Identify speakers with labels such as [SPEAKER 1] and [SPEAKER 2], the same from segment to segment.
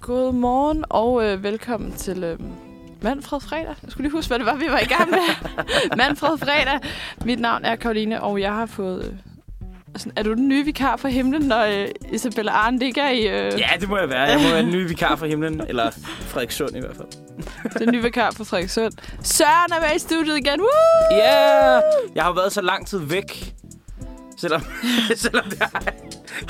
[SPEAKER 1] God morgen og øh, velkommen til øh, Manfred Fredag. Jeg skulle lige huske, hvad det var, vi var i gang med. Manfred Fredag. Mit navn er Karoline, og jeg har fået... Øh, sådan, er du den nye vikar for himlen, når øh, Isabella Arndt ikke er i øh,
[SPEAKER 2] Ja, det må jeg være. Jeg må være den nye vikar fra himlen. Eller Frederik Sund i hvert fald.
[SPEAKER 1] den nye vikar på Frederikssund? Søren er med i studiet igen. Woo!
[SPEAKER 2] Ja! Yeah! Jeg har jo været så lang tid væk. Selvom, selvom, det, er,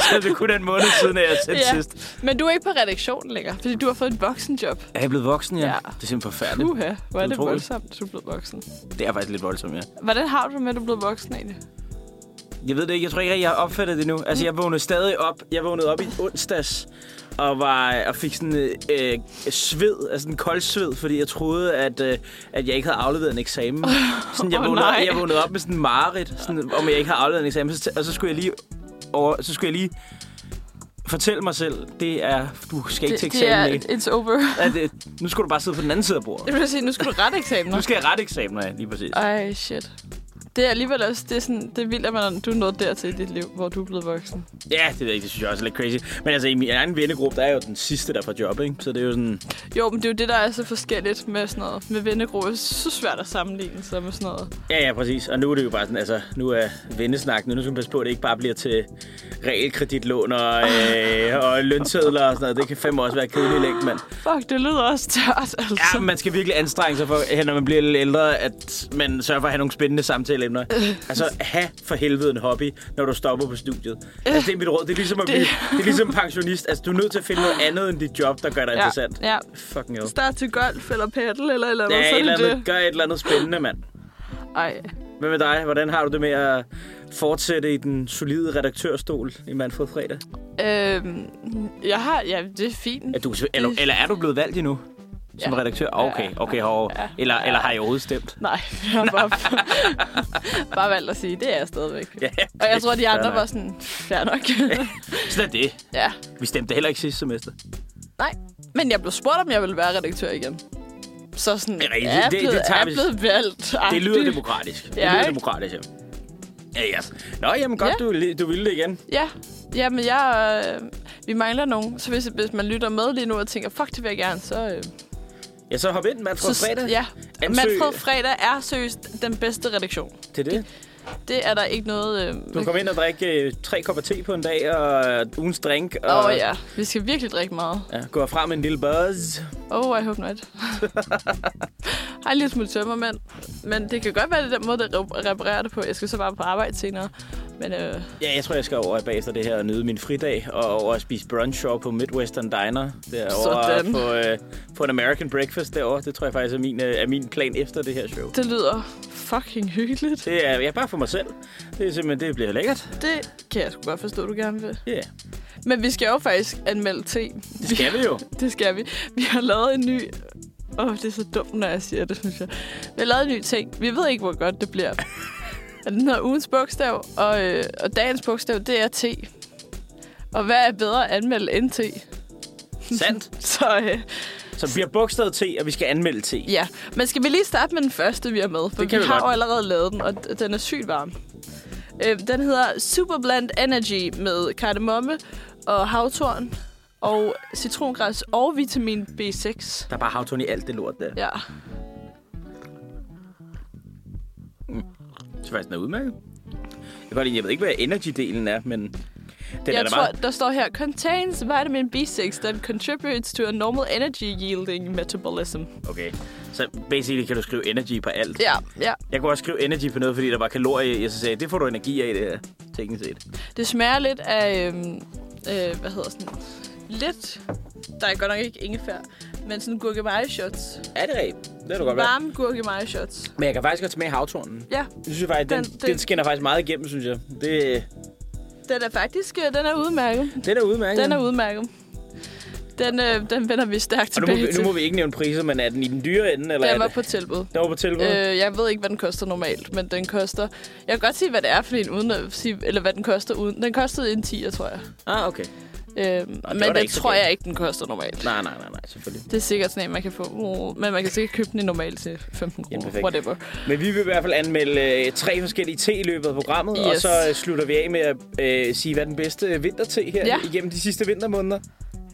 [SPEAKER 2] selvom det kun er en måned siden, at jeg sendte
[SPEAKER 1] Ja.
[SPEAKER 2] yeah. sidst.
[SPEAKER 1] Men du er ikke på redaktionen længere, fordi du har fået et voksenjob.
[SPEAKER 2] Er jeg blevet voksen, ja?
[SPEAKER 1] Ja.
[SPEAKER 2] ja. Det er simpelthen forfærdeligt. Uh.
[SPEAKER 1] Uha, hvor er det
[SPEAKER 2] Utroligt.
[SPEAKER 1] voldsomt, du er blevet voksen.
[SPEAKER 2] Det er faktisk lidt voldsomt, ja.
[SPEAKER 1] Hvordan har du det med, at du er blevet voksen egentlig?
[SPEAKER 2] Jeg ved det ikke. Jeg tror ikke, at jeg har opfattet det nu. Altså, jeg vågnede stadig op. Jeg vågnede op i onsdags og, var, og fik sådan øh, øh, sved, altså en kold sved, fordi jeg troede, at, øh, at jeg ikke havde afleveret en eksamen. Sådan, jeg,
[SPEAKER 1] Åh,
[SPEAKER 2] vågnede, op,
[SPEAKER 1] nej.
[SPEAKER 2] jeg vågnede op med sådan en mareridt, sådan, om jeg ikke havde afleveret en eksamen. Så, tæ- og så skulle jeg lige, over, så skulle jeg lige fortælle mig selv, det er, du skal ikke til
[SPEAKER 1] det,
[SPEAKER 2] eksamen.
[SPEAKER 1] det er,
[SPEAKER 2] ikke?
[SPEAKER 1] it's over.
[SPEAKER 2] At, øh, nu skal du bare sidde på den anden side af bordet.
[SPEAKER 1] Det vil sige, nu skal du rette eksamener.
[SPEAKER 2] Nu skal jeg rette eksamener, ja, lige præcis.
[SPEAKER 1] Ej, shit. Det er alligevel også, det er, sådan, det er vildt, at man, du er nået dertil i dit liv, hvor du er blevet voksen.
[SPEAKER 2] Ja, det ved jeg ikke, det synes jeg også er lidt crazy. Men altså, i min anden vennegruppe, der er jeg jo den sidste, der får job, ikke? Så det er jo sådan...
[SPEAKER 1] Jo, men det er jo det, der er så forskelligt med sådan noget. Med vennegruppe, det er så svært at sammenligne sig med sådan noget.
[SPEAKER 2] Ja, ja, præcis. Og nu er det jo bare sådan, altså, nu er vennesnakken, nu skal man passe på, at det ikke bare bliver til realkreditlån og, øh, og lønsedler og sådan noget. Det kan fandme også være kedeligt længe, mand.
[SPEAKER 1] Fuck, det lyder også tørt, altså.
[SPEAKER 2] Ja, man skal virkelig anstrenge sig for, her, når man bliver lidt ældre, at man sørger for at have nogle spændende samtaleemner. Altså, have for helvede en hobby, når du stopper på studiet. Altså, det er mit råd. Det er ligesom at
[SPEAKER 1] Det-
[SPEAKER 2] blive, det er ligesom pensionist. Altså, du er nødt til at finde noget andet end dit job, der gør dig interessant.
[SPEAKER 1] Ja, ja.
[SPEAKER 2] Fucking jo.
[SPEAKER 1] Start til golf eller paddle eller eller
[SPEAKER 2] Ja,
[SPEAKER 1] andet,
[SPEAKER 2] et
[SPEAKER 1] så
[SPEAKER 2] eller
[SPEAKER 1] er det
[SPEAKER 2] andet,
[SPEAKER 1] det.
[SPEAKER 2] gør et eller andet spændende, mand.
[SPEAKER 1] Ej,
[SPEAKER 2] Hvad med dig? Hvordan har du det med at fortsætte i den solide redaktørstol i Manfred Fredag?
[SPEAKER 1] øhm, jeg har, ja, det er fint.
[SPEAKER 2] Er du, eller, eller er du blevet valgt endnu som
[SPEAKER 1] Ja.
[SPEAKER 2] ja. redaktør? Ah, Okay, okay, hov.
[SPEAKER 1] Ja.
[SPEAKER 2] Eller, eller har I overhovedet stemt?
[SPEAKER 1] Nej, jeg har bare, bare valgt at sige, det er jeg stadigvæk.
[SPEAKER 2] Ja,
[SPEAKER 1] Og jeg tror, de
[SPEAKER 2] fair
[SPEAKER 1] andre
[SPEAKER 2] nok.
[SPEAKER 1] var sådan, fair nok.
[SPEAKER 2] Slet det.
[SPEAKER 1] ja,
[SPEAKER 2] Vi stemte heller ikke sidste semester.
[SPEAKER 1] Nej, men jeg blev spurgt, om jeg ville være redaktør igen. Så sådan,
[SPEAKER 2] Det er
[SPEAKER 1] jeg
[SPEAKER 2] rigtigt.
[SPEAKER 1] er
[SPEAKER 2] Det- det
[SPEAKER 1] blevet,
[SPEAKER 2] tager
[SPEAKER 1] er
[SPEAKER 2] vi-
[SPEAKER 1] blevet valgt. Ej,
[SPEAKER 2] Det lyder demokratisk. Det
[SPEAKER 1] Ja,
[SPEAKER 2] lyder
[SPEAKER 1] ikke?
[SPEAKER 2] demokratisk, ja. Ja, yes. Nå, jamen godt,
[SPEAKER 1] Ja.
[SPEAKER 2] ja. du, vil- du ville det igen.
[SPEAKER 1] Ja, jamen jeg, øh, vi mangler nogen. Så hvis, hvis man lytter med lige nu og tænker, fuck, det vil jeg gerne, så... Øh,
[SPEAKER 2] Ja, så hop ind, Manfred
[SPEAKER 1] så
[SPEAKER 2] Fredag.
[SPEAKER 1] Ja,
[SPEAKER 2] Ansøg.
[SPEAKER 1] Manfred Fredag er seriøst den bedste redaktion.
[SPEAKER 2] Til det.
[SPEAKER 1] Det er der ikke noget... Øh,
[SPEAKER 2] Du kan komme ind og drikke øh, tre kopper te på en dag, og øh, ugens drink, og
[SPEAKER 1] Åh oh, ja, vi skal virkelig drikke meget.
[SPEAKER 2] ja, gå herfra med en lille buzz.
[SPEAKER 1] Oh, I hope not. Har en lille smule tømmermænd. Men det kan godt være, det er den måde, at reparere det på. Jeg skal så bare på arbejde senere. Men øh,
[SPEAKER 2] Ja, jeg tror, jeg skal over bagefter det her og nyde min fridag, og over at spise brunch over på Midwestern Diner. Derovre
[SPEAKER 1] Sådan.
[SPEAKER 2] på, øh, på en American breakfast derovre. Det tror jeg faktisk er min, øh, er min plan efter det her show.
[SPEAKER 1] det lyder fucking hyggeligt.
[SPEAKER 2] Det er ja, bare for mig selv. Det er simpelthen, det bliver lækkert.
[SPEAKER 1] Det kan jeg sgu godt forstå, du gerne vil.
[SPEAKER 2] Ja, yeah.
[SPEAKER 1] Men vi skal jo faktisk anmelde te.
[SPEAKER 2] det skal vi jo.
[SPEAKER 1] Det skal vi. Vi har lavet en ny... Åh, oh, det er så dumt, når jeg siger det, synes jeg. Vi har lavet en ny ting. Vi ved ikke, hvor godt det bliver. Og Den hedder ugens bogstav, og, øh, og dagens bogstav, det er T. Og hvad er bedre at anmelde end T?
[SPEAKER 2] Sandt.
[SPEAKER 1] Så øh,
[SPEAKER 2] Så det bliver bogstavet te, og vi skal anmelde te.
[SPEAKER 1] ja. Men skal vi lige starte med den første, vi har med? For
[SPEAKER 2] Det kan
[SPEAKER 1] vi
[SPEAKER 2] vi
[SPEAKER 1] har
[SPEAKER 2] godt.
[SPEAKER 1] jo allerede lavet den, og d- den er sygt varm. Øh, den hedder Superblend Energy med kardemomme og havtorn og citrongræs og vitamin B6.
[SPEAKER 2] Der er bare havtorn i alt det lort der.
[SPEAKER 1] Ja,
[SPEAKER 2] Det er faktisk den er udmærket. Jeg, kan godt lide, jeg ved ikke, hvad energy-delen er, men den er
[SPEAKER 1] jeg
[SPEAKER 2] da
[SPEAKER 1] tror,
[SPEAKER 2] bare...
[SPEAKER 1] der står her, contains vitamin B6 that contributes to a normal energy yielding metabolism.
[SPEAKER 2] Okay, så basically kan du skrive energy på alt.
[SPEAKER 1] Ja, ja.
[SPEAKER 2] Jeg kunne også skrive energy på noget, fordi der var kalorier i, og så sagde jeg, det får du energi af i det her, teknisk set.
[SPEAKER 1] Det smager lidt af, øhm, øh, hvad hedder sådan, lidt, der er godt nok ikke ingefær, men sådan gurkemeje shots.
[SPEAKER 2] Er det rigtigt? Det er du godt være.
[SPEAKER 1] Varme gurkemeje shots.
[SPEAKER 2] Men jeg kan faktisk godt smage havtornen.
[SPEAKER 1] Ja,
[SPEAKER 2] Jeg synes faktisk, den,
[SPEAKER 1] Den-
[SPEAKER 2] den,
[SPEAKER 1] den-
[SPEAKER 2] den, skinner faktisk meget igennem, synes jeg. Det,
[SPEAKER 1] den er faktisk, øh, den er udmærket.
[SPEAKER 2] den er udmærket.
[SPEAKER 1] Den er udmærket. Den, øh, den vender vi stærkt
[SPEAKER 2] Og nu må,
[SPEAKER 1] tilbage
[SPEAKER 2] vi, nu
[SPEAKER 1] til.
[SPEAKER 2] må vi ikke nævne priser, men er den i den dyre ende, eller
[SPEAKER 1] Den
[SPEAKER 2] er
[SPEAKER 1] var
[SPEAKER 2] det,
[SPEAKER 1] på tilbud.
[SPEAKER 2] den var på tilbud?
[SPEAKER 1] Øh, jeg ved ikke, hvad den koster normalt, men den koster... Jeg kan godt sige, hvad det er for en, uden at sige, eller hvad den koster uden. Den kostede en 10, tror jeg.
[SPEAKER 2] Ah, okay.
[SPEAKER 1] Øh,
[SPEAKER 2] var
[SPEAKER 1] men
[SPEAKER 2] da
[SPEAKER 1] den
[SPEAKER 2] ikke så
[SPEAKER 1] tror
[SPEAKER 2] galt.
[SPEAKER 1] jeg ikke, den koster normalt.
[SPEAKER 2] Nej, nej, nej, nej, selvfølgelig.
[SPEAKER 1] Det er sikkert sådan en, man kan få. Uh, Men man kan sikkert købe den i normalt til 15
[SPEAKER 2] Jamen,
[SPEAKER 1] kroner.
[SPEAKER 2] perfekt.
[SPEAKER 1] Whatever.
[SPEAKER 2] Men vi vil i hvert fald anmelde øh, tre forskellige te i løbet af programmet,
[SPEAKER 1] Yes.
[SPEAKER 2] og så øh, slutter vi af med at øh, sige, hvad er den bedste vinterte her
[SPEAKER 1] Ja.
[SPEAKER 2] igennem de sidste vintermåneder.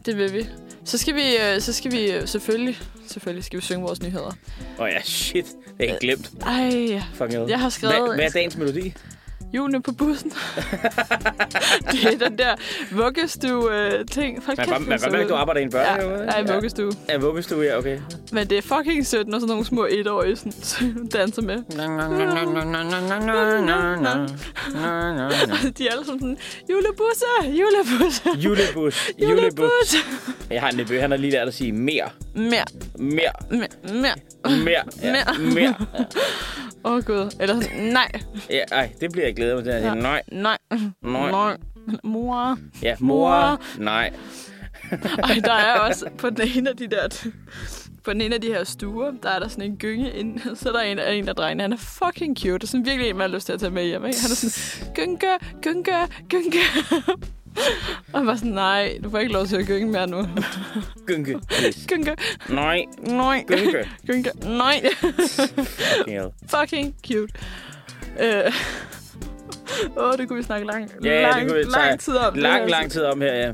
[SPEAKER 1] Det vil vi. Så skal vi, øh, så skal vi øh, selvfølgelig, selvfølgelig skal vi synge vores nyheder.
[SPEAKER 2] Åh oh, ja, shit. Det har jeg ikke glemt.
[SPEAKER 1] Ej, ja.
[SPEAKER 2] Fuck hell.
[SPEAKER 1] Øh. Jeg har skrevet-
[SPEAKER 2] Hvad, hvad er dagens melodi?
[SPEAKER 1] Julene på bussen. det er den der vuggestue-ting. Øh,
[SPEAKER 2] Man kan godt- man kan godt mærke, at du arbejder i en børnehave.
[SPEAKER 1] Ja,
[SPEAKER 2] ikke?
[SPEAKER 1] nej, vuggestue.
[SPEAKER 2] Ja, vuggestue, ja, okay.
[SPEAKER 1] Men det er fucking sødt, når sådan nogle små etårige sådan, sådan, danser med. Og de er alle sammen sådan, julebusser, julebusser,
[SPEAKER 2] Julebus. Julebus.
[SPEAKER 1] julebusser.
[SPEAKER 2] Jeg har en nevø, han har lige lært at sige mere.
[SPEAKER 1] Mere,
[SPEAKER 2] Mere.
[SPEAKER 1] mere, mere.
[SPEAKER 2] Mere. Ja,
[SPEAKER 1] Mere.
[SPEAKER 2] mere.
[SPEAKER 1] Åh, oh, Gud. Eller sådan, nej,
[SPEAKER 2] Ja, ej, det bliver jeg glædet mig til. at sige. Nej,
[SPEAKER 1] nej,
[SPEAKER 2] nej.
[SPEAKER 1] nej. Mor.
[SPEAKER 2] Ja, mor.
[SPEAKER 1] Mor.
[SPEAKER 2] Nej.
[SPEAKER 1] Ej, der er også på den ene af de der... På den ene af de her stuer, der er der sådan en gynge ind, så er der en af, en af drengene, han er fucking cute. Det er sådan virkelig en, man har lyst til at tage med hjem, ikke? Han er sådan, gynge, gynge, gynge. Og jeg var sådan, nej, du får ikke lov til at gynge mere nu.
[SPEAKER 2] Gynke. please.
[SPEAKER 1] Gynge,
[SPEAKER 2] Nej.
[SPEAKER 1] nej.
[SPEAKER 2] Gynke.
[SPEAKER 1] Gynge, nej.
[SPEAKER 2] Fucking hell.
[SPEAKER 1] fucking cute. Øh. Åh, det kunne vi snakke lang,
[SPEAKER 2] Ja, ja, det
[SPEAKER 1] lang,
[SPEAKER 2] kunne vi tage
[SPEAKER 1] lang tid om. det altså. her.
[SPEAKER 2] Lang, lang tid om her, ja.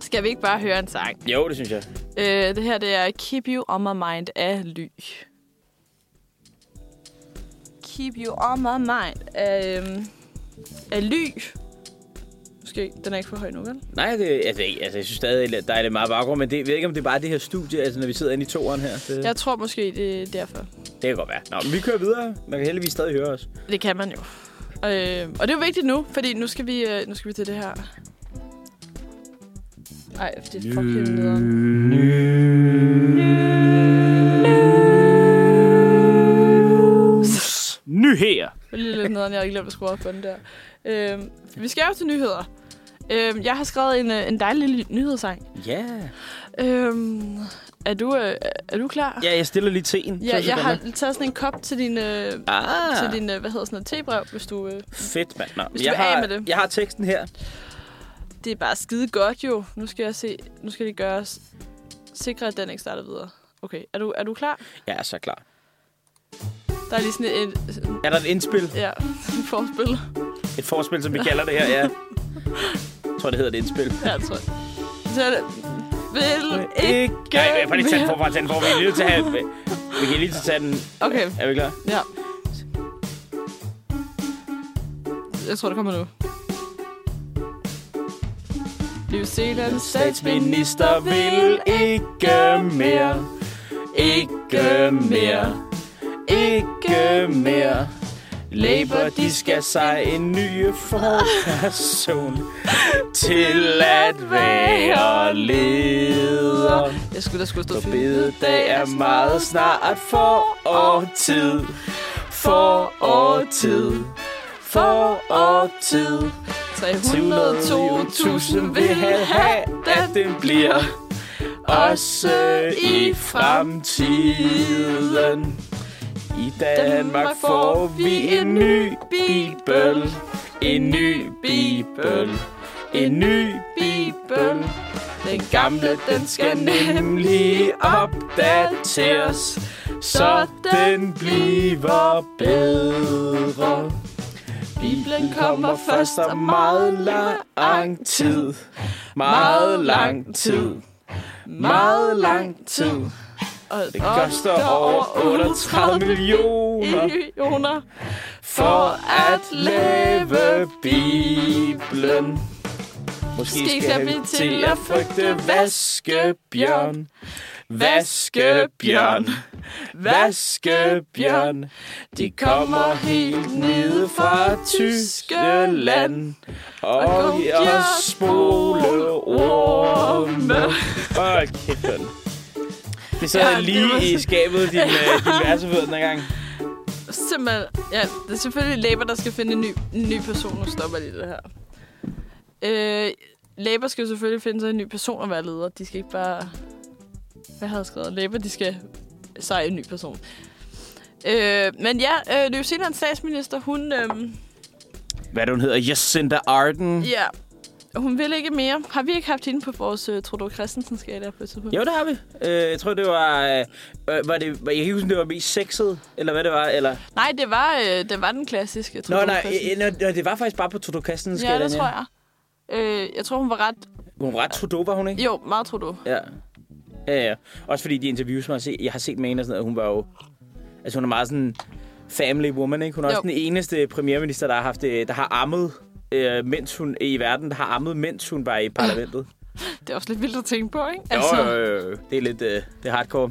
[SPEAKER 1] Skal vi ikke bare høre en sang?
[SPEAKER 2] Jo, det synes jeg.
[SPEAKER 1] Øh, det her, det er Keep You On My Mind af Ly. Keep You On My Mind af, øhm, af Ly. Måske, den er ikke for høj nu, vel?
[SPEAKER 2] Nej, det, altså, jeg- altså, jeg synes stadig, at der er lidt meget baggrund, men det, jeg ved ikke, om det er bare det her studie, altså når vi sidder inde i toeren her. Det,
[SPEAKER 1] Jeg tror måske, det er derfor.
[SPEAKER 2] det kan godt være. Nå, men vi kører videre. Man kan heldigvis stadig høre os.
[SPEAKER 1] Det kan man jo. Øh, og det er jo vigtigt nu, fordi nu skal vi, øh, nu skal vi til det her. Ej, det er fucking nederen.
[SPEAKER 2] Ny her.
[SPEAKER 1] Det er lige lidt nederen, jeg havde glemt at skrue op på den der. Øh, vi skal jo til nyheder. Øh, jeg har skrevet en, øh, en dejlig lille nyhedssang.
[SPEAKER 2] Ja.
[SPEAKER 1] Øhm, er, du, øh, er du klar?
[SPEAKER 2] Ja, jeg stiller lige teen.
[SPEAKER 1] ja jeg har taget sådan en kop til din, øh,
[SPEAKER 2] Ah,
[SPEAKER 1] til din øh, hvad hedder sådan noget, tebrev, hvis du... Øh.
[SPEAKER 2] fedt, mand. Nå,
[SPEAKER 1] Hvis du
[SPEAKER 2] jeg,
[SPEAKER 1] er af
[SPEAKER 2] har,
[SPEAKER 1] med det.
[SPEAKER 2] jeg har teksten her.
[SPEAKER 1] Det er bare skide godt jo. Nu skal jeg se, nu skal det gøres. Sikre, at den ikke starter videre. Okay, er du, er du klar?
[SPEAKER 2] Jeg er så klar.
[SPEAKER 1] Der er lige sådan et,
[SPEAKER 2] Er der et indspil?
[SPEAKER 1] ja, et forspil.
[SPEAKER 2] Et forspil, som vi kalder det her, ja. Jeg tror, det hedder et indspil.
[SPEAKER 1] Ja, tror jeg. Så er det, vil ikke...
[SPEAKER 2] Ikke. Nej, jeg får lige tage den forfra, tage den forfra. Vi er lige til at have... Vi kan lige tage den.
[SPEAKER 1] Okay,
[SPEAKER 2] Er vi klar?
[SPEAKER 1] ja. Jeg tror, det kommer nu. New Zealands
[SPEAKER 2] Statsminister vil ikke mere. Ikke mere. Ikke mere. Labour, de skal sig en ny forperson til at være leder.
[SPEAKER 1] Jeg skulle da skulle stå
[SPEAKER 2] For bededag er meget snart forår-tid. Forår-tid. Forår-tid.
[SPEAKER 1] 302.000 vil have
[SPEAKER 2] at
[SPEAKER 1] den.
[SPEAKER 2] den bliver også i fremtiden. I Danmark får vi en ny bibel, en ny bibel, en ny bibel.
[SPEAKER 1] Den
[SPEAKER 2] Gamle, den skal nemlig opdateres, så den bliver bedre. Bibelen kommer først om meget lang tid. Meget lang tid. Meget lang tid.
[SPEAKER 1] Og
[SPEAKER 2] Det koster over 38 millioner
[SPEAKER 1] millioner.
[SPEAKER 2] for at lave Bibelen. Måske skal vi til at frygte vaskebjørn. Vaskebjørn. Vaskebjørn. De kommer helt nede fra Tyskland. Og giver os spoleorme. Åh, kæft, mand. Det sad
[SPEAKER 1] Ja, det
[SPEAKER 2] lige
[SPEAKER 1] var
[SPEAKER 2] i
[SPEAKER 1] sådan-
[SPEAKER 2] skabet, din, øh, din værsefød den her gang.
[SPEAKER 1] Simpelthen, ja, det er selvfølgelig Labour, der skal finde en ny, en ny person. Nu stopper lige det her. Øh, Labour skal jo selvfølgelig finde sig en ny person at være leder. De skal ikke bare... Hvad havde jeg skrevet? Labour, de skal sig en ny person. Øh, men ja, øh, New Zealands statsminister, hun... Øh,
[SPEAKER 2] Hvad er det, hun hedder? Jacinda Arden.
[SPEAKER 1] Ja. Hun vil ikke mere. Har vi ikke haft hende på vores uh, Trudeau Christensen skala på et tidspunkt?
[SPEAKER 2] Jo, det har vi. Øh, jeg tror, det var... Øh, øh, var det, var- jeg kan ikke huske, om det var mest sexet, eller hvad det var. Eller...
[SPEAKER 1] Nej, det var, øh, det var den klassiske
[SPEAKER 2] Nå,
[SPEAKER 1] Trudeau
[SPEAKER 2] nej,
[SPEAKER 1] Christensen.
[SPEAKER 2] øh, nå, det var faktisk bare på Trudeau Christens
[SPEAKER 1] ja, det tror jeg. Øh, jeg tror, hun var ret
[SPEAKER 2] Hun var ret Trudeau, var hun ikke?
[SPEAKER 1] Jo, meget tror du.
[SPEAKER 2] Ja. Ja, ja. Også fordi de interviews, man har set, jeg har set med hende og sådan noget, hun var jo... Altså, hun er meget sådan family woman, ikke? Hun er jo.
[SPEAKER 1] Jo.
[SPEAKER 2] også den eneste premierminister, der har, haft, øh, der har ammet øh, mens hun i verden, der har ammet, mens hun var i parlamentet.
[SPEAKER 1] Det er også lidt vildt at tænke på, ikke?
[SPEAKER 2] altså. jo, jo, jo, jo. Det er lidt øh, det er hardcore.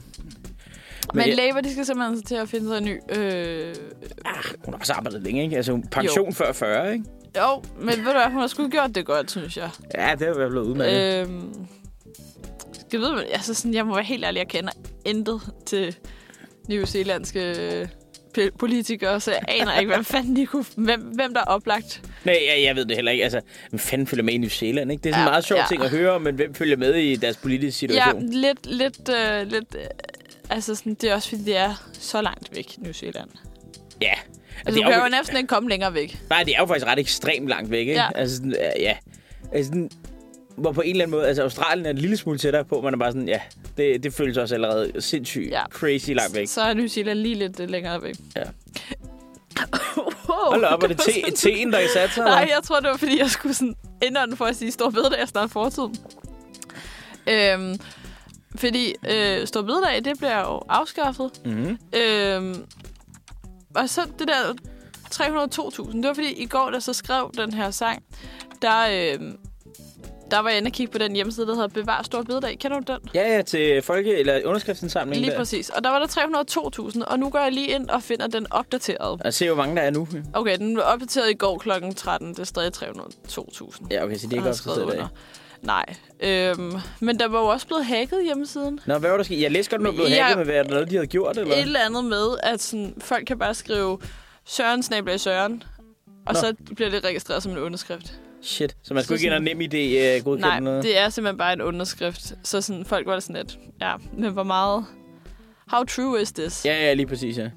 [SPEAKER 1] men
[SPEAKER 2] jeg-
[SPEAKER 1] Labour, de skal simpelthen til at finde sig en ny... Øh...
[SPEAKER 2] Hun har også arbejdet længe, ikke? Altså, hun- pension jo. før 40, ikke?
[SPEAKER 1] Jo, men ved du hvad, hun har sgu gjort det godt, synes jeg.
[SPEAKER 2] Ja, det er jo blevet udmærket. Øh.
[SPEAKER 1] Øhm, skal jeg vide, men altså sådan, jeg må være helt ærlig, jeg kender intet til nyzealandske p- politikere, så jeg aner ikke, hvem fanden de kunne, hvem, hvem der er oplagt.
[SPEAKER 2] Nej, jeg, jeg ved det heller ikke. Altså, hvem fanden følger med i New Zealand, ikke? Det er sådan en
[SPEAKER 1] Ja,
[SPEAKER 2] meget sjov
[SPEAKER 1] ja.
[SPEAKER 2] ting at høre om, men hvem følger med i deres politiske
[SPEAKER 1] Ja,
[SPEAKER 2] situation?
[SPEAKER 1] lidt, lidt, øh, lidt, øh, altså sådan, det er også fordi, det er så langt væk, New Zealand. Altså,
[SPEAKER 2] Ja. ja. Altså,
[SPEAKER 1] du kan jo næsten ikke komme længere væk.
[SPEAKER 2] Nej, det er jo faktisk ret ekstremt langt væk, ikke? Ja.
[SPEAKER 1] Ja.
[SPEAKER 2] Altså, sådan, ja, ja. Altså, sådan, hvor på en eller anden måde, altså Australien er en lille smule tættere på, man er bare sådan, ja, det, det føles også allerede sindssygt ja.
[SPEAKER 1] Ja.
[SPEAKER 2] crazy langt væk.
[SPEAKER 1] Så er New Zealand lige lidt øh, længere væk.
[SPEAKER 2] Ja.
[SPEAKER 1] wow,
[SPEAKER 2] Hold da op, er det
[SPEAKER 1] var
[SPEAKER 2] te,
[SPEAKER 1] sådan-
[SPEAKER 2] teen, der I satte sig?
[SPEAKER 1] Nej,
[SPEAKER 2] eller?
[SPEAKER 1] jeg tror, det var, fordi jeg skulle sådan indånde for at sige Stor Bededag og snart fortid. Øhm, fordi øh, Stor Bededag, det bliver jo afskaffet.
[SPEAKER 2] Mhm.
[SPEAKER 1] Øhm, og så det der 302.000, det var fordi i går, da så skrev den her sang, der, øh, der var jeg inde og kigge på den hjemmeside, der hedder Bevar Stor Bededag. Kender du den?
[SPEAKER 2] Ja, ja, til folke- eller underskriftsindsamlingen
[SPEAKER 1] Lige
[SPEAKER 2] der.
[SPEAKER 1] præcis. Og der var der 302.000, og nu går jeg lige ind og finder den opdateret.
[SPEAKER 2] Og se, hvor mange der er nu.
[SPEAKER 1] Okay, den blev opdateret i går kl. 13. Det er stadig 302.000.
[SPEAKER 2] Ja, okay, så det er
[SPEAKER 1] der
[SPEAKER 2] ikke
[SPEAKER 1] har skrevet
[SPEAKER 2] opdateret i dag.
[SPEAKER 1] Nej. Øhm, men der var jo også blevet hacket hjemmesiden.
[SPEAKER 2] Nå, hvad var der sket? Jeg læste godt, at du var blevet
[SPEAKER 1] Jeg-
[SPEAKER 2] hacket med, hvad er det noget, de havde gjort, eller?
[SPEAKER 1] Et eller andet med, at sådan, folk kan bare skrive Søren snabel Søren, og
[SPEAKER 2] Nå.
[SPEAKER 1] Nå. så bliver det registreret som en underskrift.
[SPEAKER 2] Shit, så man
[SPEAKER 1] Så
[SPEAKER 2] skulle ikke ind og
[SPEAKER 1] sådan-
[SPEAKER 2] nem idé uh, godkende
[SPEAKER 1] Nej,
[SPEAKER 2] noget?
[SPEAKER 1] det er simpelthen bare en underskrift. Så sådan, folk var da sådan lidt, ja, men hvor meget... How true is this?
[SPEAKER 2] Ja, ja, lige præcis, ja.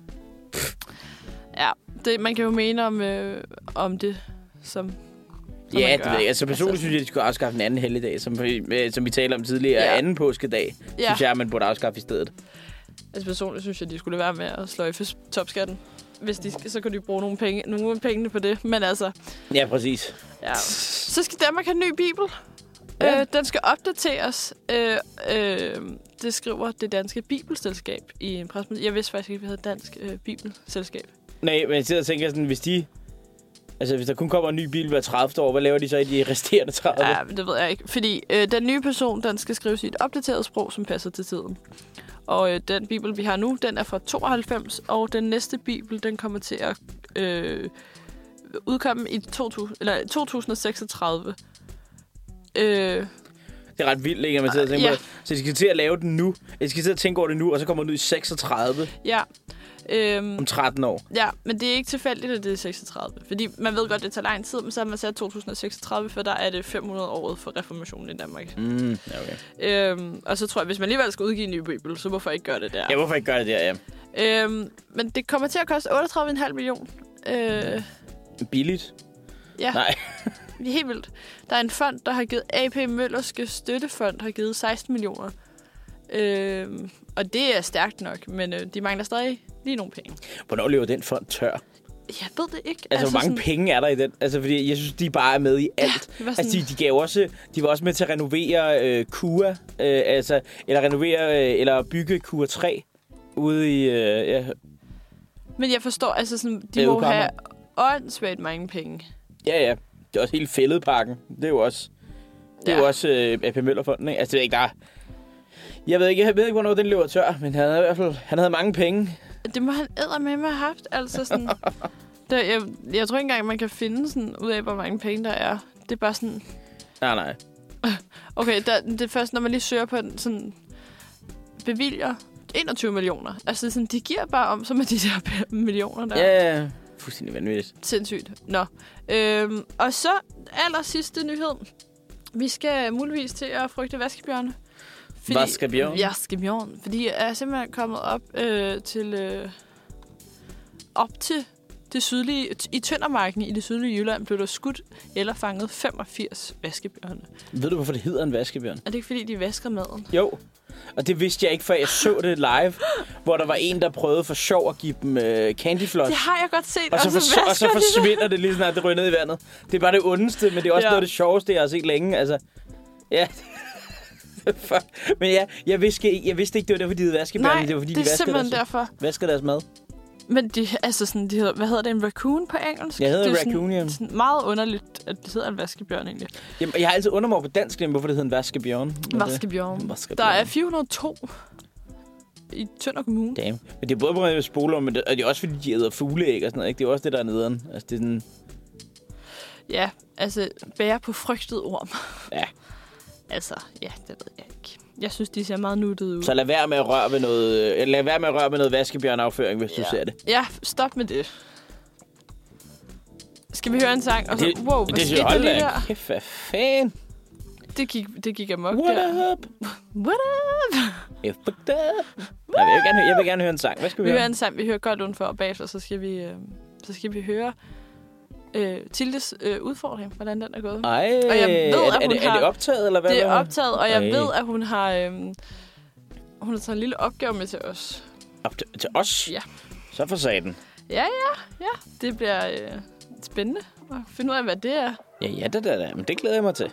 [SPEAKER 1] ja det, man kan jo mene om, øh, om det, som... som
[SPEAKER 2] Ja,
[SPEAKER 1] man
[SPEAKER 2] det
[SPEAKER 1] gør.
[SPEAKER 2] ved jeg. Altså personligt
[SPEAKER 1] Altså-
[SPEAKER 2] synes jeg, at de skulle afskaffe en anden helligdag, som, vi- øh, som vi talte om tidligere, ja.
[SPEAKER 1] Ja.
[SPEAKER 2] anden påskedag, ja.
[SPEAKER 1] Ja.
[SPEAKER 2] synes jeg, at man burde afskaffe i stedet.
[SPEAKER 1] Altså personligt synes jeg, de skulle lade være med at sløjfe topskatten. Hvis de skal, så kan de bruge nogle, penge, nogle af pengene på det. Men altså,
[SPEAKER 2] Ja, præcis.
[SPEAKER 1] ja. Så skal Danmark have en ny bibel.
[SPEAKER 2] Ja.
[SPEAKER 1] Ja. Øh, den skal opdateres. Øh, øh, det skriver det danske bibelselskab i en pressemeddelelse. Jeg vidste faktisk ikke, at vi havde dansk øh, bibelselskab.
[SPEAKER 2] Nej, men jeg sidder og tænker sådan, hvis de... Altså, hvis der kun kommer en ny bil hver 30 år, hvad laver de så i de resterende 30? Ja.
[SPEAKER 1] Ja, men det ved jeg ikke. Fordi øh, den nye person, den skal skrives i et opdateret sprog, som passer til tiden. Og øh, den bibel, vi har nu, den er fra 92, og den næste bibel, den kommer til at øh, udkomme i 2000, eller 2036. Øh,
[SPEAKER 2] Det er ret vildt, ikke? at Man sidder og tænker ja.
[SPEAKER 1] Ja.
[SPEAKER 2] på det. Så de skal til at lave den nu. De skal til at tænke over det nu, og så kommer den ud i 36
[SPEAKER 1] ja. Øh,
[SPEAKER 2] om 13 år.
[SPEAKER 1] ja, men det er ikke tilfældigt, at det er 36. Fordi man ved godt, det tager lang tid, men så har man sat 2036, for der er det 500 året for reformationen i Danmark.
[SPEAKER 2] Mm, ja, okay.
[SPEAKER 1] Øhm, og så tror jeg, hvis man alligevel skal udgive en ny bibel, så hvorfor ikke gøre det der?
[SPEAKER 2] Ja, hvorfor ikke gøre det der, ja.
[SPEAKER 1] Øhm, men det kommer til at koste 38,5 millioner. Øh,
[SPEAKER 2] Billigt?
[SPEAKER 1] ja,
[SPEAKER 2] Nej.
[SPEAKER 1] det er helt vildt. Der er en fond, der har givet AP Møllerske Støttefond, har givet 16 millioner. Øhm, og det er stærkt nok, men øh, de mangler stadig lige nogle penge.
[SPEAKER 2] Hvornår løber den fond tør?
[SPEAKER 1] Jeg ved det ikke.
[SPEAKER 2] Altså, altså hvor mange sådan... penge er der i den? Altså, fordi jeg synes, de bare er med i alt.
[SPEAKER 1] det var
[SPEAKER 2] Altså, de,
[SPEAKER 1] sådan-
[SPEAKER 2] de, gav også, de var også med til at renovere øh, KUA, øh, altså, eller renovere, øh, eller bygge KUA 3 ude i, øh, ja,
[SPEAKER 1] Men jeg forstår, altså sådan,
[SPEAKER 2] er
[SPEAKER 1] de må
[SPEAKER 2] udkommer.
[SPEAKER 1] have åndssvagt mange penge.
[SPEAKER 2] ja, ja. Det er også hele fældeparken. Det er jo også, det er
[SPEAKER 1] Ja.
[SPEAKER 2] jo også øh, AP Møllerfonden, ikke? Altså, det er ikke der. Jeg ved ikke, jeg ved ikke, hvornår den løber tør, men han havde i hvert fald han havde mange penge.
[SPEAKER 1] Det må han med have haft. Altså sådan, der, jeg, jeg tror ikke engang, man kan finde sådan, ud af, hvor mange penge der er. Det er bare sådan,
[SPEAKER 2] Nej, nej.
[SPEAKER 1] Okay, der, det er først, når man lige søger på den, sådan bevilger 21 millioner. Altså, sådan, de giver bare om som med de der p- millioner der.
[SPEAKER 2] Ja, ja, ja. Fuldstændig vanvittigt.
[SPEAKER 1] Sindssygt. Nå. Øhm, og så aller sidste nyhed. Vi skal muligvis til at frygte vaskebjørne.
[SPEAKER 2] Vaskebjørn?
[SPEAKER 1] Vaskebjørn. Fordi jeg er simpelthen kommet op øh, til... Øh, op til det sydlige... I Tøndermarken i det sydlige Jylland blev der skudt eller fanget 85 vaskebjørne.
[SPEAKER 2] Ved du, hvorfor det hedder en vaskebjørn?
[SPEAKER 1] Er det ikke, fordi de vasker maden?
[SPEAKER 2] Jo. Og det vidste jeg ikke, før jeg så det live, hvor der var en, der prøvede for sjov at give dem øh, candyfloss.
[SPEAKER 1] Det har jeg godt set. Altså,
[SPEAKER 2] Og så, for, og så
[SPEAKER 1] vasker de det.
[SPEAKER 2] forsvinder det lige snart, det ryger ned i vandet. Det er bare det ondeste, men det er også ja.
[SPEAKER 1] Ja.
[SPEAKER 2] noget af det sjoveste, jeg har set længe. Altså, Ja. Fuck. Men ja, jeg vidste, ikke- jeg vidste ikke, det var derfor, de hed vaskebørn.
[SPEAKER 1] Nej,
[SPEAKER 2] det altså. var, fordi
[SPEAKER 1] det
[SPEAKER 2] de
[SPEAKER 1] er
[SPEAKER 2] vaskede
[SPEAKER 1] simpelthen
[SPEAKER 2] deres,
[SPEAKER 1] derfor.
[SPEAKER 2] vaskede deres mad.
[SPEAKER 1] Men de, altså sådan, de hedder, hvad hedder det, en raccoon på engelsk?
[SPEAKER 2] Jeg hedder
[SPEAKER 1] det er
[SPEAKER 2] raccoon,
[SPEAKER 1] sådan,
[SPEAKER 2] jamen.
[SPEAKER 1] sådan meget underligt, at det hedder en vaskebjørn egentlig.
[SPEAKER 2] Jamen, jeg har altid undret mig over på dansk, nemlig, hvorfor det hedder en vaskebjørn. Men det-
[SPEAKER 1] Vaskebjørn.
[SPEAKER 2] Vaskebjørn.
[SPEAKER 1] Der er 402 i Tønder Kommune.
[SPEAKER 2] Damn. Men det er både på grund af spoler, men det, og det er også fordi, de æder fugleæg og sådan noget. Ikke? Det er jo også det, der er nederen. Altså, det er sådan,
[SPEAKER 1] Ja, altså bære på frygtet orm.
[SPEAKER 2] Ja.
[SPEAKER 1] altså, ja, det ved jeg ikke. Jeg synes, de ser meget nuttede ud.
[SPEAKER 2] så lad være med at røre ved noget, øh, lad være med at røre ved noget vaskebjørnafføring, hvis ja. du
[SPEAKER 1] ja.
[SPEAKER 2] ser det.
[SPEAKER 1] Ja, stop med det. Skal vi høre en sang? Og så, det, wow, hvad
[SPEAKER 2] det,
[SPEAKER 1] det,
[SPEAKER 2] det,
[SPEAKER 1] skete der
[SPEAKER 2] hold
[SPEAKER 1] lige
[SPEAKER 2] da
[SPEAKER 1] der?
[SPEAKER 2] kæft, hvad fanden?
[SPEAKER 1] Det gik, det gik amok
[SPEAKER 2] What
[SPEAKER 1] der.
[SPEAKER 2] up?
[SPEAKER 1] What up?
[SPEAKER 2] Jeg fucked up. Nej, jeg vil, gerne, høre- jeg vil gerne høre en sang. Hvad skal vi,
[SPEAKER 1] Vi hører
[SPEAKER 2] høre?
[SPEAKER 1] en sang, vi hører godt udenfor og bagefter, så skal vi, øh, så skal vi høre øh, Tildes øh, udfordring, hvordan den er gået.
[SPEAKER 2] Ej,
[SPEAKER 1] Og jeg ved,
[SPEAKER 2] er,
[SPEAKER 1] at
[SPEAKER 2] er,
[SPEAKER 1] hun
[SPEAKER 2] det, er
[SPEAKER 1] har-
[SPEAKER 2] det optaget, eller hvad?
[SPEAKER 1] Det Ah, er
[SPEAKER 2] hvad?
[SPEAKER 1] optaget, og jeg
[SPEAKER 2] Ej.
[SPEAKER 1] ved, at hun har, øh, hun har taget en lille opgave med til os.
[SPEAKER 2] Op til, til os?
[SPEAKER 1] Ja.
[SPEAKER 2] Så for satan.
[SPEAKER 1] Det bliver øh, spændende at finde ud af, hvad det er.
[SPEAKER 2] Ja, ja, det der, der. Men det glæder jeg mig til.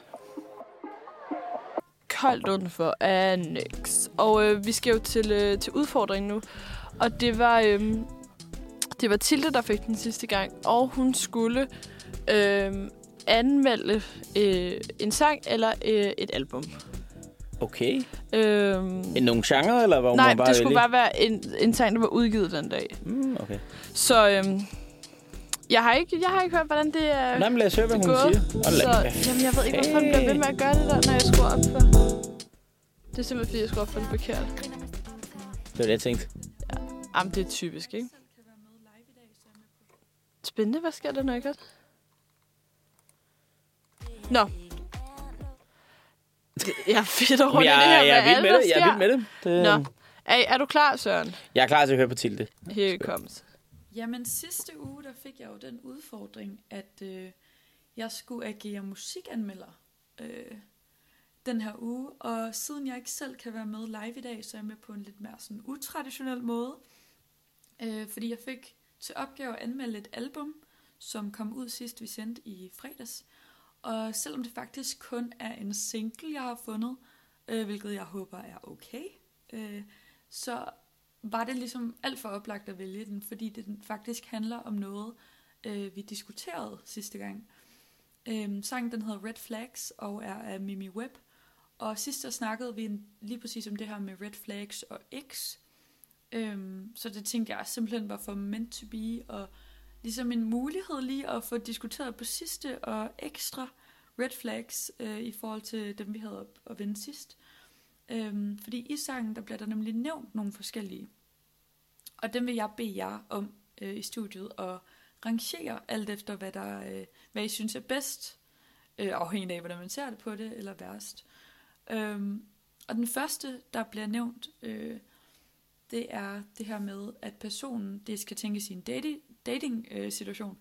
[SPEAKER 1] Koldt udenfor er nix. Og øh, vi skal jo til, øh, til udfordringen nu. Og det var, øh, det var Tilde, der fik den sidste gang. Og hun skulle øh, anmelde øh, en sang eller øh, et album.
[SPEAKER 2] Okay.
[SPEAKER 1] Øh,
[SPEAKER 2] Men Nogle genre, eller hvor
[SPEAKER 1] nej,
[SPEAKER 2] man bare
[SPEAKER 1] det skulle
[SPEAKER 2] vælge?
[SPEAKER 1] bare være en, en sang, der var udgivet den dag.
[SPEAKER 2] Mm, okay.
[SPEAKER 1] Så øh, jeg, har ikke, jeg har ikke hørt, hvordan det er
[SPEAKER 2] Nej, men lad os høre, hvad hun
[SPEAKER 1] gået.
[SPEAKER 2] siger. Hold da
[SPEAKER 1] Så,
[SPEAKER 2] kæft.
[SPEAKER 1] jamen, jeg ved ikke, hvorfor den bliver ved med at gøre det der, når jeg skruer op for. Det er simpelthen, fordi jeg skruer op for det forkert.
[SPEAKER 2] Det var det, jeg tænkte.
[SPEAKER 1] Jamen, det er typisk, ikke? Spændende, hvad sker der nok godt? Nå. Det, jeg er fedt over
[SPEAKER 2] Jamen,
[SPEAKER 1] i det her,
[SPEAKER 2] jeg, jeg, er
[SPEAKER 1] hvad er
[SPEAKER 2] vild med
[SPEAKER 1] der
[SPEAKER 2] det. Jeg er
[SPEAKER 1] sker?
[SPEAKER 2] vild med det. det
[SPEAKER 1] Nå. Er, er du klar, Søren?
[SPEAKER 2] Jeg er klar til at høre på Tilde.
[SPEAKER 1] Here it comes.
[SPEAKER 3] Jamen sidste uge, der fik jeg jo den udfordring, at øh, jeg skulle agere musikanmelder øh, den her uge. Og siden jeg ikke selv kan være med live i dag, så er jeg med på en lidt mere sådan utraditionel måde. Øh, fordi jeg fik til opgave at anmelde et album, som kom ud sidst vi sendte i fredags. Og selvom det faktisk kun er en single, jeg har fundet, øh, hvilket jeg håber er okay, øh, så var det ligesom alt for oplagt at vælge den, fordi det den faktisk handler om noget, øh, vi diskuterede sidste gang. Øhm, sangen den hedder Red Flags og er af Mimi Webb. Og sidst der snakkede vi en- lige præcis om det her med Red Flags og X. Øhm, så det tænkte jeg simpelthen var for meant to be, og ligesom en mulighed lige at få diskuteret på sidste og ekstra Red Flags øh, i forhold til dem, vi havde op at vende sidst. Øhm, fordi i sangen, der bliver der nemlig nævnt nogle forskellige. Og dem vil jeg bede jer om øh, i studiet at rangere alt efter, hvad, der, øh, hvad I synes er bedst, øh, afhængig af, hvordan man ser det på det, eller værst. Øhm, og den første, der bliver nævnt, øh, det er det her med, at personen, det skal tænkes i en dating-situation, øh, situation,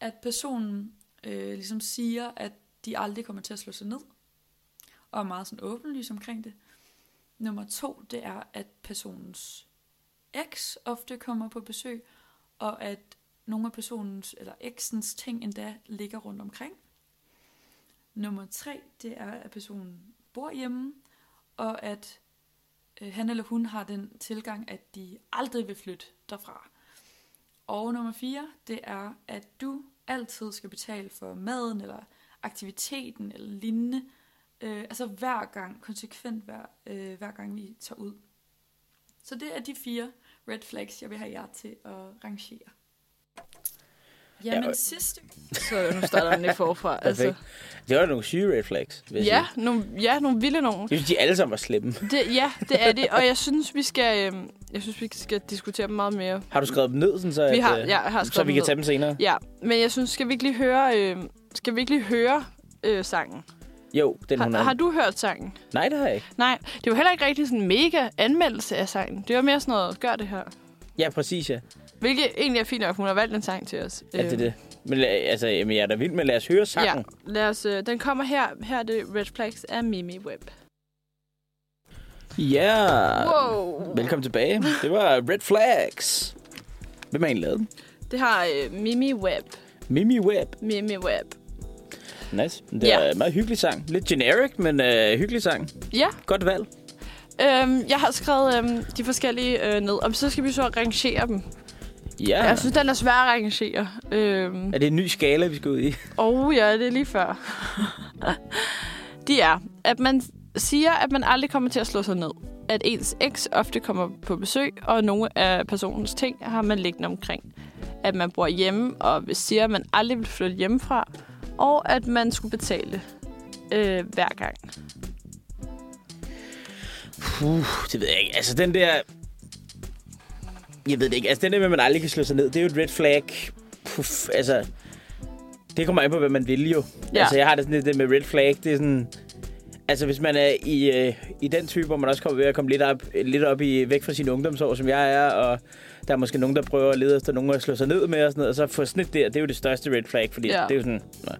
[SPEAKER 3] at personen øh, ligesom siger, at de aldrig kommer til at slå sig ned, og er meget sådan åbenlys omkring det. Nummer to, det er, at personens eks ofte kommer på besøg, og at nogle af personens, eller eksens ting endda ligger rundt omkring. Nummer tre, det er, at personen bor hjemme, og at øh, han eller hun har den tilgang, at de aldrig vil flytte derfra. Og nummer fire, det er, at du altid skal betale for maden, eller aktiviteten, eller lignende, Øh, altså hver gang, konsekvent hver, øh, hver gang vi tager ud. Så det er de fire red flags, jeg vil have jer til at rangere. Jamen
[SPEAKER 2] Ja, og-
[SPEAKER 3] sidste
[SPEAKER 1] Så nu starter den lige forfra. altså.
[SPEAKER 2] Perfekt. Det var nogle syge red flags, vil jeg
[SPEAKER 1] Ja,
[SPEAKER 2] sige.
[SPEAKER 1] nogle, ja, nogle vilde nogen.
[SPEAKER 2] Jeg synes, de alle sammen var slemme.
[SPEAKER 1] Det, ja, det er det, og jeg synes, vi skal, øh, jeg synes, vi skal diskutere dem meget mere.
[SPEAKER 2] Har du skrevet dem ned, sådan så,
[SPEAKER 1] Vi
[SPEAKER 2] at,
[SPEAKER 1] har,
[SPEAKER 2] øh,
[SPEAKER 1] jeg har
[SPEAKER 2] så
[SPEAKER 1] skrevet
[SPEAKER 2] vi
[SPEAKER 1] dem
[SPEAKER 2] kan
[SPEAKER 1] ned.
[SPEAKER 2] tage dem senere?
[SPEAKER 1] Ja, men jeg synes, skal vi ikke lige høre, øh, skal vi ikke lige høre øh, sangen?
[SPEAKER 2] Jo, den hun
[SPEAKER 1] Har,
[SPEAKER 2] er.
[SPEAKER 1] har du hørt sangen?
[SPEAKER 2] Nej, det har jeg ikke.
[SPEAKER 1] Nej, det var heller ikke rigtig sådan en mega anmeldelse af sangen. Det var mere sådan noget, gør det her.
[SPEAKER 2] Ja, præcis, ja.
[SPEAKER 1] Hvilket egentlig er fint nok, hun har valgt en sang til os. Øhm,
[SPEAKER 2] Ja, det er det. Men la- altså, jamen, jeg er da vild med, lad os høre sangen.
[SPEAKER 1] Øh. Ja, lad os, øh, den kommer her. Her er det Red Flags af Mimi Web.
[SPEAKER 2] Ja.
[SPEAKER 1] Wow!
[SPEAKER 2] Velkommen tilbage. Det var Red Flags. Hvem har egentlig lavet den?
[SPEAKER 1] Det har øh, Mimi Web.
[SPEAKER 2] Mimi Webb.
[SPEAKER 1] Mimi Web.
[SPEAKER 2] Nice. Det er
[SPEAKER 1] Ja.
[SPEAKER 2] en meget hyggelig sang. Lidt generic, men øh, hyggelig sang.
[SPEAKER 1] Ja,
[SPEAKER 2] Godt valg.
[SPEAKER 1] øhm, jeg har skrevet øhm, de forskellige øh, ned, og så skal vi så rangere dem.
[SPEAKER 2] Ja.
[SPEAKER 1] Ja. Jeg synes, den er svær at rangere. Øhm,
[SPEAKER 2] Er det en ny skala, vi skal ud i?
[SPEAKER 1] og Oh ja, det er lige før. de er, at man siger, at man aldrig kommer til at slå sig ned. At ens eks ofte kommer på besøg, og nogle af personens ting har man liggende omkring. At man bor hjemme, og siger, at man aldrig vil flytte hjemmefra. Og at man skulle betale øh, hver gang.
[SPEAKER 2] Puh, det ved jeg ikke. Altså, den der... Jeg ved det ikke. Altså, den der med, at man aldrig kan slå sig ned, det er jo et red flag. Puff, altså... Det kommer an på, hvad man vil jo.
[SPEAKER 1] Ja.
[SPEAKER 2] Altså, jeg har det sådan lidt det med red flag. Det er sådan... Altså, hvis man er i, øh, i den type, hvor man også kommer ved at komme lidt op, lidt op i, væk fra sine ungdomsår, som jeg er, og der er måske nogen, der prøver at lede efter nogen at slå sig ned med, og sådan noget, og så få snit der, det er jo det største red flag, fordi
[SPEAKER 1] Ja.
[SPEAKER 2] ja. det er jo sådan... Nå.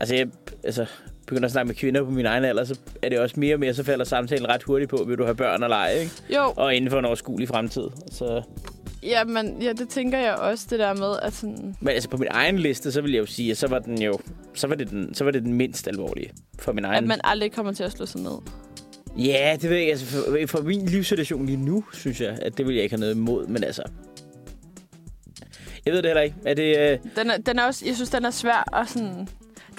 [SPEAKER 2] Altså, jeg, altså, begynder at snakke med kvinder på min egen alder, så er det også mere og mere, så falder samtalen ret hurtigt på, vil du have børn eller ej, ikke?
[SPEAKER 1] Jo,
[SPEAKER 2] Og inden for en overskuelig fremtid. Så,
[SPEAKER 1] ja, men, ja, det tænker jeg også, det der med, at sådan...
[SPEAKER 2] men altså på min egen liste, så vil jeg jo sige, at så var, den jo, så var, det, den, så var det den mindst alvorlige for min
[SPEAKER 1] At
[SPEAKER 2] egen.
[SPEAKER 1] man aldrig kommer til at slå sig ned.
[SPEAKER 2] Ja, det ved jeg. Altså, for, for min livssituation lige nu, synes jeg, at det vil jeg ikke have noget imod, men altså... Jeg ved det heller ikke. Er det, øh,
[SPEAKER 1] Den er, den er også, jeg synes, den er svær at sådan...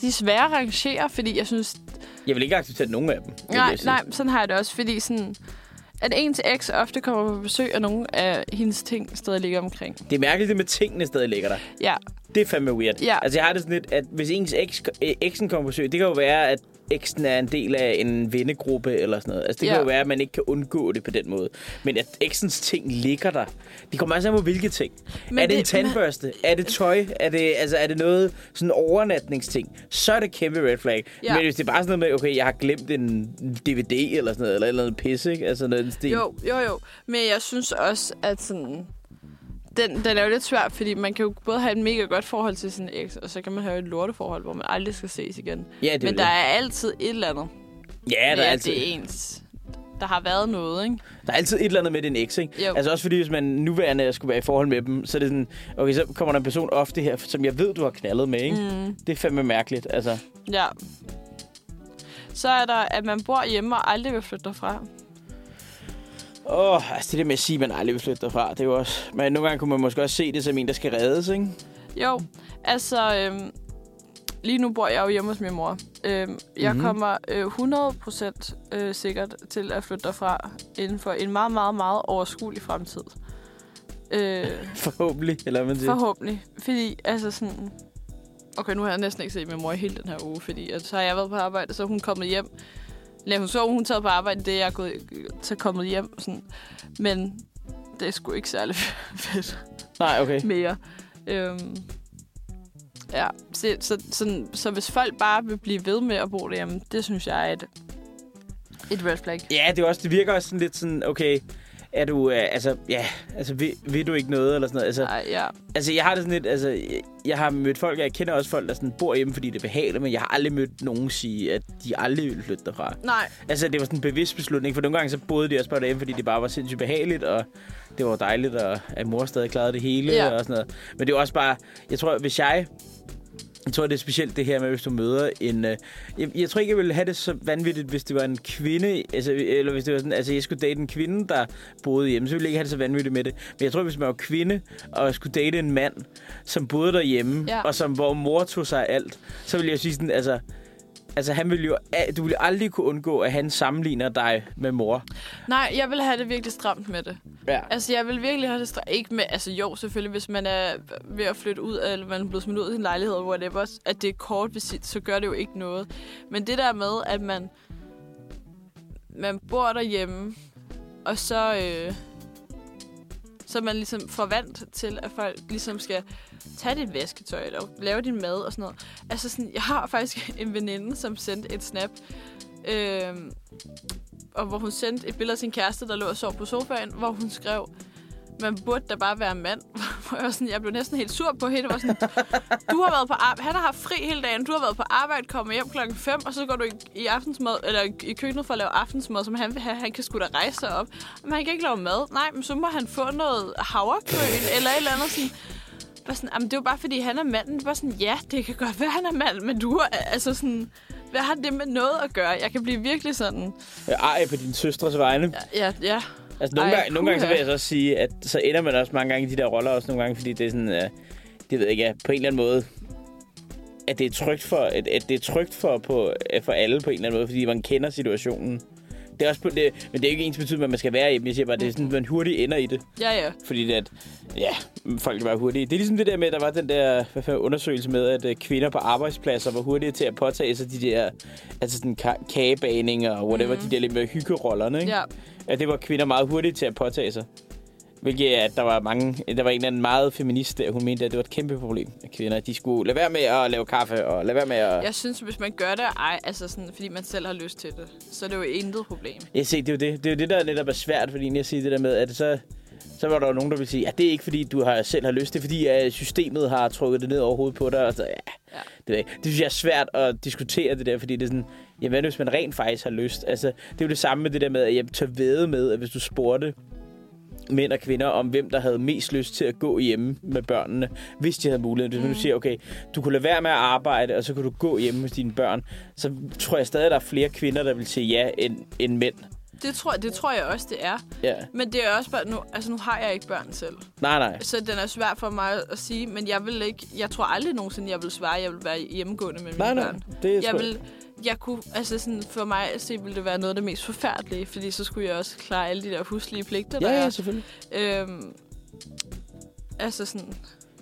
[SPEAKER 1] De er svære at rangere, fordi jeg synes...
[SPEAKER 2] jeg vil ikke acceptere nogen af dem. vil
[SPEAKER 1] Nej,
[SPEAKER 2] jeg sige.
[SPEAKER 1] nej, sådan har jeg det også, fordi sådan... At ens eks ofte kommer på besøg, og nogle af hendes ting stadig ligger omkring.
[SPEAKER 2] Det er mærkeligt, det med tingene stadig ligger der.
[SPEAKER 1] Ja,
[SPEAKER 2] Det er fandme weird.
[SPEAKER 1] Ja.
[SPEAKER 2] Altså, jeg har det sådan lidt, at hvis ens eks, øh, eksen kommer på besøg, det kan jo være, at eksen er en del af en vennegruppe eller sådan noget. Altså, det
[SPEAKER 1] Ja.
[SPEAKER 2] kan jo være, at man ikke kan undgå det på den måde. Men at eksens ting ligger der. Det kommer altså an på, hvilke ting.
[SPEAKER 1] Men
[SPEAKER 2] Men er det,
[SPEAKER 1] det-
[SPEAKER 2] en tandbørste? Er det tøj? Er det, altså, er det noget sådan overnatningsting? Så er det kæmpe red flag.
[SPEAKER 1] Ja.
[SPEAKER 2] Ja. Men hvis det er bare sådan noget med, okay, jeg har glemt en DVD eller sådan noget, eller et eller andet pisse, ikke? Altså noget i den stil.
[SPEAKER 1] jo, jo, jo. Men jeg synes også, at sådan... Den, den er jo lidt svær, fordi man kan jo både have et mega godt forhold til sin eks, og så kan man have et lorteforhold, hvor man aldrig skal ses igen.
[SPEAKER 2] Ja, det er
[SPEAKER 1] Men der
[SPEAKER 2] jo det.
[SPEAKER 1] er altid et eller andet.
[SPEAKER 2] Ja, der er
[SPEAKER 1] ved, at
[SPEAKER 2] altid.
[SPEAKER 1] det er ens. Der har været noget, ikke?
[SPEAKER 2] Der er altid et eller andet med din eks, ikke?
[SPEAKER 1] Jo.
[SPEAKER 2] Altså også fordi, hvis man nuværende skulle være i forhold med dem, så er det sådan, okay, så kommer der en person ofte her, som jeg ved, du har knaldet med, ikke?
[SPEAKER 1] Mm.
[SPEAKER 2] Det er fandme mærkeligt, altså.
[SPEAKER 1] Ja. Så er der, at man bor hjemme og aldrig vil flytte derfra.
[SPEAKER 2] Åh, oh, altså det der med at sige, at man aldrig vil flytte derfra, det er jo også... Men nogle gange kunne man måske også se det som en, der skal reddes, ikke?
[SPEAKER 1] Jo, altså... Øhm, lige nu bor jeg jo hjemme hos min mor. Øhm, jeg
[SPEAKER 2] Mhm.
[SPEAKER 1] kommer øh, 100% øh, sikkert til at flytte derfra inden for en meget, meget, meget overskuelig fremtid. Øh,
[SPEAKER 2] Forhåbentlig, eller hvad man siger.
[SPEAKER 1] forhåbentlig. Fordi, altså sådan... Okay, nu har jeg næsten ikke set min mor i hele den her uge, fordi at, så har jeg været på arbejde, så er hun kommet hjem. Eller hun så, hun taget på arbejde, det er jeg gået, øh, så kommet hjem. Sådan. Men det er sgu ikke særlig fedt
[SPEAKER 2] Nej, okay.
[SPEAKER 1] mere. Øhm, ja, så, så, sådan, så hvis folk bare vil blive ved med at bo derhjemme, det synes jeg er et, et red flag.
[SPEAKER 2] Ja, det, er jo også, det virker også sådan lidt sådan, okay, er du, øh, altså, ja, altså, vil, vil du ikke noget, eller sådan noget? Altså,
[SPEAKER 1] Ej, ja.
[SPEAKER 2] Altså, jeg har det sådan lidt, altså, jeg, jeg har mødt folk, og jeg kender også folk, der sådan bor hjemme, fordi det er behageligt, men jeg har aldrig mødt nogen sige, at de aldrig ville flytte derfra.
[SPEAKER 1] Nej,
[SPEAKER 2] Altså, det var sådan en bevidst beslutning, for nogle gange så boede de også bare derhjemme, fordi det bare var sindssygt behageligt, og det var dejligt, og at mor stadig klarede det hele
[SPEAKER 1] Ja.
[SPEAKER 2] ja. og sådan noget. Men det er også bare, jeg tror, hvis jeg... Jeg tror, det er specielt det her med, hvis du møder en... Øh, jeg, jeg tror ikke, jeg ville have det så vanvittigt, hvis det var en kvinde... Altså, eller hvis det var sådan... Altså, jeg skulle date en kvinde, der boede hjemme. Så ville jeg ikke have det så vanvittigt med det. Men jeg tror, hvis man var kvinde og skulle date en mand, som boede derhjemme,
[SPEAKER 1] Ja.
[SPEAKER 2] ja. og som, hvor mor tog sig af alt, så ville jeg sige sådan, altså... Altså, han ville jo, al- du ville aldrig kunne undgå, at han sammenligner dig med mor.
[SPEAKER 1] nej, jeg vil have det virkelig stramt med det.
[SPEAKER 2] Ja.
[SPEAKER 1] Altså, jeg vil virkelig have det stramt. Ikke med, altså jo, selvfølgelig, hvis man er ved at flytte ud, eller man er blevet smidt ud af sin lejlighed, eller whatever, at det er kort visit, så gør det jo ikke noget. Men det der med, at man, man bor derhjemme, og så, øh, så er man ligesom forvant til, at folk ligesom skal tage dit vasketøj, eller lave din mad og sådan noget. Altså sådan, jeg har faktisk en veninde, som sendte et snap, øh, og hvor hun sendte et billede af sin kæreste, der lå og sov på sofaen, hvor hun skrev, man burde da bare være mand. Hvor jeg, var sådan, jeg blev næsten helt sur på hende. Jeg Var sådan, du har været på arbejde, han har haft fri hele dagen, du har været på arbejde, kommer hjem klokken 5, og så går du i, i, aftensmad, eller i- i køkkenet for at lave aftensmad, som han vil have. Han kan sgu da rejse sig op. Men han kan ikke lave mad. Nej, men så må han få noget havregryn eller et eller andet sådan. Var sådan, Jamen, det var bare, fordi han er manden. Det var sådan, ja, det kan godt være, han er mand, men du er altså sådan... Hvad har det med noget at gøre? Jeg kan blive virkelig sådan...
[SPEAKER 2] Jeg er ej på din søstres vegne. Ja.
[SPEAKER 1] Ja, ja.
[SPEAKER 2] Altså, nogle,
[SPEAKER 1] Ej,
[SPEAKER 2] gange, nogle gange så
[SPEAKER 1] puha.
[SPEAKER 2] vil jeg så også sige, at så ender man også mange gange i de der roller også nogle gange, fordi det er sådan, øh, det ved jeg ikke, ja, på en eller anden måde, at det er trygt for, at, at det er trygt for, på, øh, for alle på en eller anden måde, fordi man kender situationen. Det er også på, det, men det er jo ikke ens betydning, at man skal være i dem. Jeg siger bare, det er sådan, at man hurtigt ender i det.
[SPEAKER 1] Ja, ja.
[SPEAKER 2] Fordi det, at, ja, folk var hurtige. Det er ligesom det der med, at der var den der hvad fanden, undersøgelse med, at øh, kvinder på arbejdspladser var hurtige til at påtage sig de der altså sådan ka- kagebaning og whatever, mm. de der lidt mere hyggerollerne. Ikke?
[SPEAKER 1] Mhm. Ja.
[SPEAKER 2] At det var kvinder meget hurtige til at påtage sig. Hvilket er, at der var mange, der var en eller anden meget feminist, der hun mente, at det var et kæmpe problem, at kvinder de skulle lade være med at lave kaffe, og lade være med at...
[SPEAKER 1] Jeg synes, hvis man gør det, ej, altså sådan, fordi man selv har lyst til det, så er det jo intet problem.
[SPEAKER 2] Jeg ser, det er jo det. Det er jo det, der netop er svært, fordi jeg siger det der med, at så, så var der jo nogen, der ville sige, at det er ikke fordi, du har, selv har lyst, det er fordi, at systemet har trukket det ned over hovedet på dig. Og så, ja,
[SPEAKER 1] Ja.
[SPEAKER 2] det, ved jeg ikke. det synes jeg er svært at diskutere det der, fordi det er sådan, jamen hvad nu, hvis man rent faktisk har lyst? Altså, det er jo det samme med det der med, at jeg tør ved med, at hvis du spurgte mænd og kvinder om, hvem der havde mest lyst til at gå hjemme med børnene, hvis de havde muligheden. Hvis man nu
[SPEAKER 1] Mm.
[SPEAKER 2] siger, okay, du kunne lade være med at arbejde, og så kunne du gå hjemme med dine børn, så tror jeg stadig, at der er flere kvinder, der vil sige ja, end, end mænd.
[SPEAKER 1] Det tror, det tror jeg også, det er.
[SPEAKER 2] Ja.
[SPEAKER 1] Men det er også bare, nu, altså nu har jeg ikke børn selv.
[SPEAKER 2] Nej, nej.
[SPEAKER 1] Så den er svær for mig at sige, men jeg vil ikke, jeg tror aldrig nogensinde, jeg vil svare, at jeg vil være hjemmegående med mine
[SPEAKER 2] Nej, nej.
[SPEAKER 1] børn.
[SPEAKER 2] Det er
[SPEAKER 1] Jeg
[SPEAKER 2] sgu-
[SPEAKER 1] vil, jeg kunne, altså sådan, for mig at se, ville det være noget af det mest forfærdelige, fordi så skulle jeg også klare alle de der huslige pligter, der
[SPEAKER 2] Ja, ja,
[SPEAKER 1] er.
[SPEAKER 2] selvfølgelig.
[SPEAKER 1] Øhm, altså sådan,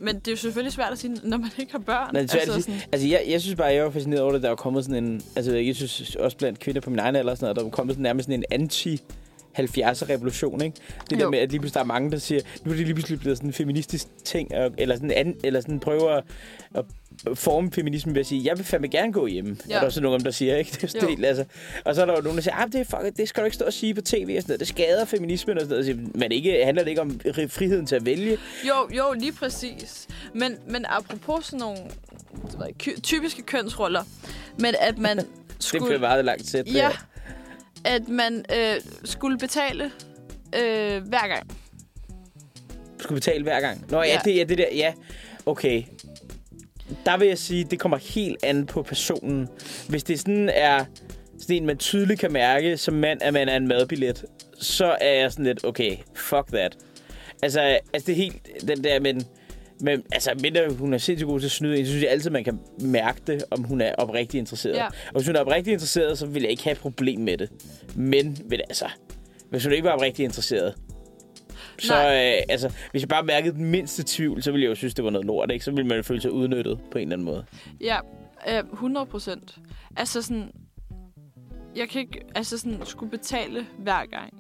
[SPEAKER 1] men det er jo selvfølgelig svært at sige, når man ikke har børn.
[SPEAKER 2] Nej, det er svært
[SPEAKER 1] altså,
[SPEAKER 2] at sige. Altså, jeg, jeg synes bare, jeg var fascineret over det, der var kommet sådan en... Altså, jeg synes også blandt kvinder på min egen alder, og sådan noget, der var kommet sådan nærmest sådan en anti 70'er revolution, ikke? Det jo. der
[SPEAKER 1] Jo.
[SPEAKER 2] med, at lige pludselig der er mange, der siger, nu er det lige pludselig blevet sådan en feministisk ting, og, eller, sådan an, eller sådan prøver at, at forme feminismen ved at sige, jeg vil fandme gerne gå hjemme. Ja.
[SPEAKER 1] Ja.
[SPEAKER 2] Er der også nogen, der siger, ikke? Det er sådan
[SPEAKER 1] Jo.
[SPEAKER 2] helt, altså. Og så er der jo nogen, der siger, ah, det, er fuck, det skal du ikke stå og sige på tv og sådan noget. Det skader feminismen og sådan noget. Og siger, Men ikke, handler det ikke om friheden til at vælge?
[SPEAKER 1] Jo, jo, lige præcis. Men, men apropos sådan nogle det ved jeg, ikke, ky- typiske kønsroller, men at man
[SPEAKER 2] Det
[SPEAKER 1] skulle,
[SPEAKER 2] bliver meget langt sæt.
[SPEAKER 1] ja, at man øh, skulle betale øh, hver gang.
[SPEAKER 2] skulle betale hver gang. Nå ja, ja.
[SPEAKER 1] Ja.
[SPEAKER 2] Det, ja det der, ja. Okay. Der vil jeg sige, det kommer helt an på personen. Hvis det sådan er sådan en, man tydeligt kan mærke som mand, at man er en madbillet, så er jeg sådan lidt, okay, fuck that. Altså, altså det er helt den der, men, men altså, mindre hun er sindssygt god til at snyde, en, så synes jeg altid, man kan mærke det, om hun er oprigtigt interesseret. Ja.
[SPEAKER 1] Ja.
[SPEAKER 2] Og hvis hun er oprigtigt interesseret, så vil jeg ikke have et problem med det. Men, men altså, hvis hun ikke var oprigtigt interesseret, så
[SPEAKER 1] Nej.
[SPEAKER 2] øh, altså, hvis jeg bare mærkede den mindste tvivl, så ville jeg jo synes, det var noget lort, ikke? Så ville man jo føle sig udnyttet på en eller anden måde.
[SPEAKER 1] Ja, øh, 100 procent. Altså sådan, jeg kan ikke altså sådan, skulle betale hver gang.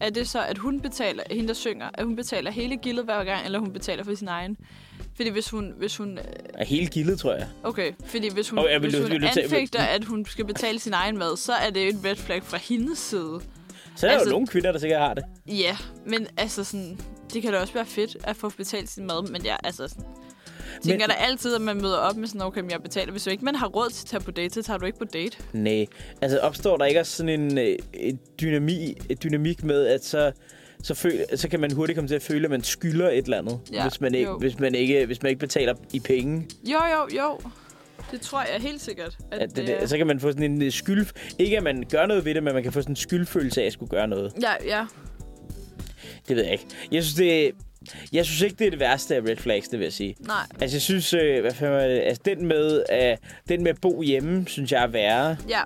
[SPEAKER 1] Er det så, at hun betaler, hende der synger, at hun betaler hele gildet hver gang, eller hun betaler for sin egen? Fordi hvis hun, hvis hun øh,
[SPEAKER 2] Og hele gildet, tror jeg.
[SPEAKER 1] Okay, fordi hvis hun,
[SPEAKER 2] Åh,
[SPEAKER 1] oh,
[SPEAKER 2] ja,
[SPEAKER 1] ja,
[SPEAKER 2] men
[SPEAKER 1] hvis
[SPEAKER 2] du-
[SPEAKER 1] hun
[SPEAKER 2] vil du tage-
[SPEAKER 1] anfægter, at hun skal betale sin egen mad, så er det jo et red flag fra hendes side.
[SPEAKER 2] Så er der jo
[SPEAKER 1] Altså-
[SPEAKER 2] nogle kvinder, der sikkert har det.
[SPEAKER 1] Ja, men altså sådan, det kan da også være fedt at få betalt sin mad, men jeg altså sådan, tænker da altid, at man møder op med sådan, okay, men jeg betaler. Hvis du ikke man har råd til at tage på date, så tager du ikke på date.
[SPEAKER 2] Nej. Altså, opstår der ikke også sådan en, øh, en dynami, et dynamik med, at så, så, føl, så kan man hurtigt komme til at føle, at man skylder et eller andet,
[SPEAKER 1] Ja,
[SPEAKER 2] hvis, man ikke,
[SPEAKER 1] jo.
[SPEAKER 2] hvis, man ikke, hvis man ikke betaler i penge.
[SPEAKER 1] Jo, jo, jo. Det tror jeg helt sikkert. At,
[SPEAKER 2] At det,
[SPEAKER 1] øh,
[SPEAKER 2] det, så kan man få sådan en øh, skyld... Ikke at man gør noget ved det, men man kan få sådan en skyldfølelse af at skulle gøre noget.
[SPEAKER 1] Ja, ja.
[SPEAKER 2] Det ved jeg ikke. Jeg synes, det, jeg synes ikke, det er det værste af red flags, det vil jeg sige.
[SPEAKER 1] Nej.
[SPEAKER 2] Altså, jeg synes, øh, hvad fanden var det? Altså, den med, øh, den med at bo hjemme, synes jeg er værre.
[SPEAKER 1] Ja,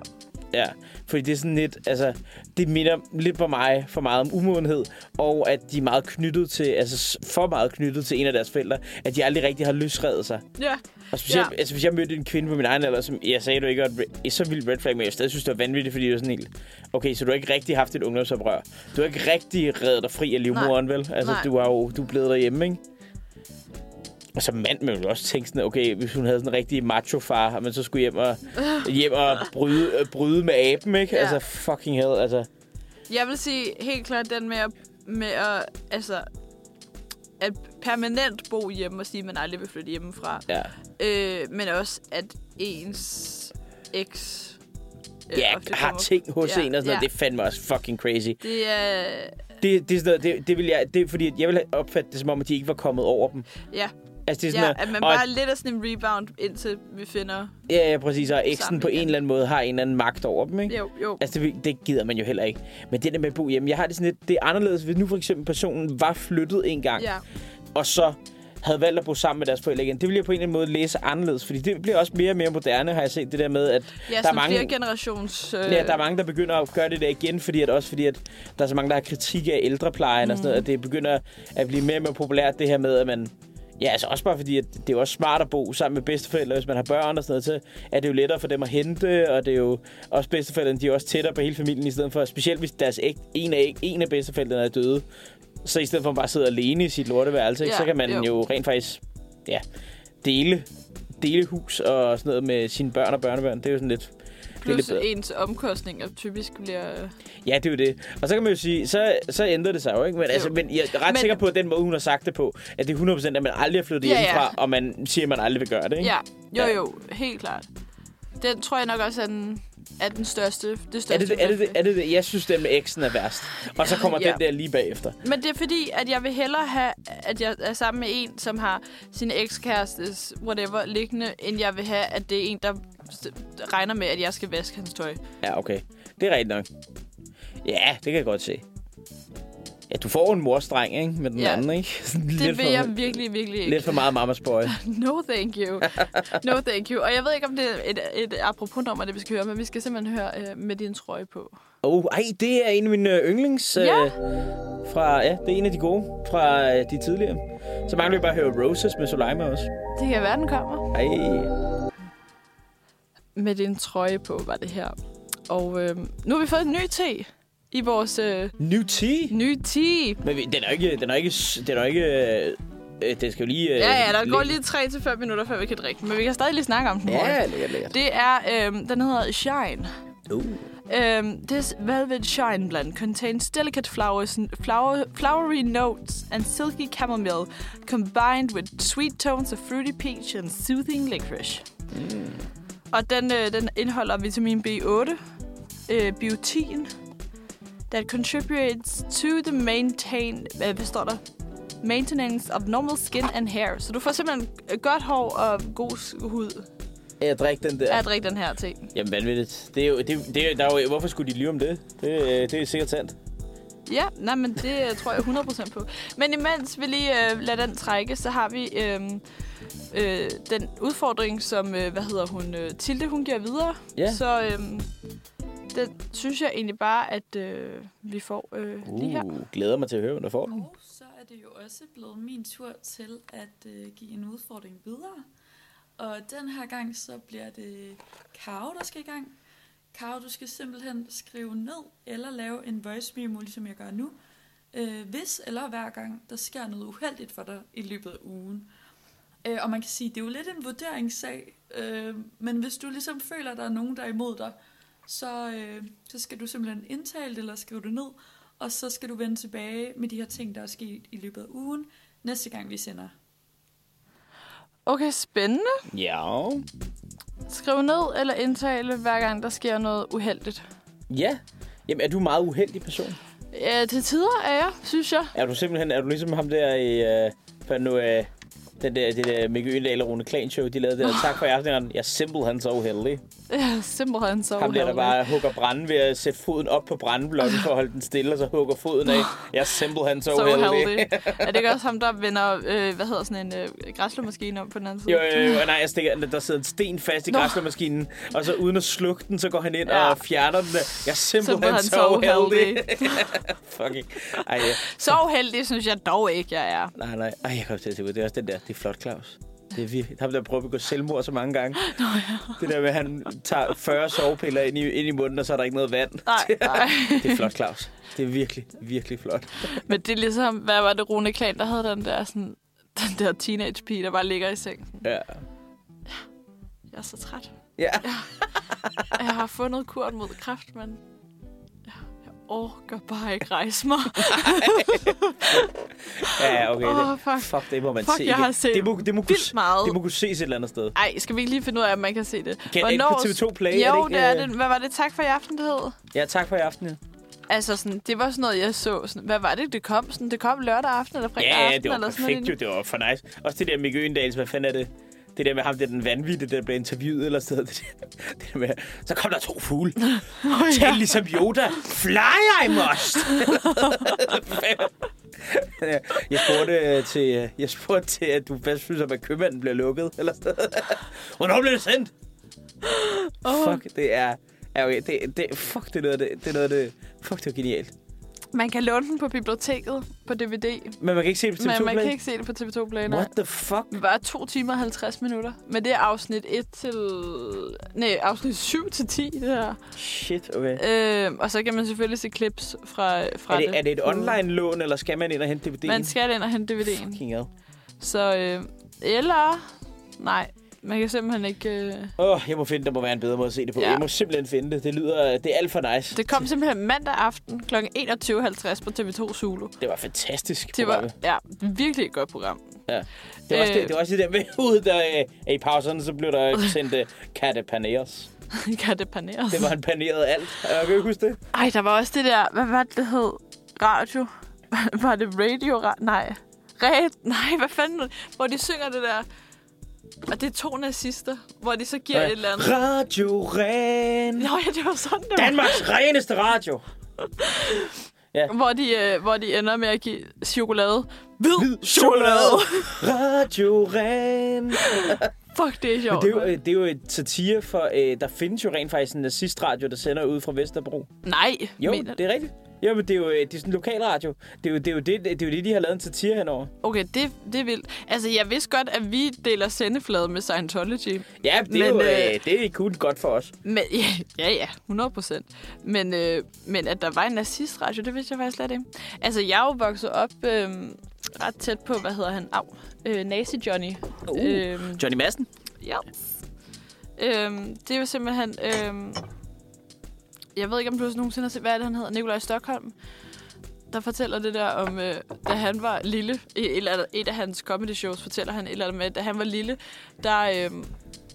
[SPEAKER 2] Ja, fordi det er sådan lidt, altså, det minder lidt på mig for meget om umodenhed, og at de er meget knyttet til, altså s- for meget knyttet til en af deres forældre, at de aldrig rigtig har løsredet sig.
[SPEAKER 1] ja.
[SPEAKER 2] Og specielt, ja.
[SPEAKER 1] Ja.
[SPEAKER 2] altså, hvis jeg mødte en kvinde på min egen alder, som jeg sagde, du ikke var et re- så vildt red flag, men jeg stadig synes, det var vanvittigt, fordi det var sådan helt, okay, så du har ikke rigtig haft et ungdomsoprør. Du har ikke rigtig reddet dig fri af livmoderen, vel? Altså,
[SPEAKER 1] Nej.
[SPEAKER 2] du har jo, du er blevet derhjemme, ikke? Og som mand, man ville også tænke sådan, okay, hvis hun havde sådan en rigtig macho-far, og man så skulle hjem og, hjem og bryde, øh, bryde med aben, ikke?
[SPEAKER 1] Ja.
[SPEAKER 2] Altså, fucking hell, altså.
[SPEAKER 1] Jeg vil sige helt klart den med at, med at, altså, at permanent bo hjemme og sige, at man aldrig vil flytte hjemmefra.
[SPEAKER 2] Ja,
[SPEAKER 1] Øh, men også, at ens eks... øh,
[SPEAKER 2] ja
[SPEAKER 1] ofte
[SPEAKER 2] har
[SPEAKER 1] kommer-
[SPEAKER 2] ting hos
[SPEAKER 1] Ja,
[SPEAKER 2] en og sådan noget.
[SPEAKER 1] ja.
[SPEAKER 2] Det er fandme også fucking crazy.
[SPEAKER 1] Det er...
[SPEAKER 2] Det, det er sådan noget, det, det vil jeg, det er fordi, at jeg vil opfatte det som om, at de ikke var kommet over dem.
[SPEAKER 1] Ja,
[SPEAKER 2] Altså, det er sådan
[SPEAKER 1] Ja,
[SPEAKER 2] her,
[SPEAKER 1] at man
[SPEAKER 2] og-
[SPEAKER 1] bare er lidt af sådan en rebound, indtil vi finder...
[SPEAKER 2] Ja, ja, præcis. Og eksen
[SPEAKER 1] Sammen
[SPEAKER 2] på en
[SPEAKER 1] igen.
[SPEAKER 2] eller anden måde har en eller anden magt over dem, ikke?
[SPEAKER 1] Jo, jo.
[SPEAKER 2] Altså, det, det gider man jo heller ikke. Men det der med at bo hjemme, jeg har det sådan lidt, det er anderledes, hvis nu for eksempel personen var flyttet en gang,
[SPEAKER 1] Ja,
[SPEAKER 2] og så havde valgt at bo sammen med deres forældre igen. Det ville jeg på en eller anden måde læse anderledes, fordi det bliver også mere og mere moderne, har jeg set det der med, at
[SPEAKER 1] ja
[SPEAKER 2] der, er
[SPEAKER 1] sådan mange...
[SPEAKER 2] mange,
[SPEAKER 1] flere generations... Øh...
[SPEAKER 2] ja, der er mange, der begynder at gøre det der igen, fordi at også fordi, at der er så mange, der har kritik af ældreplejen mm. og sådan noget, at det begynder at blive mere og mere populært, det her med, at man Ja, altså også bare fordi, at det er jo også smart at bo sammen med bedsteforældre, hvis man har børn og sådan noget, så er det jo lettere for dem at hente, og det er jo også bedsteforældrene, de er også tættere på hele familien, i stedet for, specielt hvis deres æg, en, af, æg- en af bedsteforældrene er døde, så i stedet for at man bare sidder alene i sit lorteværelse, ja,
[SPEAKER 1] Ja,
[SPEAKER 2] så kan man jo.
[SPEAKER 1] jo.
[SPEAKER 2] jo rent faktisk ja, dele, dele hus og sådan noget med sine børn og børnebørn. Det er jo sådan lidt... det er lidt
[SPEAKER 1] Plus
[SPEAKER 2] bedre.
[SPEAKER 1] ens omkostninger typisk bliver... øh,
[SPEAKER 2] Ja, det er jo det. Og så kan man jo sige, så, så ændrer det sig jo, ikke? Men, altså,
[SPEAKER 1] Jo.
[SPEAKER 2] men jeg er ret
[SPEAKER 1] Men-
[SPEAKER 2] sikker på, at den måde, hun har sagt det på, at det er 100% at man aldrig har flyttet
[SPEAKER 1] Ja, ja.
[SPEAKER 2] hjemmefra, og man siger, at man aldrig vil gøre det, ikke?
[SPEAKER 1] Ja, jo
[SPEAKER 2] Ja.
[SPEAKER 1] jo, helt klart. Den tror jeg nok også er den, er den største. Det største
[SPEAKER 2] Er det det, er, det, det, er det det? Jeg synes, den med eksen er værst. Og så kommer
[SPEAKER 1] Ja.
[SPEAKER 2] den der lige bagefter.
[SPEAKER 1] Men det er fordi, at jeg vil hellere have, at jeg er sammen med en, som har sin ekskærestes whatever liggende, end jeg vil have, at det er en, der st- regner med, at jeg skal vaske hans tøj.
[SPEAKER 2] Ja, okay. Det er rigtigt nok. Ja, det kan jeg godt se. Ja, du får en morstreng, ikke? Med den
[SPEAKER 1] Ja.
[SPEAKER 2] anden, ikke?
[SPEAKER 1] Det
[SPEAKER 2] lidt
[SPEAKER 1] vil
[SPEAKER 2] for,
[SPEAKER 1] jeg virkelig, virkelig ikke.
[SPEAKER 2] Lidt for meget mammas boy.
[SPEAKER 1] No thank you. No thank you. Og jeg ved ikke, om det er et, et apropos nummer, det vi skal høre, men vi skal simpelthen høre øh, med din trøje på.
[SPEAKER 2] Oh, ej, det er en af mine øh, yndlings...
[SPEAKER 1] Ja.
[SPEAKER 2] Øh, fra, ja, det er en af de gode fra øh, de tidligere. Så mangler vi bare at høre Roses med Soleima også.
[SPEAKER 1] Det kan være, den kommer.
[SPEAKER 2] Ej.
[SPEAKER 1] med din trøje på, var det her. Og øh, nu har vi fået en ny te i vores øh,
[SPEAKER 2] New tea?
[SPEAKER 1] nye te.
[SPEAKER 2] Men vi- den er jo ikke... Den er jo ikke... s- Den er jo ikke... øh, øh, Den skal jo lige... øh,
[SPEAKER 1] Ja, ja, der går
[SPEAKER 2] ligge.
[SPEAKER 1] lige 3-5 minutter, før vi kan drikke den, men vi kan stadig lige snakke om den.
[SPEAKER 2] Ja, lækkert, lækkert.
[SPEAKER 1] Det er, øh, den hedder Shine.
[SPEAKER 2] Uh.
[SPEAKER 1] Um, this velvet shine blend contains delicate flowers, and flower, flowery notes, and silky chamomile, combined with sweet tones of fruity peach and soothing licorice. Og den, øh, den indeholder vitamin B8, øh, biotin, that contributes to the maintain, øh, hvad står der? maintenance of normal skin and hair. Så du får simpelthen øh, godt hår og god s- hud
[SPEAKER 2] Jeg drikker den der.
[SPEAKER 1] af at drikke den her te.
[SPEAKER 2] Jamen, vanvittigt. Det er jo, det, det er, der er jo, hvorfor skulle de lyve om det? Det, øh, det er sikkert sandt.
[SPEAKER 1] Ja, nej, men det øh, tror jeg 100% på. Men imens vi lige øh, lader den trække, så har vi øh, øh, den udfordring, som, øh, hvad hedder hun, øh, Tilde, hun giver videre.
[SPEAKER 2] Ja.
[SPEAKER 1] Så øh, den synes jeg egentlig bare, at øh, vi får øh, uh. lige her. Mm.
[SPEAKER 2] Uh, glæder mig til at høre, hvad der får den.
[SPEAKER 3] Og så er det jo også blevet min tur til at øh, give en udfordring videre. Og den her gang, så bliver det Karo, der skal i gang. Karo, du skal simpelthen skrive ned eller lave en voice memo, ligesom jeg gør nu. Øh, hvis eller hver gang, der sker noget uheldigt for dig i løbet af ugen. Øh, og man kan sige, det er jo lidt en vurderingssag, øh, men hvis du ligesom føler, at der er nogen, der er imod dig, så, øh, så skal du simpelthen indtale det eller skrive det ned, og så skal du vende tilbage med de her ting, der er sket i løbet af ugen, næste gang vi sender.
[SPEAKER 2] Uh.
[SPEAKER 1] Okay, spændende.
[SPEAKER 2] Ja.
[SPEAKER 1] Skriv ned eller indtale, hver gang der sker noget uheldigt.
[SPEAKER 2] Ja. Jamen, er du en meget uheldig person?
[SPEAKER 1] Ja, til tider er jeg, synes jeg.
[SPEAKER 2] Er du simpelthen, er du ligesom ham der i, øh, fandt nu, øh, den der, det der Mikke Øndal og Rune Klan show, de lavede det der, tak for i aftenen, jeg er simpelthen så uheldig.
[SPEAKER 1] Ja, simpelthen så
[SPEAKER 2] Ham der, der
[SPEAKER 1] uheldig.
[SPEAKER 2] bare hugger branden ved at sætte foden op på brandblokken for at holde den stille, og så hugger foden af, jeg er simpelthen så,
[SPEAKER 1] så
[SPEAKER 2] uheldig.
[SPEAKER 1] uheldig. er det ikke også ham, der vender, øh, hvad hedder sådan en øh, græslemaskine om på den anden side?
[SPEAKER 2] Jo, jo, jo, nej, jeg stikker, der sidder en sten fast i
[SPEAKER 1] Nå.
[SPEAKER 2] græsslemaskinen, og så uden at slukke den, så går han ind
[SPEAKER 1] Ja.
[SPEAKER 2] og fjerner den. der. Jeg er simpelthen,
[SPEAKER 1] Simpelthen
[SPEAKER 2] så
[SPEAKER 1] så
[SPEAKER 2] uheldig.
[SPEAKER 1] uheldig.
[SPEAKER 2] Fucking. Ej, ja.
[SPEAKER 1] Så uheldig synes jeg dog ikke, jeg er.
[SPEAKER 2] nej, nej. Ej, jeg kom til at tænke på, det er også den der, det er flot, Claus. Det er virkelig, ham der prøver at begå selvmord så mange gange. Nå, ja. Det der med, at han tager 40 sovepiller ind i, ind i munden, og så er der ikke noget vand.
[SPEAKER 1] Nej, nej.
[SPEAKER 2] Det er flot, Claus. Det er virkelig, virkelig flot.
[SPEAKER 1] Men det er ligesom, hvad var det Rune Klan, der havde den der, sådan, den der teenage pige, der bare ligger i sengen.
[SPEAKER 2] Ja.
[SPEAKER 1] Jeg er så træt.
[SPEAKER 2] Ja.
[SPEAKER 1] Jeg har fundet kuren mod kræft, men jeg, jeg orker bare ikke rejse mig.
[SPEAKER 2] Ja, okay.
[SPEAKER 1] Åh,
[SPEAKER 2] det,
[SPEAKER 1] fuck.
[SPEAKER 2] fuck, det må man
[SPEAKER 1] Fuck,
[SPEAKER 2] se.
[SPEAKER 1] jeg har
[SPEAKER 2] Det-
[SPEAKER 1] set
[SPEAKER 2] det må, det må kunne,
[SPEAKER 1] Vildt meget.
[SPEAKER 2] Det må kunne ses et eller andet sted.
[SPEAKER 1] Ej, skal vi ikke lige finde ud af, om man kan se det?
[SPEAKER 2] Kan- er det ikke på TV2 Play? Er det
[SPEAKER 1] Jo,
[SPEAKER 2] ikke,
[SPEAKER 1] det er
[SPEAKER 2] øh,
[SPEAKER 1] det. Hvad var det? Tak for i aften, det hed?
[SPEAKER 2] Ja, tak for i aften. ja.
[SPEAKER 1] Altså, sådan, det var sådan noget, jeg så. Sådan, hvad var det, det kom? Sådan, det kom lørdag aften eller fredag
[SPEAKER 2] Ja, ja,
[SPEAKER 1] aften?
[SPEAKER 2] det var
[SPEAKER 1] eller sådan
[SPEAKER 2] perfekt
[SPEAKER 1] noget.
[SPEAKER 2] jo. Det var for nice. Også det der med Øendals, hvad fanden er det? Det der med ham, det er den vanvittige, der blev interviewet eller sådan noget. Det der, det der med, så kom der to fugle. Tal
[SPEAKER 1] ja.
[SPEAKER 2] ligesom Yoda. Fly, I must! jeg spurgte øh, til, øh, jeg spurgte til, at du fast synes, at købmanden bliver lukket. Eller sådan noget. Hvornår blev det sendt?
[SPEAKER 1] Åh.
[SPEAKER 2] Fuck, det er... er Okay, det, det, fuck, det er noget af det, det, er noget af det. Fuck, det var genialt.
[SPEAKER 1] Man kan låne den på biblioteket på DVD,
[SPEAKER 2] Men man kan ikke se det på
[SPEAKER 1] men
[SPEAKER 2] TV2
[SPEAKER 1] man
[SPEAKER 2] Play.
[SPEAKER 1] kan ikke se det på TV2 Play. nej.
[SPEAKER 2] What the fuck?
[SPEAKER 1] Det var 2 timer og 50 minutter. Men det er afsnit 1 til... Nej, afsnit 7 til 10, det her.
[SPEAKER 2] Shit, okay.
[SPEAKER 1] Øh, og så kan man selvfølgelig se clips fra, fra
[SPEAKER 2] Er det, er det et
[SPEAKER 1] Ude.
[SPEAKER 2] online-lån, eller skal man ind og hente DVD'en?
[SPEAKER 1] Man skal ind og hente DVD'en.
[SPEAKER 2] Fucking hell.
[SPEAKER 1] Så, øh, eller... Nej, man kan simpelthen ikke... Øh...
[SPEAKER 2] Åh, oh, jeg må finde, der må være en bedre måde at se det på. Ja.
[SPEAKER 1] Ja.
[SPEAKER 2] Jeg må simpelthen finde det. Det lyder... Det er alt for nice.
[SPEAKER 1] Det kom simpelthen mandag aften kl. 21.50 på TV2 Zulu.
[SPEAKER 2] Det var fantastisk.
[SPEAKER 1] Det var
[SPEAKER 2] programmet.
[SPEAKER 1] ja, virkelig et godt program.
[SPEAKER 2] det, var også det,
[SPEAKER 1] øh,
[SPEAKER 2] det var også det der med ud, der øh, i pauserne, så blev der sendt øh, katte paneres.
[SPEAKER 1] kan det paneres?
[SPEAKER 2] Det var en paneret alt. Jeg kan ikke huske det.
[SPEAKER 1] Ej, der var også det der... Hvad var det, det hed? Radio? var det radio? Ra- nej. Red? Nej, hvad fanden? Hvor de synger det der... Og det er to nazister, hvor de så giver et eller andet...
[SPEAKER 2] Radio Ren.
[SPEAKER 1] Nå ja, det var sådan, det var.
[SPEAKER 2] Danmarks reneste radio.
[SPEAKER 1] Hvor de, øh, hvor de ender med at give chokolade. Hvid,
[SPEAKER 2] Hvid
[SPEAKER 1] chokolade.
[SPEAKER 2] Radio Ren.
[SPEAKER 1] Fuck, det er
[SPEAKER 2] Men
[SPEAKER 1] sjovt.
[SPEAKER 2] det er, jo, øh, det er jo et satire for... Øh, der findes jo rent faktisk en nazistradio, der sender ud fra Vesterbro.
[SPEAKER 1] Nej,
[SPEAKER 2] Jo,
[SPEAKER 1] mener
[SPEAKER 2] det er rigtigt. Jo, men det er jo øh, det er sådan en lokalradio. Det er jo det, er jo det, det, er jo det de har lavet en satire henover.
[SPEAKER 1] Okay, det, det er vildt. Altså, jeg vidste godt, at vi deler sendeflade med Scientology.
[SPEAKER 2] Ja, det, er
[SPEAKER 1] Men,
[SPEAKER 2] jo,
[SPEAKER 1] øh,
[SPEAKER 2] øh, det er kun godt for os.
[SPEAKER 1] Men, ja, ja, ja, 100 procent. Men, øh, men at der var en nazistradio, det vidste jeg faktisk slet ikke. Altså, jeg er jo vokset op øh, ret tæt på, hvad hedder han? Au, øh, Nazi Johnny.
[SPEAKER 2] Uh.
[SPEAKER 1] Øhm,
[SPEAKER 2] Johnny Madsen?
[SPEAKER 1] Yes. Øhm, det er jo simpelthen... Øhm, jeg ved ikke, om du nogensinde har set, hvad er det, han hedder? Nikolaj Stockholm. Der fortæller det der om, øh, da han var lille. I et, eller andet, et af hans comedy shows fortæller han et eller andet med, at da han var lille, der, øhm,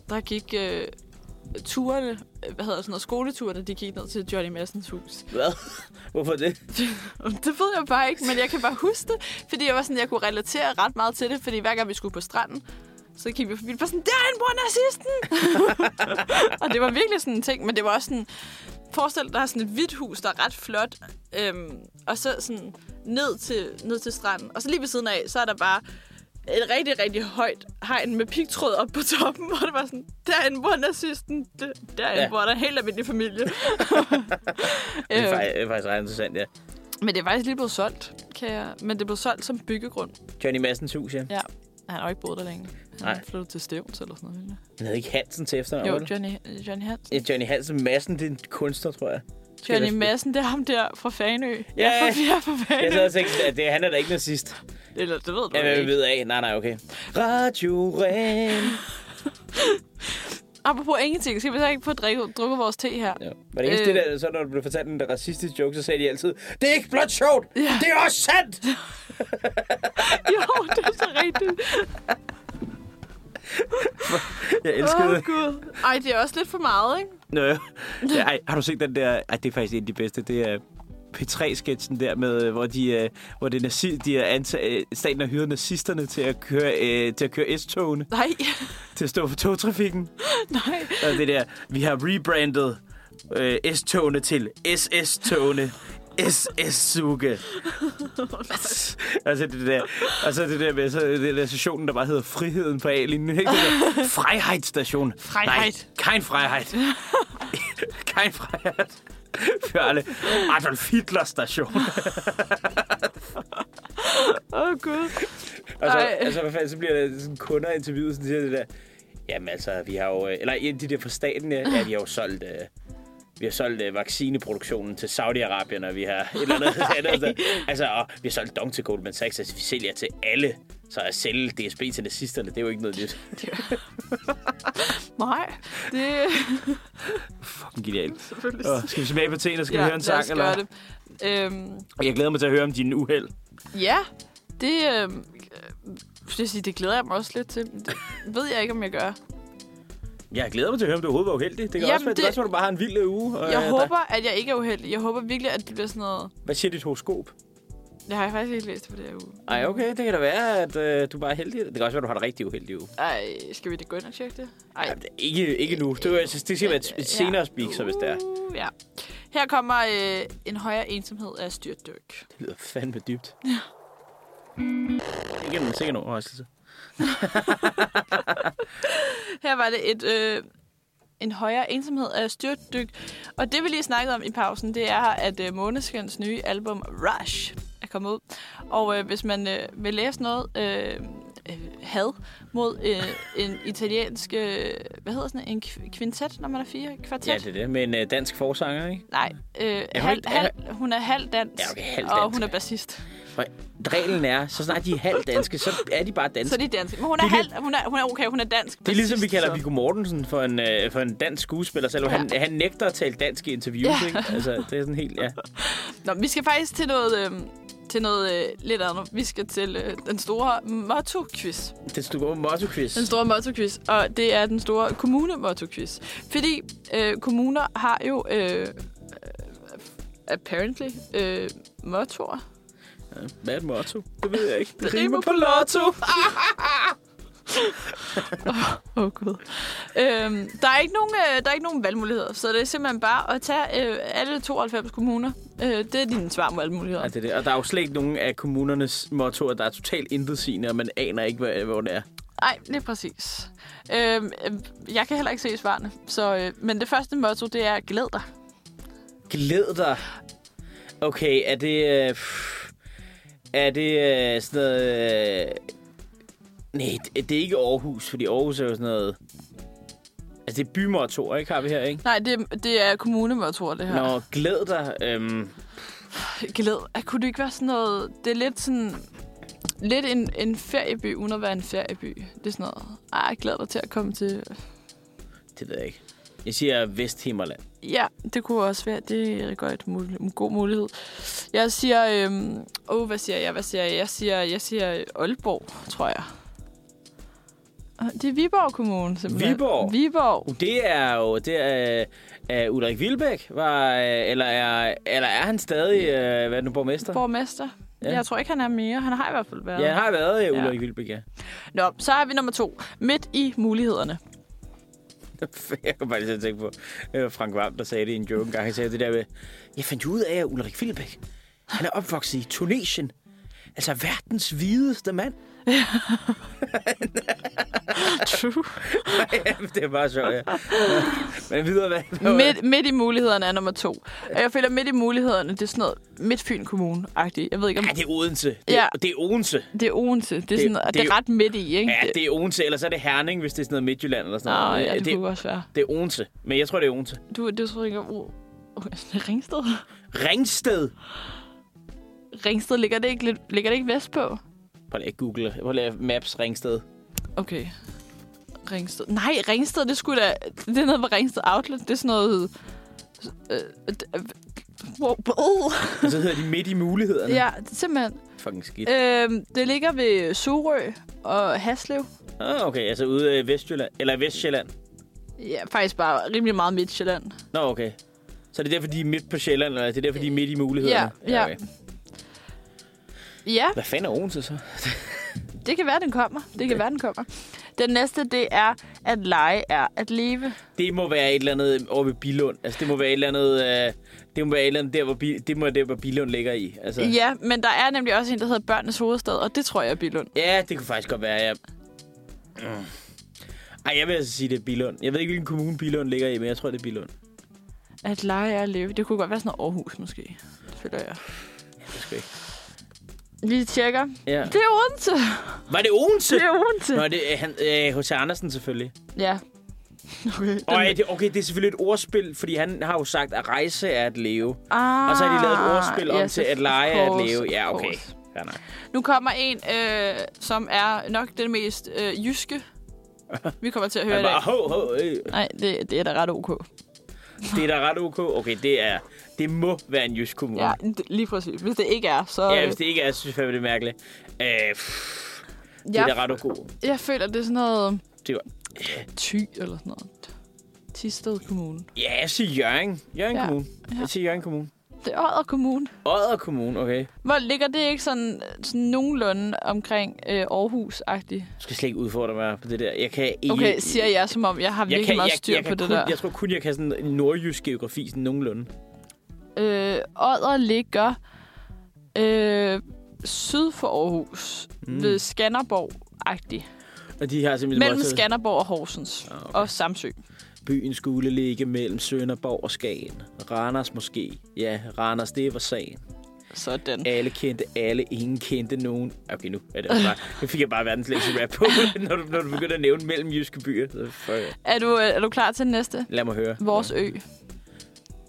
[SPEAKER 1] der gik øh, turene, øh, hvad hedder sådan noget, skoleturene, de gik ned til Johnny Massens hus.
[SPEAKER 2] Hvad? Hvorfor det?
[SPEAKER 1] Det ved jeg bare ikke, men jeg kan bare huske det, fordi jeg var sådan, jeg kunne relatere ret meget til det, fordi hver gang vi skulle på stranden, så kiggede vi forbi, og var sådan, derinde bor nazisten! og det var virkelig sådan en ting, men det var også sådan, forestil dig, der er sådan et hvidt hus, der er ret flot, øhm, og så sådan ned til, ned til stranden, og så lige ved siden af, så er der bare et rigtig, rigtig højt hegn med pigtråd op på toppen, hvor det var sådan, derinde bor nazisten, D- derinde
[SPEAKER 2] Ja.
[SPEAKER 1] ja. bor der en helt almindelig familie.
[SPEAKER 2] Det er
[SPEAKER 1] Øhm,
[SPEAKER 2] faktisk, det er faktisk ret interessant, ja.
[SPEAKER 1] men det er faktisk lige blevet solgt, kan jeg... Men det er blevet solgt som byggegrund.
[SPEAKER 2] Johnny Madsens hus, ja.
[SPEAKER 1] Ja. Han har jo ikke boet der længe. Han
[SPEAKER 2] Nej.
[SPEAKER 1] Nej. flyttet til Stævns eller sådan noget.
[SPEAKER 2] Han hedder ikke Hansen til efternavn, var
[SPEAKER 1] Jo,
[SPEAKER 2] det?
[SPEAKER 1] Johnny, Johnny Hansen.
[SPEAKER 2] Ja, Johnny Hansen Madsen, det er en kunstner, tror jeg.
[SPEAKER 1] Johnny
[SPEAKER 2] det-
[SPEAKER 1] Madsen, det er ham der fra Fanø. Ja,
[SPEAKER 2] ja.
[SPEAKER 1] ja. Jeg er fra
[SPEAKER 2] Jeg sad
[SPEAKER 1] Fanø.
[SPEAKER 2] og tænkte, at det, han er da ikke nazist.
[SPEAKER 1] Eller det ved du
[SPEAKER 2] Ja,
[SPEAKER 1] ja,
[SPEAKER 2] hvad vi
[SPEAKER 1] ikke.
[SPEAKER 2] ved af. Nej, nej, okay. Radio Ren.
[SPEAKER 1] Apropos ingenting, skal vi så ikke få drikke, drukke vores te her?
[SPEAKER 2] Ja. Var det eneste
[SPEAKER 1] Øh.
[SPEAKER 2] øh. det der, så når du blev fortalt en racistisk joke, så sagde de altid, det er ikke blot sjovt, ja. det er også sandt!
[SPEAKER 1] jo, det er så rigtigt.
[SPEAKER 4] Jeg
[SPEAKER 1] Åh, oh, Gud. Ej, det er også lidt for meget, ikke?
[SPEAKER 4] Nå, ja, ej, har du set den der... Ej, det er faktisk en af de bedste. Det er P3-sketchen der med, øh, hvor de, øh, hvor det er nazi, de er ansat, øh, staten har hyret nazisterne til at køre, øh, til at køre S-togene,
[SPEAKER 1] Nej,
[SPEAKER 4] til at stå for togtrafikken.
[SPEAKER 1] nej.
[SPEAKER 4] Og det der, vi har rebrandet øh, S-togene til SS-togene. SS-suge. altså det der, og så det der med så det der stationen, der bare hedder Friheden på A-linjen. Ikke? Det der, Freiheitsstation.
[SPEAKER 1] Freiheit.
[SPEAKER 4] Nej, kein Freiheit. kein Freiheit. Für alle. Adolf Hitler Station.
[SPEAKER 1] Åh, oh, Gud.
[SPEAKER 2] Og så,
[SPEAKER 1] Ej.
[SPEAKER 2] altså, hvad fanden, så bliver der sådan kunder i interviewet, sådan siger det der, jamen altså, vi har jo, øh," eller ja, de der fra staten, ja, ja vi har jo solgt, øh, vi har solgt øh, vaccineproduktionen til Saudi-Arabien, og vi har et eller andet andet. der. Altså, og vi har solgt Dong til Goldman Sachs, altså, vi sælger til alle. Så at sælge DSB til nazisterne, det er jo ikke noget nyt.
[SPEAKER 1] Nej, det er
[SPEAKER 4] Fucking genialt.
[SPEAKER 1] selvfølgelig...
[SPEAKER 4] Åh, skal vi smage på teen, og skal ja,
[SPEAKER 1] ja,
[SPEAKER 4] vi høre en sang?
[SPEAKER 1] lad os gøre
[SPEAKER 4] Eller?
[SPEAKER 1] det. Øhm,
[SPEAKER 4] Jeg glæder mig til at høre om dine uheld.
[SPEAKER 1] Ja, det, øh, øh, vil jeg sige, det glæder jeg mig også lidt til. Det ved jeg ikke, om jeg gør.
[SPEAKER 2] Jeg glæder mig til at høre, om du overhovedet var uheldig. Det kan
[SPEAKER 1] Jamen,
[SPEAKER 2] også være, det...
[SPEAKER 1] det-
[SPEAKER 2] også, at du bare har en vild uge. Og,
[SPEAKER 1] Jeg
[SPEAKER 2] øh,
[SPEAKER 1] håber, at jeg ikke er uheldig. Jeg håber virkelig, at det bliver sådan noget...
[SPEAKER 2] Der... Hvad siger dit horoskop?
[SPEAKER 1] Det har jeg faktisk ikke læst på det her uge.
[SPEAKER 2] Ej, okay, det kan da være, at øh, du bare er heldig. Det kan også være, at du har en rigtig uheldig uge.
[SPEAKER 1] Ej, skal vi da gå ind og tjekke det? Ej,
[SPEAKER 2] Jamen, det er ikke, ikke nu. Det, er, jo- altså, det skal være et, et senere speak, så hvis det er.
[SPEAKER 1] Uh, ja. Her kommer øh, en højere ensomhed af styrtdyk.
[SPEAKER 2] Det lyder fandme dybt. Ja. Ikke en sikkert overraskelse.
[SPEAKER 1] Her var det et, øh, en højere ensomhed af styrtdyk. Og det, vi lige snakkede om i pausen, det er, at øh, Måneskins nye album Rush er kommet ud. Og øh, hvis man øh, vil læse noget øh, øh, had mod øh, en italiensk... Øh, hvad hedder sådan en kv- kvintet, når man er fire? Kvartet?
[SPEAKER 2] Ja, det er det. Med en øh, dansk forsanger, ikke?
[SPEAKER 1] Nej, øh,
[SPEAKER 2] hun
[SPEAKER 1] halv,
[SPEAKER 2] ikke- er-
[SPEAKER 1] halv, hun er halv dansk,
[SPEAKER 2] Ja, okay, halv
[SPEAKER 1] og
[SPEAKER 2] dansk.
[SPEAKER 1] hun er bassist.
[SPEAKER 2] Og reglen er, så snart de er halvt danske, så er de bare danske.
[SPEAKER 1] Så de er danske. Men hun er,
[SPEAKER 2] Det er
[SPEAKER 1] halv, hun er, hun er okay, hun er dansk.
[SPEAKER 2] Det er ligesom, vi kalder
[SPEAKER 1] så-
[SPEAKER 2] Viggo Mortensen for en, øh, for en dansk skuespiller, selvom
[SPEAKER 1] Ja.
[SPEAKER 2] ja. han, han nægter at tale dansk i interviews,
[SPEAKER 1] Ja.
[SPEAKER 2] ja. ikke? Altså, det er sådan helt, ja.
[SPEAKER 1] Nå, vi skal faktisk til noget, øh, til noget øh, lidt andet. Vi skal til øh, den store motto-quiz.
[SPEAKER 2] Det stod motto quiz.
[SPEAKER 1] Den store motto-quiz, og det er den store kommune-motto-quiz. Fordi øh, kommuner har jo øh, øh, apparently øh, mottoer.
[SPEAKER 2] Hvad er et motto? Det ved jeg ikke. Det,
[SPEAKER 1] Det
[SPEAKER 2] det
[SPEAKER 1] rimer
[SPEAKER 2] rimer på lotto.
[SPEAKER 1] Åh, oh, gud. Øhm, der, er ikke nogen, øh, der er ikke nogen valgmuligheder, så det er simpelthen bare at tage øh, alle 92 kommuner. Øh, det er dine svar på valgmuligheder.
[SPEAKER 2] Ja, det er det. Og der er jo slet ikke nogen af kommunernes mottoer, der er totalt intetsigende, og man aner ikke, hvad, hvor det er.
[SPEAKER 1] Nej, lige præcis. Øhm, øhm, jeg kan heller ikke se svarene. Så, øh, men det første motto, det er glæd dig.
[SPEAKER 2] Glæd dig. Okay, er det... Øh, pff, er det øh, sådan noget... Øh, nej, det, det er ikke Aarhus, fordi Aarhus er jo sådan noget... Altså, det er bymottoer, ikke? Har vi her, ikke?
[SPEAKER 1] Nej, det, er- det er kommunemottoer, det her.
[SPEAKER 2] Nå, glæd dig. Øhm,
[SPEAKER 1] Glæd. Ej, Kunne det ikke være sådan noget... Det er lidt sådan... Lidt en, en ferieby, uden at være en ferieby. Det er sådan noget... Ej, jeg glæder dig til at komme til...
[SPEAKER 2] det ved jeg ikke. Jeg siger Vesthimmerland.
[SPEAKER 1] Ja, det kunne også være. Det er godt et mul- en god mulighed. Jeg siger... Øhm, oh, hvad siger jeg? Hvad siger jeg? Jeg siger, jeg siger Aalborg, tror jeg. Og Det er Viborg Kommune, simpelthen.
[SPEAKER 2] Viborg?
[SPEAKER 1] Viborg.
[SPEAKER 2] Uh, Det er jo... Det er, øh, øh, Ulrik Vilbæk, var, øh, eller, er, eller er han stadig, øh, hvad er det nu, borgmester?
[SPEAKER 1] Borgmester. Ja.
[SPEAKER 2] Ja.
[SPEAKER 1] Jeg tror ikke, han er mere. Han har i hvert fald været.
[SPEAKER 2] ja, han har været øh,
[SPEAKER 1] Ja.
[SPEAKER 2] Ulrik Vilbæk, ja.
[SPEAKER 1] Nå, så er vi nummer to. Midt i mulighederne.
[SPEAKER 2] Jeg kan bare lige til at tænke på øh, Frank Vam, der sagde det i en joke engang. Han sagde det der med, jeg fandt jo ud af, at Ulrik Vilbæk, han er opvokset i Tunesien. Altså verdens hvideste mand.
[SPEAKER 1] True.
[SPEAKER 2] Jamen, det er bare sjovt, ja. Men videre, hvad?
[SPEAKER 1] midt, midt i mulighederne er nummer to. Og jeg føler, midt i mulighederne, det er sådan noget Midtfyn Kommune-agtigt. Jeg ved ikke, om
[SPEAKER 2] Ja, det er Odense. Det,
[SPEAKER 1] Ja.
[SPEAKER 2] ja. det er Odense.
[SPEAKER 1] det er Odense. Det er, sådan, noget, det,
[SPEAKER 2] det
[SPEAKER 1] det
[SPEAKER 2] er
[SPEAKER 1] er ret midt i, ikke?
[SPEAKER 2] Ja, det er Odense. Eller så er det Herning, hvis det er sådan noget Midtjylland eller sådan
[SPEAKER 1] Nå,
[SPEAKER 2] noget. Øh,
[SPEAKER 1] ja, det, det
[SPEAKER 2] det,
[SPEAKER 1] kunne også være.
[SPEAKER 2] det er Odense. Men jeg tror, det er Odense.
[SPEAKER 1] Du, du tror ikke, oh, oh, det er Ringsted?
[SPEAKER 2] Ringsted.
[SPEAKER 1] Ringsted, ligger det ikke, lidt, ligger det ikke vestpå?
[SPEAKER 2] Prøv lige at google. Prøv lige at maps Ringsted.
[SPEAKER 1] Okay. Ringsted. Nej, Ringsted, det skulle da... Det er noget med Ringsted Outlet. Det er sådan noget... Øh, øh, wow, wow.
[SPEAKER 2] Og så hedder de Midt i mulighederne.
[SPEAKER 1] Ja, det er simpelthen.
[SPEAKER 2] Fucking skidt.
[SPEAKER 1] Øhm, det ligger ved Sorø og Haslev.
[SPEAKER 2] Ah, okay, altså ude i Vestjylland. Eller Vestjylland.
[SPEAKER 1] Ja, faktisk bare rimelig meget Midtjylland.
[SPEAKER 2] Nå, okay. Så det er derfor, de er midt på Sjælland, eller det er derfor, de er midt i mulighederne?
[SPEAKER 1] Ja, ja.
[SPEAKER 2] okay.
[SPEAKER 1] Ja,
[SPEAKER 2] Hvad fanden er Odense så?
[SPEAKER 1] det kan være, den kommer. Det kan være, den kommer. Den næste, det er, at lege er at leve.
[SPEAKER 2] Det må være et eller andet over ved Bilund. Altså, det må være et eller andet... Øh, det må være et eller andet der, hvor, Bi- det må være der, hvor Bilund ligger i. Altså, ja.
[SPEAKER 1] Ja, men der er nemlig også en, der hedder Børnenes Hovedstad, og det tror jeg er Bilund.
[SPEAKER 2] ja, det kunne faktisk godt være, ja. Mm. Ej, jeg vil altså sige, det er Bilund. Jeg ved ikke, hvilken kommune Bilund ligger i, men jeg tror, det er Bilund.
[SPEAKER 1] At lege er at leve. Det kunne godt være sådan noget Aarhus, måske. Føler jeg.
[SPEAKER 2] Det skal ikke.
[SPEAKER 1] Lige tjekker.
[SPEAKER 2] Ja.
[SPEAKER 1] Det er Odense.
[SPEAKER 2] Var det Odense?
[SPEAKER 1] Det er Odense.
[SPEAKER 2] Nå, det er han, øh, H.C. Andersen selvfølgelig.
[SPEAKER 1] Ja. Okay. Den...
[SPEAKER 2] Og ja, det, okay, det er selvfølgelig et ordspil, fordi han har jo sagt, at rejse er at leve.
[SPEAKER 1] Ah,
[SPEAKER 2] Og så har de lavet et ordspil om
[SPEAKER 1] yes,
[SPEAKER 2] til at
[SPEAKER 1] of
[SPEAKER 2] lege er at
[SPEAKER 1] course,
[SPEAKER 2] leve.
[SPEAKER 1] of
[SPEAKER 2] Ja, okay.
[SPEAKER 1] course.
[SPEAKER 2] Fair nok.
[SPEAKER 1] Nu kommer en, øh, som er nok den mest øh, jyske, vi kommer til at høre i
[SPEAKER 2] Han
[SPEAKER 1] dag.
[SPEAKER 2] bare, ho, ho, øh.
[SPEAKER 1] Nej, det, det er da ret ok.
[SPEAKER 2] Det er da ret ok. Okay, det er... Det må være en jysk kommune.
[SPEAKER 1] Ja,
[SPEAKER 2] Ja,
[SPEAKER 1] d- lige præcis. Hvis det ikke er, så... øh,
[SPEAKER 2] ja hvis det ikke er, så synes jeg, det er mærkeligt. Øh, pff, det er da ret ok.
[SPEAKER 1] jeg føler, det er sådan noget...
[SPEAKER 2] Det er,
[SPEAKER 1] Thy eller sådan noget. Tisted Kommune.
[SPEAKER 2] Ja, jeg siger Jørgen. Jørgen
[SPEAKER 1] Ja.
[SPEAKER 2] ja. Kommune.
[SPEAKER 1] Ja.
[SPEAKER 2] Jeg siger Jørgen Kommune.
[SPEAKER 1] Det er Odder Kommune.
[SPEAKER 2] Odder Kommune, okay.
[SPEAKER 1] Hvor ligger det ikke sådan, sådan nogenlunde omkring øh, Aarhus-agtigt?
[SPEAKER 2] Du skal slet ikke udfordre mig på det der. Jeg kan ikke...
[SPEAKER 1] Okay, siger jeg, som om jeg har virkelig meget styr
[SPEAKER 2] jeg,
[SPEAKER 1] på
[SPEAKER 2] kan
[SPEAKER 1] det
[SPEAKER 2] kun,
[SPEAKER 1] der.
[SPEAKER 2] Jeg tror kun, jeg kan sådan nordjysk geografi sådan nogenlunde.
[SPEAKER 1] Øh, Odder ligger øh, syd for Aarhus, mm. ved Skanderborg-agtigt.
[SPEAKER 2] Og de har simpelthen
[SPEAKER 1] Mellem
[SPEAKER 2] også
[SPEAKER 1] Skanderborg og Horsens ah,
[SPEAKER 2] Ah,
[SPEAKER 1] okay.
[SPEAKER 2] okay.
[SPEAKER 1] og Samsø.
[SPEAKER 2] byen skulle ligge mellem Sønderborg og Skagen. Randers måske. Ja, Randers, det var sagen.
[SPEAKER 1] Sådan.
[SPEAKER 2] Alle kendte alle, ingen kendte nogen. Okay, nu er det også bare... Nu fik jeg bare verdens længste rap på, når du, når du begynder at nævne mellem jyske byer. Så fuck.
[SPEAKER 1] Er du, øh, er du klar til den næste?
[SPEAKER 2] Lad mig høre.
[SPEAKER 1] Vores ø.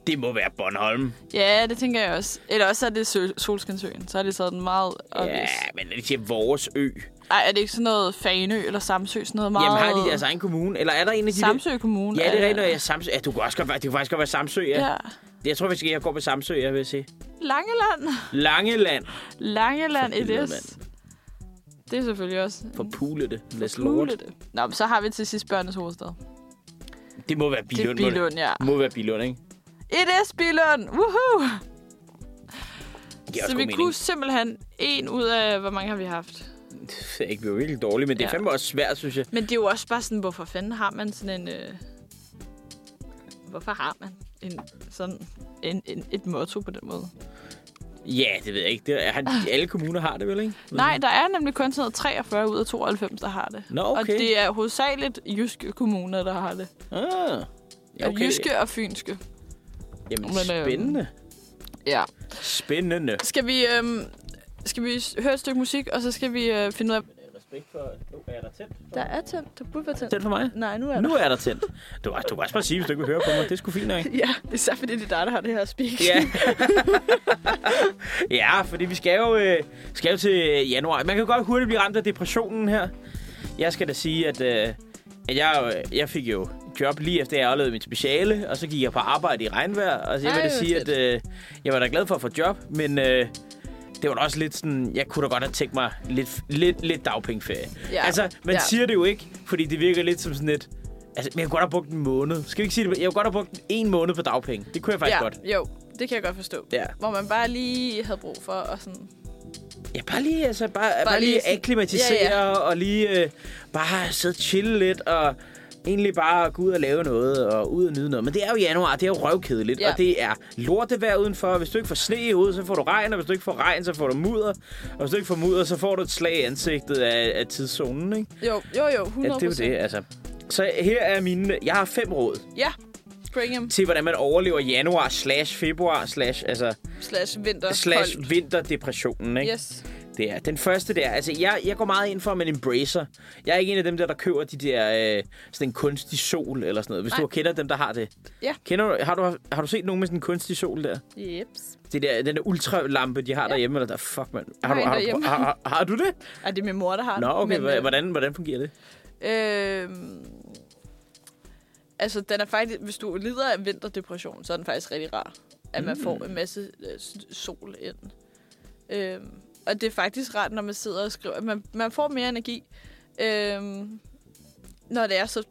[SPEAKER 2] Det må være Bornholm.
[SPEAKER 1] Ja, det tænker jeg også. Eller også er det Sø- Solskinsøen. Så er det sådan meget obvious.
[SPEAKER 2] Ja, men det siger vores ø.
[SPEAKER 1] Ej, er det ikke sådan noget Faneø eller Samsø? Sådan noget meget...
[SPEAKER 2] Jamen har de deres egen kommune? Eller er der en af de...
[SPEAKER 1] Samsø Kommune.
[SPEAKER 2] Ja, det er rigtigt, når jeg er Samsø. Ja, du kan også godt være, det kan faktisk godt være Samsø, ja.
[SPEAKER 1] Ja.
[SPEAKER 2] ja. Jeg tror, vi skal jeg går på Samsø, jeg vil sige.
[SPEAKER 1] Langeland.
[SPEAKER 2] Langeland.
[SPEAKER 1] Langeland,
[SPEAKER 2] For
[SPEAKER 1] it
[SPEAKER 2] helvede,
[SPEAKER 1] is. Det er selvfølgelig også...
[SPEAKER 2] For pule det. Let's
[SPEAKER 1] Cool,
[SPEAKER 2] lord.
[SPEAKER 1] det. Nå, men så har vi til sidst børnenes hovedstad.
[SPEAKER 2] Det må være
[SPEAKER 1] Det er
[SPEAKER 2] Bilund. må Det
[SPEAKER 1] Bilund, ja.
[SPEAKER 2] må være Bilund, ikke?
[SPEAKER 1] It is Bilund! Woohoo!
[SPEAKER 2] Det giver
[SPEAKER 1] Så
[SPEAKER 2] også
[SPEAKER 1] vi
[SPEAKER 2] god mening.
[SPEAKER 1] kunne simpelthen en ud af, hvor mange har vi haft.
[SPEAKER 2] Det er ikke vi er virkelig dårligt, men det er
[SPEAKER 1] Ja.
[SPEAKER 2] fandme også svært, synes jeg.
[SPEAKER 1] Men det er jo også bare sådan, hvorfor fanden har man sådan en... Øh... Hvorfor har man en, sådan en, en, et motto på den måde?
[SPEAKER 2] Ja, det ved jeg ikke. Det er, han, alle kommuner har det vel, ikke?
[SPEAKER 1] Nej, der er nemlig kun sådan noget 43 ud af 92, der har det.
[SPEAKER 2] Nå,
[SPEAKER 1] Og
[SPEAKER 2] okay.
[SPEAKER 1] det er hovedsageligt jyske kommuner, der har det.
[SPEAKER 2] Ah,
[SPEAKER 1] Ja, okay. Jyske og fynske.
[SPEAKER 2] Jamen,
[SPEAKER 1] Men, øhm,
[SPEAKER 2] spændende.
[SPEAKER 1] Ja.
[SPEAKER 2] Spændende.
[SPEAKER 1] Skal vi, øhm, skal vi s- høre et stykke musik, og så skal vi øh, finde ud af...
[SPEAKER 2] Respekt for... Nu er der tændt.
[SPEAKER 1] Der er tændt. Der burde være tændt.
[SPEAKER 2] Tændt for mig?
[SPEAKER 1] Nej, nu er
[SPEAKER 2] Nu er der tændt. Du, kan- du kan også bare sige, hvis du ikke vil høre på mig. Det er sgu fint nok.
[SPEAKER 1] Ja, det er så fordi, det er dig, der har det her speak.
[SPEAKER 2] Ja. ja, fordi vi skal jo, øh, skal jo til januar. Man kan godt hurtigt blive ramt af depressionen her. Jeg skal da sige, at, øh, at jeg, jo- jeg fik jo job lige efter, jeg aflevede mit speciale, og så gik jeg på arbejde i regnvejr, og så jeg
[SPEAKER 1] Ej,
[SPEAKER 2] vil da
[SPEAKER 1] hvor
[SPEAKER 2] sige,
[SPEAKER 1] fedt.
[SPEAKER 2] at øh, jeg var da glad for at få job, men øh, det var da også lidt sådan, jeg kunne da godt have tænkt mig lidt, lidt, lidt dagpengeferie.
[SPEAKER 1] Ja.
[SPEAKER 2] Ja. Altså, man
[SPEAKER 1] Ja.
[SPEAKER 2] ja. siger det jo ikke, fordi det virker lidt som sådan et... Altså, men jeg kunne godt have brugt en måned. Skal vi ikke sige det? Jeg kunne godt have brugt en måned på dagpenge. Det kunne jeg faktisk
[SPEAKER 1] ja,
[SPEAKER 2] godt.
[SPEAKER 1] jo, det kan jeg godt forstå.
[SPEAKER 2] Ja.
[SPEAKER 1] Hvor man bare lige havde brug for at sådan...
[SPEAKER 2] Ja, bare lige, altså, bare, bare, bare
[SPEAKER 1] lige
[SPEAKER 2] lige,
[SPEAKER 1] sådan-
[SPEAKER 2] akklimatisere
[SPEAKER 1] Ja,
[SPEAKER 2] ja, ja. og lige øh, bare sidde og chille lidt og egentlig bare gå ud og lave noget og ud og nyde noget. Men det er jo januar, det er jo røvkedeligt,
[SPEAKER 1] Ja.
[SPEAKER 2] ja. og det er lortevejr udenfor. Hvis du ikke får sne i hovedet, så får du regn, og hvis du ikke får regn, så får du mudder. Og hvis du ikke får mudder, så får du et slag i ansigtet af, af tidszonen, ikke?
[SPEAKER 1] Jo, jo, jo, 100%.
[SPEAKER 2] Ja, det er jo det, altså. Så her er mine... Jeg har fem råd
[SPEAKER 1] Ja, bring him.
[SPEAKER 2] til, hvordan man overlever januar slash februar slash, altså,
[SPEAKER 1] Slash vinter.
[SPEAKER 2] slash
[SPEAKER 1] koldt.
[SPEAKER 2] vinterdepressionen, ikke?
[SPEAKER 1] Yes.
[SPEAKER 2] Det er. Den første der, altså jeg, jeg går meget ind for, at man embracer. Jeg er ikke en af dem der, der køber de der, øh, sådan en kunstig sol eller sådan noget. Hvis
[SPEAKER 1] Nej.
[SPEAKER 2] Nej. du kender dem, der har det.
[SPEAKER 1] Ja.
[SPEAKER 2] Kender du, har, du, har du set nogen med sådan en kunstig sol der?
[SPEAKER 1] Jeps.
[SPEAKER 2] Det der, den der ultralampe, de har ja. derhjemme, eller der, fuck mand. Har,
[SPEAKER 1] Nej,
[SPEAKER 2] du, har, du,
[SPEAKER 1] derhjemme.
[SPEAKER 2] har, har, har, du det?
[SPEAKER 1] Ej, det er min mor, der har
[SPEAKER 2] Nå,
[SPEAKER 1] den,
[SPEAKER 2] okay,
[SPEAKER 1] øh,
[SPEAKER 2] men, hvordan, hvordan fungerer det?
[SPEAKER 1] Øhm, altså, den er faktisk, hvis du lider af vinterdepression, så er den faktisk rigtig rar, at
[SPEAKER 2] Mm.
[SPEAKER 1] man får en masse øh, s- sol ind. Øhm, og det er faktisk rart, når man sidder og skriver. Man, man får mere energi, øhm, når det er så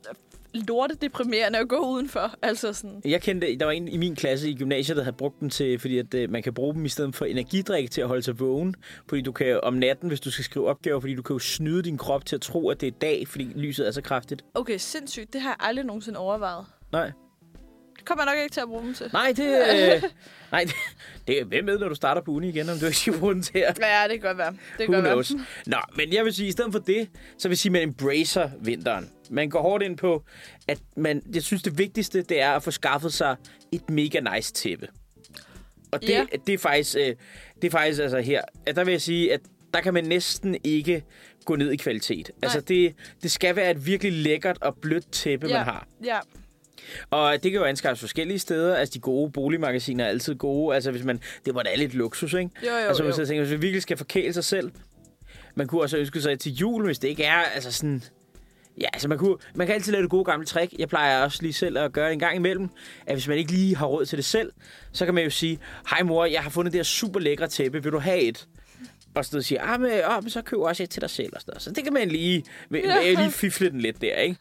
[SPEAKER 1] lortet deprimerende at gå udenfor. Altså sådan,
[SPEAKER 2] Jeg kendte, der var en i min klasse i gymnasiet, der havde brugt dem til, fordi at, øh, man kan bruge dem i stedet for energidrik til at holde sig vågen. Fordi du kan jo om natten, hvis du skal skrive opgaver, fordi du kan jo snyde din krop til at tro, at det er dag, fordi lyset er så kraftigt.
[SPEAKER 1] okay, sindssygt, det har jeg aldrig nogensinde overvejet.
[SPEAKER 2] Nej.
[SPEAKER 1] Det kommer jeg nok ikke til at bruge dem til.
[SPEAKER 2] Nej, det... Øh, nej, det, det, hvem ved, når du starter på uni igen, om du ikke skal bruge den til at...
[SPEAKER 1] Ja, det kan godt være. Det kan
[SPEAKER 2] Who
[SPEAKER 1] godt være.
[SPEAKER 2] knows? Nå, men jeg vil sige, i stedet for det, så vil jeg sige, at man embracer vinteren. Man går hårdt ind på, at man... Jeg synes, det vigtigste, det er at få skaffet sig et mega nice tæppe. Og det,
[SPEAKER 1] Ja.
[SPEAKER 2] yeah. det er faktisk... Øh, det er faktisk altså her... At der vil jeg sige, at der kan man næsten ikke gå ned i kvalitet. Nej. Altså, det, det skal være et virkelig lækkert og blødt tæppe,
[SPEAKER 1] Ja,
[SPEAKER 2] man har.
[SPEAKER 1] ja.
[SPEAKER 2] Og det kan jo anskaffes forskellige steder. Altså, de gode boligmagasiner er altid gode. Altså, hvis man... Det var da lidt luksus, ikke?
[SPEAKER 1] Jo, jo,
[SPEAKER 2] altså, hvis,
[SPEAKER 1] jo.
[SPEAKER 2] Jeg tænker, hvis man virkelig skal forkæle sig selv... Man kunne også ønske sig til jul, hvis det ikke er altså sådan... Ja, altså man, kunne, man kan altid lave det gode gamle trick. Jeg plejer også lige selv at gøre det en gang imellem. At hvis man ikke lige har råd til det selv, så kan man jo sige, hej mor, jeg har fundet det her super lækre tæppe, vil du have et? og sådan noget siger, ah, men, ah, men så køb også et til dig selv og sådan noget. Så det kan man lige, ja. lige fifle den lidt der, ikke?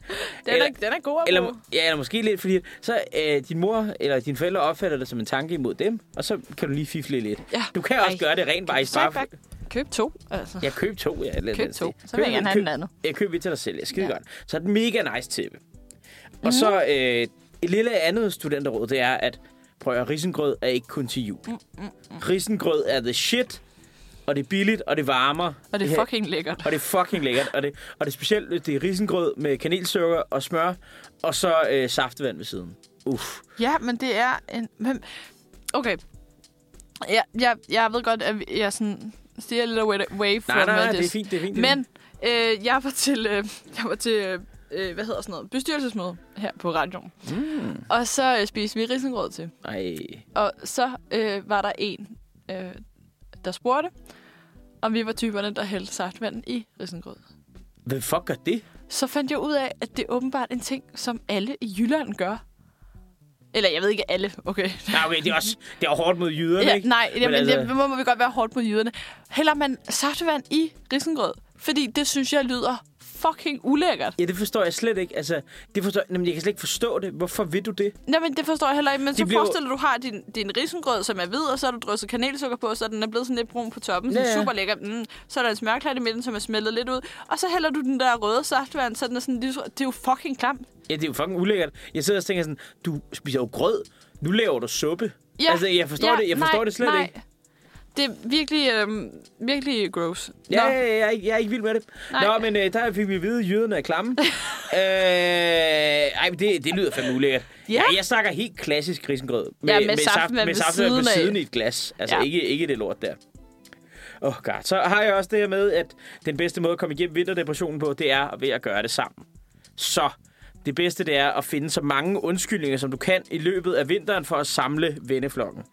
[SPEAKER 1] Den er,
[SPEAKER 2] Eller-
[SPEAKER 1] den er god at
[SPEAKER 2] Eller,
[SPEAKER 1] bruge.
[SPEAKER 2] ja, eller måske lidt, fordi så øh, din mor eller dine forældre opfatter det som en tanke imod dem, og så kan du lige fifle lidt.
[SPEAKER 1] Ja.
[SPEAKER 2] Du kan også
[SPEAKER 1] Ej.
[SPEAKER 2] gøre det rent
[SPEAKER 1] Kan du
[SPEAKER 2] faktisk
[SPEAKER 1] så
[SPEAKER 2] bare...
[SPEAKER 1] ikke Køb to, altså.
[SPEAKER 2] Jeg køb to, ja. Lidt
[SPEAKER 1] Køb
[SPEAKER 2] lidt
[SPEAKER 1] to.
[SPEAKER 2] stil.
[SPEAKER 1] Så vil jeg
[SPEAKER 2] Køb-
[SPEAKER 1] gerne have
[SPEAKER 2] køb-
[SPEAKER 1] den anden.
[SPEAKER 2] Jeg køber et til dig selv. Jeg skide
[SPEAKER 1] Ja. Mhm.
[SPEAKER 2] ja. godt. Så er det mega nice tip. Og så øh, et lille andet studenterråd, det er, at prøv at høre, risengrød er ikke kun til jul.
[SPEAKER 1] Mm,
[SPEAKER 2] Risengrød er the shit, og det er billigt, og det varmer.
[SPEAKER 1] Og det er
[SPEAKER 2] her-
[SPEAKER 1] fucking lækkert.
[SPEAKER 2] og det er fucking lækkert. Og det, og det er specielt, det er risengrød med kanelsukker og smør, og så øh, saftevand ved siden. Uff.
[SPEAKER 1] Ja, men det er en... Men, okay. Jeg, jeg, jeg ved godt, at vi- jeg sådan stiger lidt away- away from
[SPEAKER 2] Nej, nej, nej,
[SPEAKER 1] all
[SPEAKER 2] det er
[SPEAKER 1] this.
[SPEAKER 2] fint, det er fint. det er
[SPEAKER 1] Men øh, jeg var til, øh, jeg var til øh, øh, hvad hedder sådan noget, bestyrelsesmøde her på radioen. Mm. Og så øh, spiste vi risengrød til.
[SPEAKER 2] fint. Ej.
[SPEAKER 1] Og så øh, var der en, øh, der spurgte, om vi var typerne, der hældte saftvand i risengrød.
[SPEAKER 2] Hvem fuck gør det?
[SPEAKER 1] Så fandt jeg ud af, at det er åbenbart en ting, som alle i Jylland gør. Eller jeg ved ikke alle, okay.
[SPEAKER 2] Nej, okay, det er også det er hårdt mod jyderne,
[SPEAKER 1] Ja,
[SPEAKER 2] ikke?
[SPEAKER 1] nej,
[SPEAKER 2] Men
[SPEAKER 1] jamen,
[SPEAKER 2] altså-
[SPEAKER 1] altså... det må man godt være hårdt mod jyderne. Hælder man saftvand i risengrød? Fordi det synes jeg lyder fucking ulækkert.
[SPEAKER 2] Ja, det forstår jeg slet ikke. Altså, det forstår, jamen, jeg kan slet ikke forstå det. Hvorfor vil du det?
[SPEAKER 1] Nej, men det forstår jeg heller ikke. Men så
[SPEAKER 2] bliver jo-
[SPEAKER 1] forestil dig, du har din, din risengrød, som er hvid, og så har du drysset kanelsukker på, så den er blevet sådan lidt brun på toppen.
[SPEAKER 2] Ja,
[SPEAKER 1] Sådan
[SPEAKER 2] ja.
[SPEAKER 1] super lækker. Mm. Så er der en smørklat i midten, som er smeltet lidt ud. Og så hælder du den der røde saftvand, så den er sådan, det er jo fucking klamt.
[SPEAKER 2] Ja, det er jo fucking ulækkert. Jeg sidder og tænker sådan, du spiser jo grød. Nu laver du suppe.
[SPEAKER 1] Ja,
[SPEAKER 2] altså, jeg forstår, det, jeg forstår
[SPEAKER 1] nej,
[SPEAKER 2] det slet
[SPEAKER 1] nej.
[SPEAKER 2] ikke.
[SPEAKER 1] Det er virkelig, øhm, virkelig gross.
[SPEAKER 2] Ja,
[SPEAKER 1] Nå.
[SPEAKER 2] ja, ja, jeg, er ikke- jeg er ikke vild med det.
[SPEAKER 1] Nej.
[SPEAKER 2] Nej. Nå, men øh, der fik vi at vide, at jyderne er klamme. øh, ej, men det, det lyder fandme ulækkert.
[SPEAKER 1] Ja.
[SPEAKER 2] Ja. ja. jeg snakker helt klassisk risengrød.
[SPEAKER 1] Ja, med saftevand ved
[SPEAKER 2] med, saftevand ved
[SPEAKER 1] siden af.
[SPEAKER 2] siden i et glas. Altså,
[SPEAKER 1] Ja.
[SPEAKER 2] ja. ikke, ikke det lort der. Åh, oh god. Så har jeg også det her med, at den bedste måde at komme igennem vinterdepressionen på, det er ved at gøre det sammen. Så det bedste det er at finde så mange undskyldninger, som du kan i løbet af vinteren for at samle venneflokken.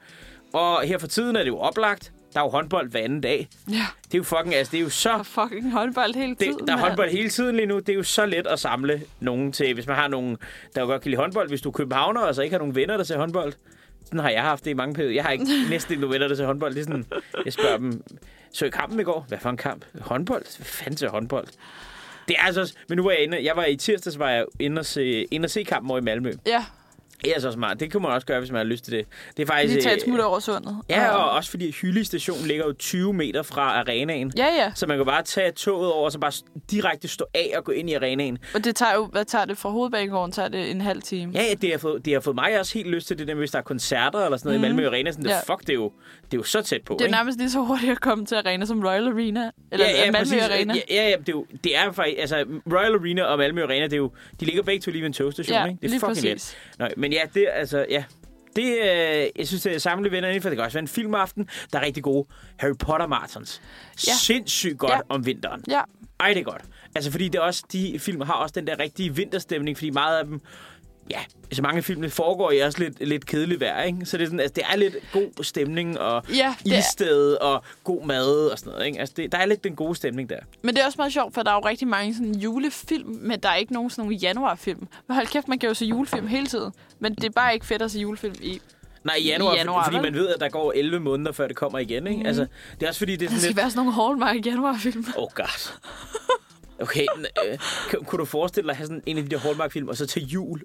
[SPEAKER 2] Og her for tiden er det jo oplagt. Der er jo håndbold hver anden dag.
[SPEAKER 1] Ja,
[SPEAKER 2] Det er jo fucking, altså det er jo
[SPEAKER 1] og
[SPEAKER 2] så...
[SPEAKER 1] fucking håndbold hele
[SPEAKER 2] Det,
[SPEAKER 1] tiden.
[SPEAKER 2] der er
[SPEAKER 1] mand.
[SPEAKER 2] håndbold hele tiden lige nu. Det er jo så let at samle nogen til. Hvis man har nogen, der jo godt kan lide håndbold. Hvis du er københavner og så ikke har nogen venner, der ser håndbold. Sådan har jeg haft det i mange perioder. Jeg har ikke næsten ikke nogen venner, der ser håndbold. Det er sådan, jeg spørger dem, så I kampen i går? Hvad for en kamp? Håndbold? Hvad fanden ser håndbold? Det er altså også, men nu var jeg inde, jeg var i tirsdags, var jeg inde og se, inde og se kampen over i Malmø.
[SPEAKER 1] Ja,
[SPEAKER 2] Det er altså smart. Det kunne man også gøre, hvis man har lyst til det. Det er faktisk...
[SPEAKER 1] lige tage et
[SPEAKER 2] øh,
[SPEAKER 1] smut over sundet.
[SPEAKER 2] Ja, og også fordi Hylde station ligger jo 20 meter fra arenaen.
[SPEAKER 1] Ja, ja.
[SPEAKER 2] Så man kan bare tage toget over, og så bare s- direkte stå af og gå ind i arenaen.
[SPEAKER 1] Og det tager jo, hvad tager det fra hovedbanegården? Tager det en halv time?
[SPEAKER 2] Ja, ja, det har, fået, det har fået mig også helt lyst til det der, med, hvis der er koncerter eller sådan noget mm. i Malmø Arena. Sådan,
[SPEAKER 1] Mhm. Ja.
[SPEAKER 2] ja. Fuck, det er, jo, det er jo så tæt på,
[SPEAKER 1] Det er
[SPEAKER 2] ikke?
[SPEAKER 1] nærmest lige så hurtigt at komme til arena som Royal Arena. Eller ja, ja, Malmø
[SPEAKER 2] præcis.
[SPEAKER 1] Arena.
[SPEAKER 2] Ja, ja, ja det, er jo, det er faktisk... Altså, Royal Arena og Malmø Arena, det er jo, de ligger begge to lige ved en togstation,
[SPEAKER 1] Ja,
[SPEAKER 2] ikke? Det er
[SPEAKER 1] lige
[SPEAKER 2] fucking
[SPEAKER 1] præcis.
[SPEAKER 2] let. Nå, men ja, det er altså... Ja. Det, øh, jeg synes, det er samle venner indenfor. Det kan også være en filmaften. Der er rigtig gode Harry Potter Marathons.
[SPEAKER 1] Ja.
[SPEAKER 2] Ja. Sindssygt godt
[SPEAKER 1] Ja.
[SPEAKER 2] ja. om vinteren.
[SPEAKER 1] Ja,
[SPEAKER 2] Ej, det er godt. Altså, fordi det er også, de film har også den der rigtige vinterstemning, fordi meget af dem, ja, så mange af filmene foregår i også lidt, lidt kedeligt vejr, ikke? Så det er, sådan, altså, det er lidt god stemning og
[SPEAKER 1] Ja, det er-
[SPEAKER 2] issted og god mad og sådan noget, ikke? Altså, det, der er lidt den gode stemning der.
[SPEAKER 1] men det er også meget sjovt, for der er jo rigtig mange sådan julefilm, men der er ikke nogen sådan nogle januarfilm. Men hold kæft, man kan jo se julefilm hele tiden, men det er bare ikke fedt at se julefilm i.
[SPEAKER 2] Nej, i januar,
[SPEAKER 1] I januar,
[SPEAKER 2] fordi
[SPEAKER 1] vel? Mhm.
[SPEAKER 2] man ved, at der går 11 måneder, før det kommer igen, ikke? Altså, det er også fordi, det
[SPEAKER 1] Der
[SPEAKER 2] er sådan
[SPEAKER 1] skal
[SPEAKER 2] lidt...
[SPEAKER 1] være sådan nogle hallmark januarfilm.
[SPEAKER 2] Oh god. Okay, n- øh, kan- kunne du forestille dig at have sådan en af de der Hallmark-film, og så til jul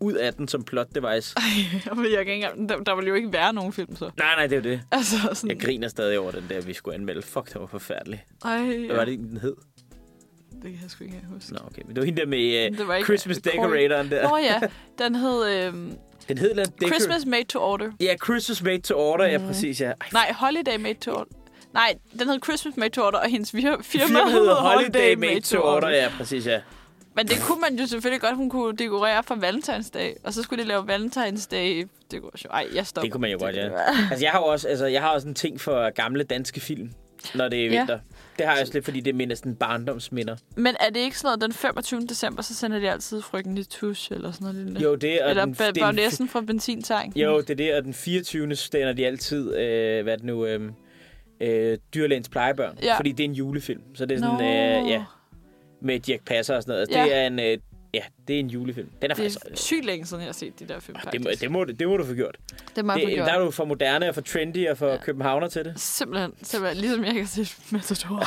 [SPEAKER 2] ud af den som plot device?
[SPEAKER 1] Ah. Jeg ved jeg kan ikke engang, der, der vil jo ikke være nogen film så.
[SPEAKER 2] Nej, nej, det er jo det.
[SPEAKER 1] Altså
[SPEAKER 2] Jeg
[SPEAKER 1] sådan,
[SPEAKER 2] griner stadig over den der, vi skulle anmelde. Fuck, det var forfærdeligt.
[SPEAKER 1] ej,
[SPEAKER 2] Hvad var det, den hed?
[SPEAKER 1] det kan jeg sgu ikke engang huske.
[SPEAKER 2] Nå, okay. Men det var hende der med
[SPEAKER 1] Det var
[SPEAKER 2] uh,
[SPEAKER 1] ikke- øh,
[SPEAKER 2] Christmas
[SPEAKER 1] Corey.
[SPEAKER 2] Decoratoren der.
[SPEAKER 1] Nå ja, den hed øhm,
[SPEAKER 2] Den hed den Decor-
[SPEAKER 1] Christmas Mhm. Made to Order.
[SPEAKER 2] Ja, Christmas Made to Order, ja, præcis, ja. Ej,
[SPEAKER 1] Nej, Holiday Made to Order. Nej, den hed Christmas Made to Order, og hendes vir- firma,
[SPEAKER 2] Firmaet
[SPEAKER 1] hed
[SPEAKER 2] hedder Holiday Made to Order, ja, præcis, ja.
[SPEAKER 1] Men det kunne man jo selvfølgelig godt, hun kunne dekorere for Valentinsdag. Og så skulle de lave Valentinsdag dekoration. Ej, jeg stopper.
[SPEAKER 2] Det kunne man jo godt, ja. Altså, jeg har jo også, altså, jeg har også en ting for gamle danske film, når det er
[SPEAKER 1] Ja.
[SPEAKER 2] vinter. Det har jeg også lidt, fordi det minder sådan barndomsminder.
[SPEAKER 1] Men er det ikke sådan noget, den 25. december, så sender de altid frygten i tusch eller sådan noget lille?
[SPEAKER 2] Jo, det er
[SPEAKER 1] eller
[SPEAKER 2] den,
[SPEAKER 1] ba-
[SPEAKER 2] den-
[SPEAKER 1] bagnæsen fra benzintanken?
[SPEAKER 2] Jo, det er det, og den 24. stænder de altid, øh, hvad er det nu, øh, øh, dyrlægens plejebørn.
[SPEAKER 1] Ja.
[SPEAKER 2] Fordi det er øh, en julefilm, så det er
[SPEAKER 1] Nå.
[SPEAKER 2] sådan, øh, ja, med Dirk Passer og sådan noget. Altså,
[SPEAKER 1] Ja.
[SPEAKER 2] Det er en, øh, Ja, det er en julefilm. Den er
[SPEAKER 1] Det
[SPEAKER 2] faktisk...
[SPEAKER 1] er sygt længe siden, jeg har set de der film,
[SPEAKER 2] altså, øh, det,
[SPEAKER 1] faktisk.
[SPEAKER 2] må, det, må, du- det må du få gjort.
[SPEAKER 1] det er meget
[SPEAKER 2] Det,
[SPEAKER 1] det,
[SPEAKER 2] der er du for moderne og for trendy og for
[SPEAKER 1] Ja.
[SPEAKER 2] ja. københavner til det.
[SPEAKER 1] Simpelthen, simpelthen, ligesom jeg kan se Matador.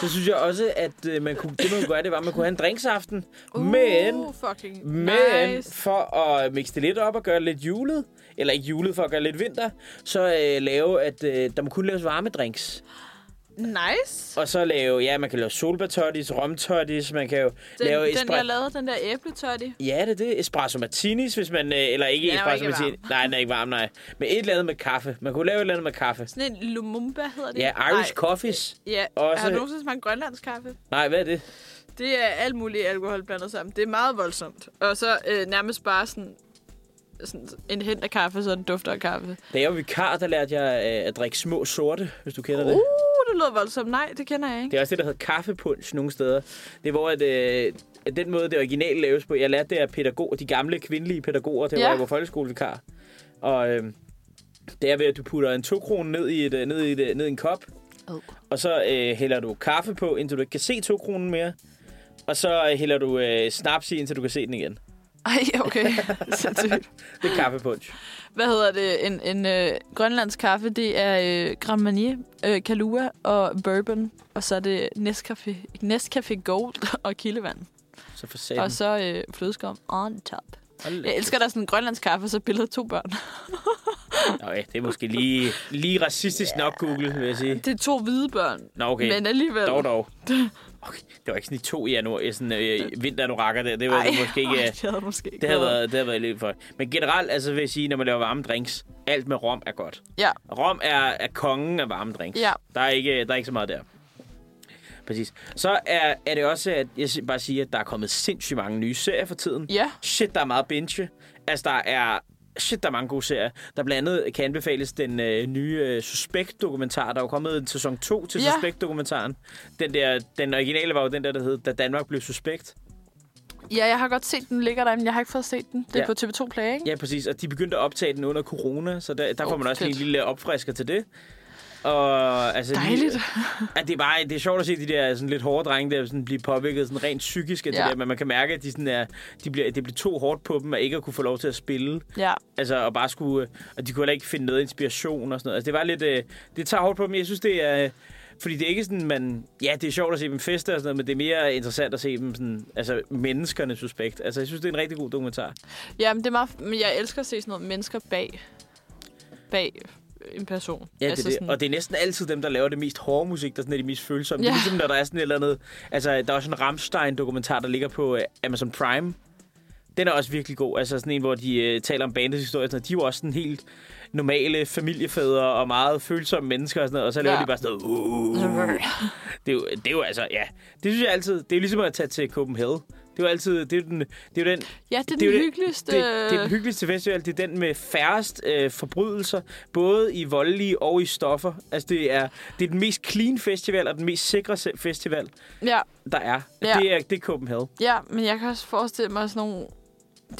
[SPEAKER 2] Så synes jeg også, at øh, man kunne, det man kunne gøre, det var, at man kunne have en drinksaften. Uh. Men,
[SPEAKER 1] Uh, fucking
[SPEAKER 2] men
[SPEAKER 1] nice.
[SPEAKER 2] for at mixe det lidt op og gøre det lidt julet, eller ikke julet for at gøre det lidt vinter, så øh, lave, at øh, der må kun laves varme drinks.
[SPEAKER 1] Nice.
[SPEAKER 2] Og så lave, ja, man kan lave solbatottis, romtottis, man kan jo
[SPEAKER 1] Den,
[SPEAKER 2] lave
[SPEAKER 1] den jeg lavede, den der æbletørti.
[SPEAKER 2] Ja, det er det. Espresso martinis, hvis man... øh, Eller ikke
[SPEAKER 1] Den er jo
[SPEAKER 2] espresso
[SPEAKER 1] ikke
[SPEAKER 2] martini. Nej, den er ikke varm, nej. Men et eller andet med kaffe. Man kunne lave et eller andet med kaffe.
[SPEAKER 1] Sådan en Lumumba hedder det.
[SPEAKER 2] Ja, Irish
[SPEAKER 1] Nej.
[SPEAKER 2] coffees.
[SPEAKER 1] Ja,
[SPEAKER 2] Også-
[SPEAKER 1] har du nogensinde smagt grønlandsk kaffe?
[SPEAKER 2] Nej, hvad er det?
[SPEAKER 1] Det er alt muligt alkohol blandet sammen. Det er meget voldsomt. Og så øh, nærmest bare sådan, sådan en hint af kaffe, så den dufter af kaffe.
[SPEAKER 2] Da jeg var vikar, der lærte jeg øh, at drikke små sorte, hvis du kender
[SPEAKER 1] Uh,
[SPEAKER 2] det.
[SPEAKER 1] det lyder voldsomt. Nej, det kender jeg ikke.
[SPEAKER 2] Det er også det, der hedder kaffepunch nogle steder. Det er, hvor at, øh, at den måde, det originale laves på. Jeg lærte det af pædagog, de gamle kvindelige pædagoger, der
[SPEAKER 1] Ja.
[SPEAKER 2] ja. var jeg var folkeskolevikar. Og øh, det er ved, at du putter en 2 kroner ned i, et, øh, ned i, et, øh, ned i en kop.
[SPEAKER 1] Åh.
[SPEAKER 2] Og så øh, hælder du kaffe på, indtil du ikke kan se 2 kronen mere. Og så øh, hælder du øh, snaps i, indtil du kan se den igen.
[SPEAKER 1] Ej, okay. Sindssygt.
[SPEAKER 2] Det er kaffepunch.
[SPEAKER 1] Hvad hedder det? En, en øh, grønlandsk kaffe, det er øh, Grand Marnier, øh, Kahlua og bourbon. Og så er det Nescafé, Nescafé Gold og kildevand.
[SPEAKER 2] Så for
[SPEAKER 1] Og
[SPEAKER 2] satan.
[SPEAKER 1] så øh, flødeskum on top.
[SPEAKER 2] Hold da
[SPEAKER 1] Jeg elsker, at der er sådan en grønlandsk kaffe, og så billeder to børn.
[SPEAKER 2] kæft. Nå, ja, det er måske lige, lige racistisk nok, Google, vil jeg sige.
[SPEAKER 1] Det er to hvide børn,
[SPEAKER 2] Nå, okay.
[SPEAKER 1] men alligevel.
[SPEAKER 2] Dog, dog. Okay, det var ikke sådan i 2 januar, eh, sådan øh, vinternurakker der. Det var det måske ikke...
[SPEAKER 1] Ej,
[SPEAKER 2] øh,
[SPEAKER 1] det havde måske ikke
[SPEAKER 2] Det havde, været, det havde været lidt for. Men generelt, altså vil jeg sige, når man laver varme drinks, alt med rom er godt.
[SPEAKER 1] Ja,
[SPEAKER 2] Rom er, er kongen af varme drinks.
[SPEAKER 1] Ja.
[SPEAKER 2] Der, er ikke, der er ikke så meget der. Præcis. Så er, er det også, at jeg si- bare siger, at der er kommet sindssygt mange nye serier for tiden.
[SPEAKER 1] Ja.
[SPEAKER 2] Shit, der er meget binge. Altså, der er Shit, der er mange gode serier. Der blandt andet kan anbefales den øh, nye øh, Suspekt-dokumentar. Der er jo kommet en sæson 2 til
[SPEAKER 1] Ja.
[SPEAKER 2] ja. Suspekt-dokumentaren. Den, der, den originale var jo den der, der hed Da Danmark blev suspekt.
[SPEAKER 1] ja, jeg har godt set den ligger der, men jeg har ikke fået set den. Det er
[SPEAKER 2] Ja.
[SPEAKER 1] på TV2 Play, ikke?
[SPEAKER 2] Ja, præcis. Og de begyndte at optage den under corona, så der, der
[SPEAKER 1] Åh,
[SPEAKER 2] får man også lige en
[SPEAKER 1] fedt.
[SPEAKER 2] lille opfrisker til det. Og, altså,
[SPEAKER 1] Dejligt.
[SPEAKER 2] at det, er bare, det er sjovt at se de der sådan lidt hårde drenge, der sådan bliver påvirket sådan rent psykisk af
[SPEAKER 1] Ja.
[SPEAKER 2] det der, men man kan mærke, at de sådan er, de bliver, det bliver to hårdt på dem, at ikke at kunne få lov til at spille.
[SPEAKER 1] Ja.
[SPEAKER 2] Altså, og bare skulle, øh, og de kunne heller ikke finde noget inspiration og sådan noget. Altså, det var lidt, øh, det tager hårdt på dem. Jeg synes, det er, øh, fordi det er ikke sådan, man, ja, det er sjovt at se dem feste og sådan noget, men det er mere interessant at se dem sådan, altså menneskerne suspekt. Altså, jeg synes, det er en rigtig god dokumentar.
[SPEAKER 1] ja, men det er meget... Men jeg elsker at se sådan noget mennesker bag... Bag en person.
[SPEAKER 2] Ja,
[SPEAKER 1] altså
[SPEAKER 2] altså det, er
[SPEAKER 1] sådan,
[SPEAKER 2] det. og det er næsten altid dem, der laver det mest hårde musik, der sådan er de mest følsomme. Ja.
[SPEAKER 1] Ja.
[SPEAKER 2] Det er ligesom, når der er sådan et eller andet... Altså, der er også en Ramstein-dokumentar, der ligger på øh, Amazon Prime. Den er også virkelig god. Altså sådan en, hvor de øh, taler om bandets historie. og Sådan, noget. de er jo også sådan helt normale familiefædre og meget følsomme mennesker og sådan noget. Og så laver
[SPEAKER 1] Ja.
[SPEAKER 2] ja. de bare sådan noget... Uh. Det, er jo, det er jo altså, ja. Det synes jeg altid... Det er jo ligesom at tage til Copenhagen. Det er jo altid... Det er jo den, det er jo den
[SPEAKER 1] Ja, det er
[SPEAKER 2] det er
[SPEAKER 1] den
[SPEAKER 2] jo det-
[SPEAKER 1] hyggeligste...
[SPEAKER 2] det, det er den hyggeligste festival. Det er den med færrest øh, forbrydelser, både i voldelige og i stoffer. Altså, det er, det er den mest clean festival og den mest sikre se- festival,
[SPEAKER 1] Ja,
[SPEAKER 2] der er.
[SPEAKER 1] Ja.
[SPEAKER 2] Ja. Det er, det er Copenhagen.
[SPEAKER 1] ja, men jeg kan også forestille mig sådan nogle...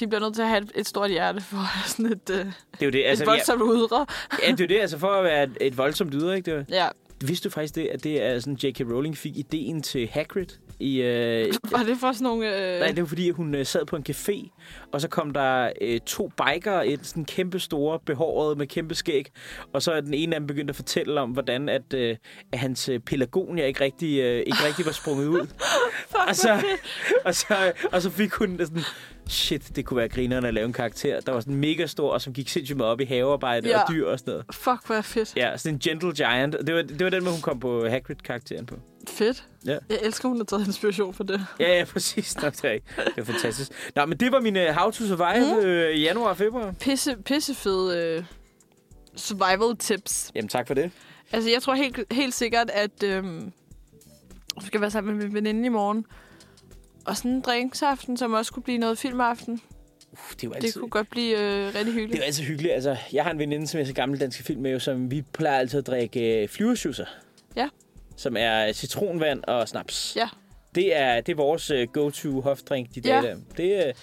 [SPEAKER 1] De bliver nødt til at have et, et stort hjerte for at have sådan et, øh,
[SPEAKER 2] Det er jo det.
[SPEAKER 1] altså,
[SPEAKER 2] Altså,
[SPEAKER 1] et voldsomt ja. udre.
[SPEAKER 2] ja, ja, det er jo det, altså for at være et, et voldsomt yder, ikke? Det er,
[SPEAKER 1] Ja,
[SPEAKER 2] vidste du faktisk det, at det er sådan, J.K. Rowling fik ideen til Hagrid i... Øh,
[SPEAKER 1] var det for sådan nogle... Øh,
[SPEAKER 2] Nej, det var fordi, at hun øh, sad på en café, og så kom der øh, to bikere ind, sådan kæmpe store, behåret med kæmpe skæg. Og så er den ene af dem begyndt at fortælle om, hvordan at, øh, at hans øh, pelagonia ikke rigtig, øh, ikke rigtig var sprunget ud. og, så, og, så, øh, og så fik hun sådan, shit, det kunne være grineren at lave en karakter, der var sådan mega stor, og som gik sindssygt meget op i havearbejde
[SPEAKER 1] Ja.
[SPEAKER 2] og dyr og sådan noget.
[SPEAKER 1] Fuck, hvor er fedt.
[SPEAKER 2] Ja, sådan en gentle giant. Det var, det var den, hvor hun kom på Hagrid-karakteren på.
[SPEAKER 1] Fedt.
[SPEAKER 2] Ja.
[SPEAKER 1] Jeg elsker, hun har taget inspiration for det.
[SPEAKER 2] Ja, ja, præcis. Nå, det, er, ikke- det er fantastisk. Nå, men det var min uh, How to Survive
[SPEAKER 1] Mhm.
[SPEAKER 2] mm. øh, i januar og februar.
[SPEAKER 1] Pisse, pissefed øh, survival tips.
[SPEAKER 2] Jamen, tak for det.
[SPEAKER 1] Altså, jeg tror helt, helt sikkert, at øh, jeg skal være sammen med min veninde i morgen. Og sådan en drinksaften, som også kunne blive noget filmaften.
[SPEAKER 2] Puh, det er jo altid,
[SPEAKER 1] Det kunne godt blive øh, rigtig
[SPEAKER 2] det er
[SPEAKER 1] hyggeligt.
[SPEAKER 2] jo altid hyggeligt. Altså, jeg har en veninde, som jeg ser gamle danske film med, jo, som vi plejer altid at drikke øh, flyverschusser.
[SPEAKER 1] Ja.
[SPEAKER 2] Som er citronvand og snaps.
[SPEAKER 1] Ja.
[SPEAKER 2] Det er, det er vores øh, go-to hofdrink de
[SPEAKER 1] Ja.
[SPEAKER 2] dage der. Det, øh, det,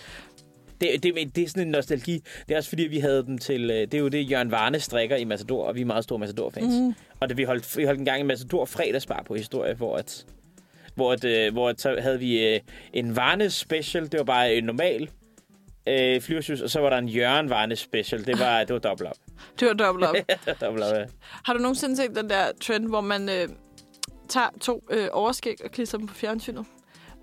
[SPEAKER 2] det, det, det er sådan en nostalgi. Det er også fordi, at vi havde dem til... øh, Det er jo det, Jørgen Varne strikker i Matador,
[SPEAKER 1] Mhm. Mm-hmm.
[SPEAKER 2] og vi er meget store Matador-fans. Mm. Og da vi holdt, vi holdt en gang en Matador fredagsbar på historie, hvor at... hvor, at, øh, hvor at, så havde vi øh, en Varnes special, det var bare en normal øh, flyversus, og så var der en Jørgen Varnes special, det var, det var dobbelt op.
[SPEAKER 1] Det var dobbelt op.
[SPEAKER 2] Det var dobbelt op, ja.
[SPEAKER 1] Har du nogensinde set den der trend, hvor man øh, tager to øh, overskæg og klister dem på fjernsynet?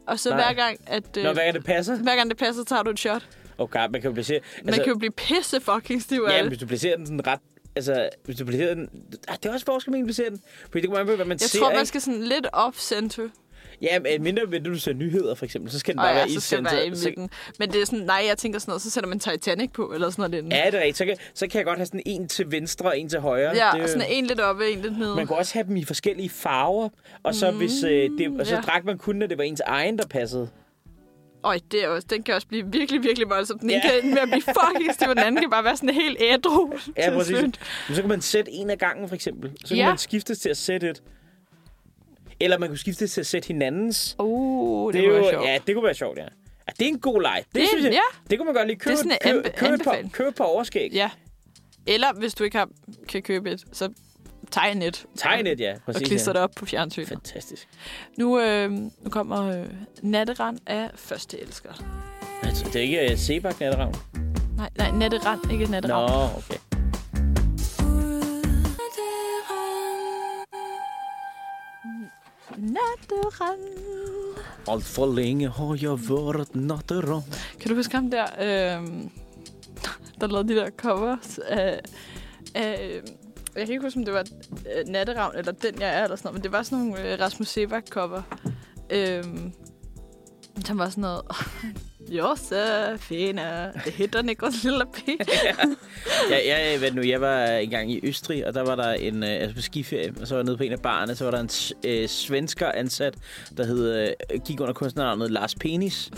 [SPEAKER 1] Og så
[SPEAKER 2] Nej.
[SPEAKER 1] hver gang, at, øh,
[SPEAKER 2] Nå, hvad er det passer?
[SPEAKER 1] hver gang det passer, tager du et shot. Man
[SPEAKER 2] Okay, man kan jo placere... altså-
[SPEAKER 1] kan jo blive pisse fucking stiv af
[SPEAKER 2] Ja, men
[SPEAKER 1] det.
[SPEAKER 2] hvis du placerer den sådan ret... Altså, hvis du placerer den... Ah, det er også forskel, man placerer den. Fordi det kommer an på, hvad man
[SPEAKER 1] Jeg
[SPEAKER 2] ser,
[SPEAKER 1] tror,
[SPEAKER 2] ikke?
[SPEAKER 1] man skal sådan lidt off-center.
[SPEAKER 2] Ja, men mindre hvis du ser nyheder, for eksempel, så skal den
[SPEAKER 1] Og
[SPEAKER 2] bare være
[SPEAKER 1] ja,
[SPEAKER 2] i Altså-
[SPEAKER 1] så altså, skal det
[SPEAKER 2] centret.
[SPEAKER 1] være i
[SPEAKER 2] Så-
[SPEAKER 1] midten. Men det er sådan, nej, jeg tænker sådan noget, så sætter man Titanic på, eller sådan noget. Lidt.
[SPEAKER 2] Ja, det er rigtigt. Så kan, så kan jeg godt have sådan en til venstre og en til højre.
[SPEAKER 1] ja
[SPEAKER 2] det,
[SPEAKER 1] og sådan en lidt oppe, en lidt nede.
[SPEAKER 2] Man kunne også have dem i forskellige farver, og så, hvis, øh, det, og
[SPEAKER 1] Mm, ja.
[SPEAKER 2] så ja. drak man kun, når det var ens egen, der passede.
[SPEAKER 1] Øj, det er også, den kan også blive virkelig, virkelig voldsom. Den ene
[SPEAKER 2] Ja.
[SPEAKER 1] kan ende med at blive fucking stiv, og den anden kan bare være sådan helt ædru.
[SPEAKER 2] Ja,
[SPEAKER 1] til
[SPEAKER 2] præcis.
[SPEAKER 1] slut.
[SPEAKER 2] Men så kunne man sætte en af gangen, for eksempel. Så kunne
[SPEAKER 1] Ja.
[SPEAKER 2] man skiftes til at sætte et. Eller man kunne skiftes til at sætte hinandens.
[SPEAKER 1] Uh, det,
[SPEAKER 2] Det,
[SPEAKER 1] det
[SPEAKER 2] er
[SPEAKER 1] var
[SPEAKER 2] jo,
[SPEAKER 1] sjovt.
[SPEAKER 2] Ja, det kunne være sjovt, ja. ja det er en god leg. Det,
[SPEAKER 1] Det er-
[SPEAKER 2] synes jeg,
[SPEAKER 1] ja.
[SPEAKER 2] det kunne man godt lige købe,
[SPEAKER 1] sådan en
[SPEAKER 2] købe,
[SPEAKER 1] anbe-
[SPEAKER 2] købe, et par,
[SPEAKER 1] anbefaling.
[SPEAKER 2] købe et par overskæg. Ja.
[SPEAKER 1] Ja. Eller hvis du ikke har, kan købe et, så tegn et.
[SPEAKER 2] Tegnet, ja. Præcis,
[SPEAKER 1] Og klister
[SPEAKER 2] ja.
[SPEAKER 1] det op på fjernsynet.
[SPEAKER 2] Fantastisk.
[SPEAKER 1] Nu, øh, nu kommer øh, Natterand af første elsker.
[SPEAKER 2] Altså, det er ikke uh, Sebak natteravn.
[SPEAKER 1] Nej, nej, Natterand, ikke
[SPEAKER 2] Nå,
[SPEAKER 1] Natterand.
[SPEAKER 2] okay.
[SPEAKER 1] Natterand.
[SPEAKER 2] Alt for længe har jeg været natteravn.
[SPEAKER 1] Kan du huske ham der, øh, der lavede de der covers af... af øh, jeg kan ikke huske, om det var øh, Natteravn, eller Den Jeg Er, eller sådan noget, men det var sådan nogle øh, Rasmus Sebak-cover. Øh, som var sådan noget... Josefina, det hedder Nikos lille pige.
[SPEAKER 2] Ja, jeg, ved nu, jeg var engang i Østrig, og der var der en, øh, altså på skiferie, og så var jeg nede på en af barerne, så var der en s- øh, svensker ansat, der hed, øh, gik under kunstnernavnet Lars Penis.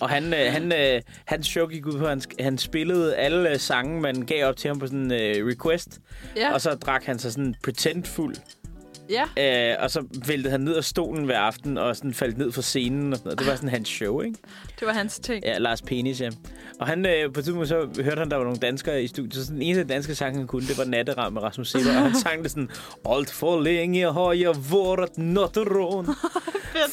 [SPEAKER 2] og han, øh, han, øh, hans show gik ud på, at han, sk- han spillede alle øh, sange, man gav op til ham på sådan en øh, request,
[SPEAKER 1] Ja,
[SPEAKER 2] og så drak han sig sådan pretend fuld,
[SPEAKER 1] ja.
[SPEAKER 2] øh, og så væltede han ned af stolen hver aften, og sådan faldt ned fra scenen, og sådan noget. det var sådan hans show, ikke?
[SPEAKER 1] Det var hans ting.
[SPEAKER 2] Ja, Lars Penis, ja. Og han, øh, på et tidspunkt så hørte han, der var nogle danskere i studiet, så sådan, den eneste danske sang, han kunne, det var Natteram med Rasmus Sebber, og han sang det sådan, Alt for længe har jeg været natteron,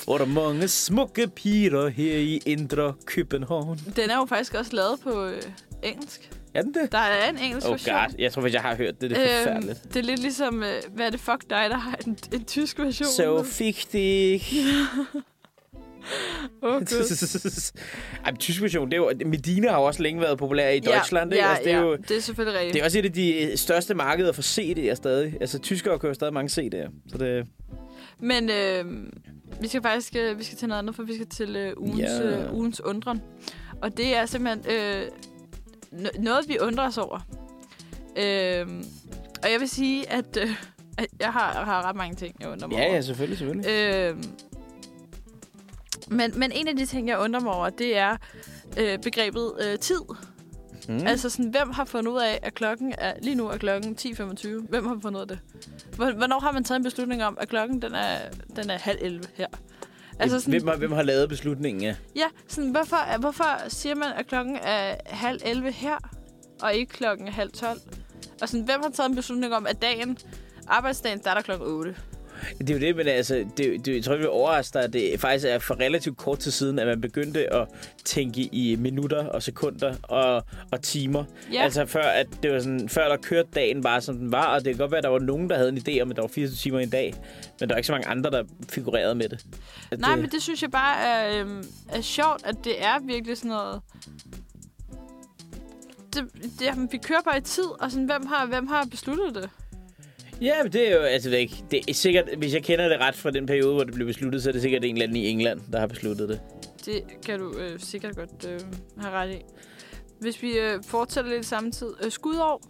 [SPEAKER 2] for mange smukke piger her i Indre København.
[SPEAKER 1] Den er jo faktisk også lavet på øh, engelsk.
[SPEAKER 2] Er den det?
[SPEAKER 1] Der er Øhm, en engelsk
[SPEAKER 2] Oh
[SPEAKER 1] version.
[SPEAKER 2] god, jeg tror faktisk, jeg har hørt det, det er forfærdeligt.
[SPEAKER 1] det er lidt ligesom, øh, hvad er det fuck dig, der har en, en tysk version.
[SPEAKER 2] Så fik det
[SPEAKER 1] Åh, Gud.
[SPEAKER 2] Ej, men tysk version, det er jo... Medina har jo også længe været populær i Deutschland,
[SPEAKER 1] ja,
[SPEAKER 2] ikke?
[SPEAKER 1] ja,
[SPEAKER 2] Altså, det er
[SPEAKER 1] ja.
[SPEAKER 2] jo...
[SPEAKER 1] det er selvfølgelig rigtigt.
[SPEAKER 2] Det er også et af de øh, største markeder for CD'er stadig. Altså, tyskere kører stadig mange CD'er. Så det,
[SPEAKER 1] Men øh, vi skal faktisk øh, vi skal til noget andet, for vi skal til øh, ugens,
[SPEAKER 2] Ja.
[SPEAKER 1] øh, ugens undren. Og det er simpelthen øh, no- noget, vi undrer os over. Øh, og jeg vil sige, at, øh, at jeg har, har ret mange ting, jeg undrer mig over.
[SPEAKER 2] ja, ja, selvfølgelig, selvfølgelig.
[SPEAKER 1] Øh, men, men en af de ting, jeg undrer mig over, det er øh, begrebet øh, tid. Mm. Altså sådan, hvem har fundet ud af, at klokken er, lige nu er klokken 10.25? Hvem har fundet ud af det? Hvor- Hvornår har man taget en beslutning om, at klokken den er, den er halv 11 her? Altså sådan,
[SPEAKER 2] hvem, har, hvem har lavet beslutningen? Ja?
[SPEAKER 1] ja, sådan hvorfor, hvorfor siger man, at klokken er halv 11 her, og ikke klokken er halv 12? Og sådan, hvem har taget en beslutning om, at dagen, arbejdsdagen starter klokken 8?
[SPEAKER 2] Det er jo det, men altså, det, det, jeg tror, vi overrasker dig, at det faktisk er for relativt kort tid siden, at man begyndte at tænke i minutter og sekunder og, og timer.
[SPEAKER 1] Ja.
[SPEAKER 2] Altså før, at det var sådan, før der kørte dagen bare, som den var, og det kan godt være, at der var nogen, der havde en idé om, at der var 24 timer i en dag, men der var ikke så mange andre, der figurerede med det. At
[SPEAKER 1] Nej,
[SPEAKER 2] det-
[SPEAKER 1] men det synes jeg bare er, øhm, er sjovt, at det er virkelig sådan noget... Det, det, jamen, vi kører bare i tid, og sådan, hvem har, hvem har besluttet det?
[SPEAKER 2] Ja, men det er jo altså væk. Det er sikkert, hvis jeg kender det ret fra den periode, hvor det blev besluttet, så er det sikkert en eller anden i England, der har besluttet det.
[SPEAKER 1] Det kan du øh, sikkert godt øh, have ret i. Hvis vi øh, fortsætter lidt samtidig. Øh, skudår.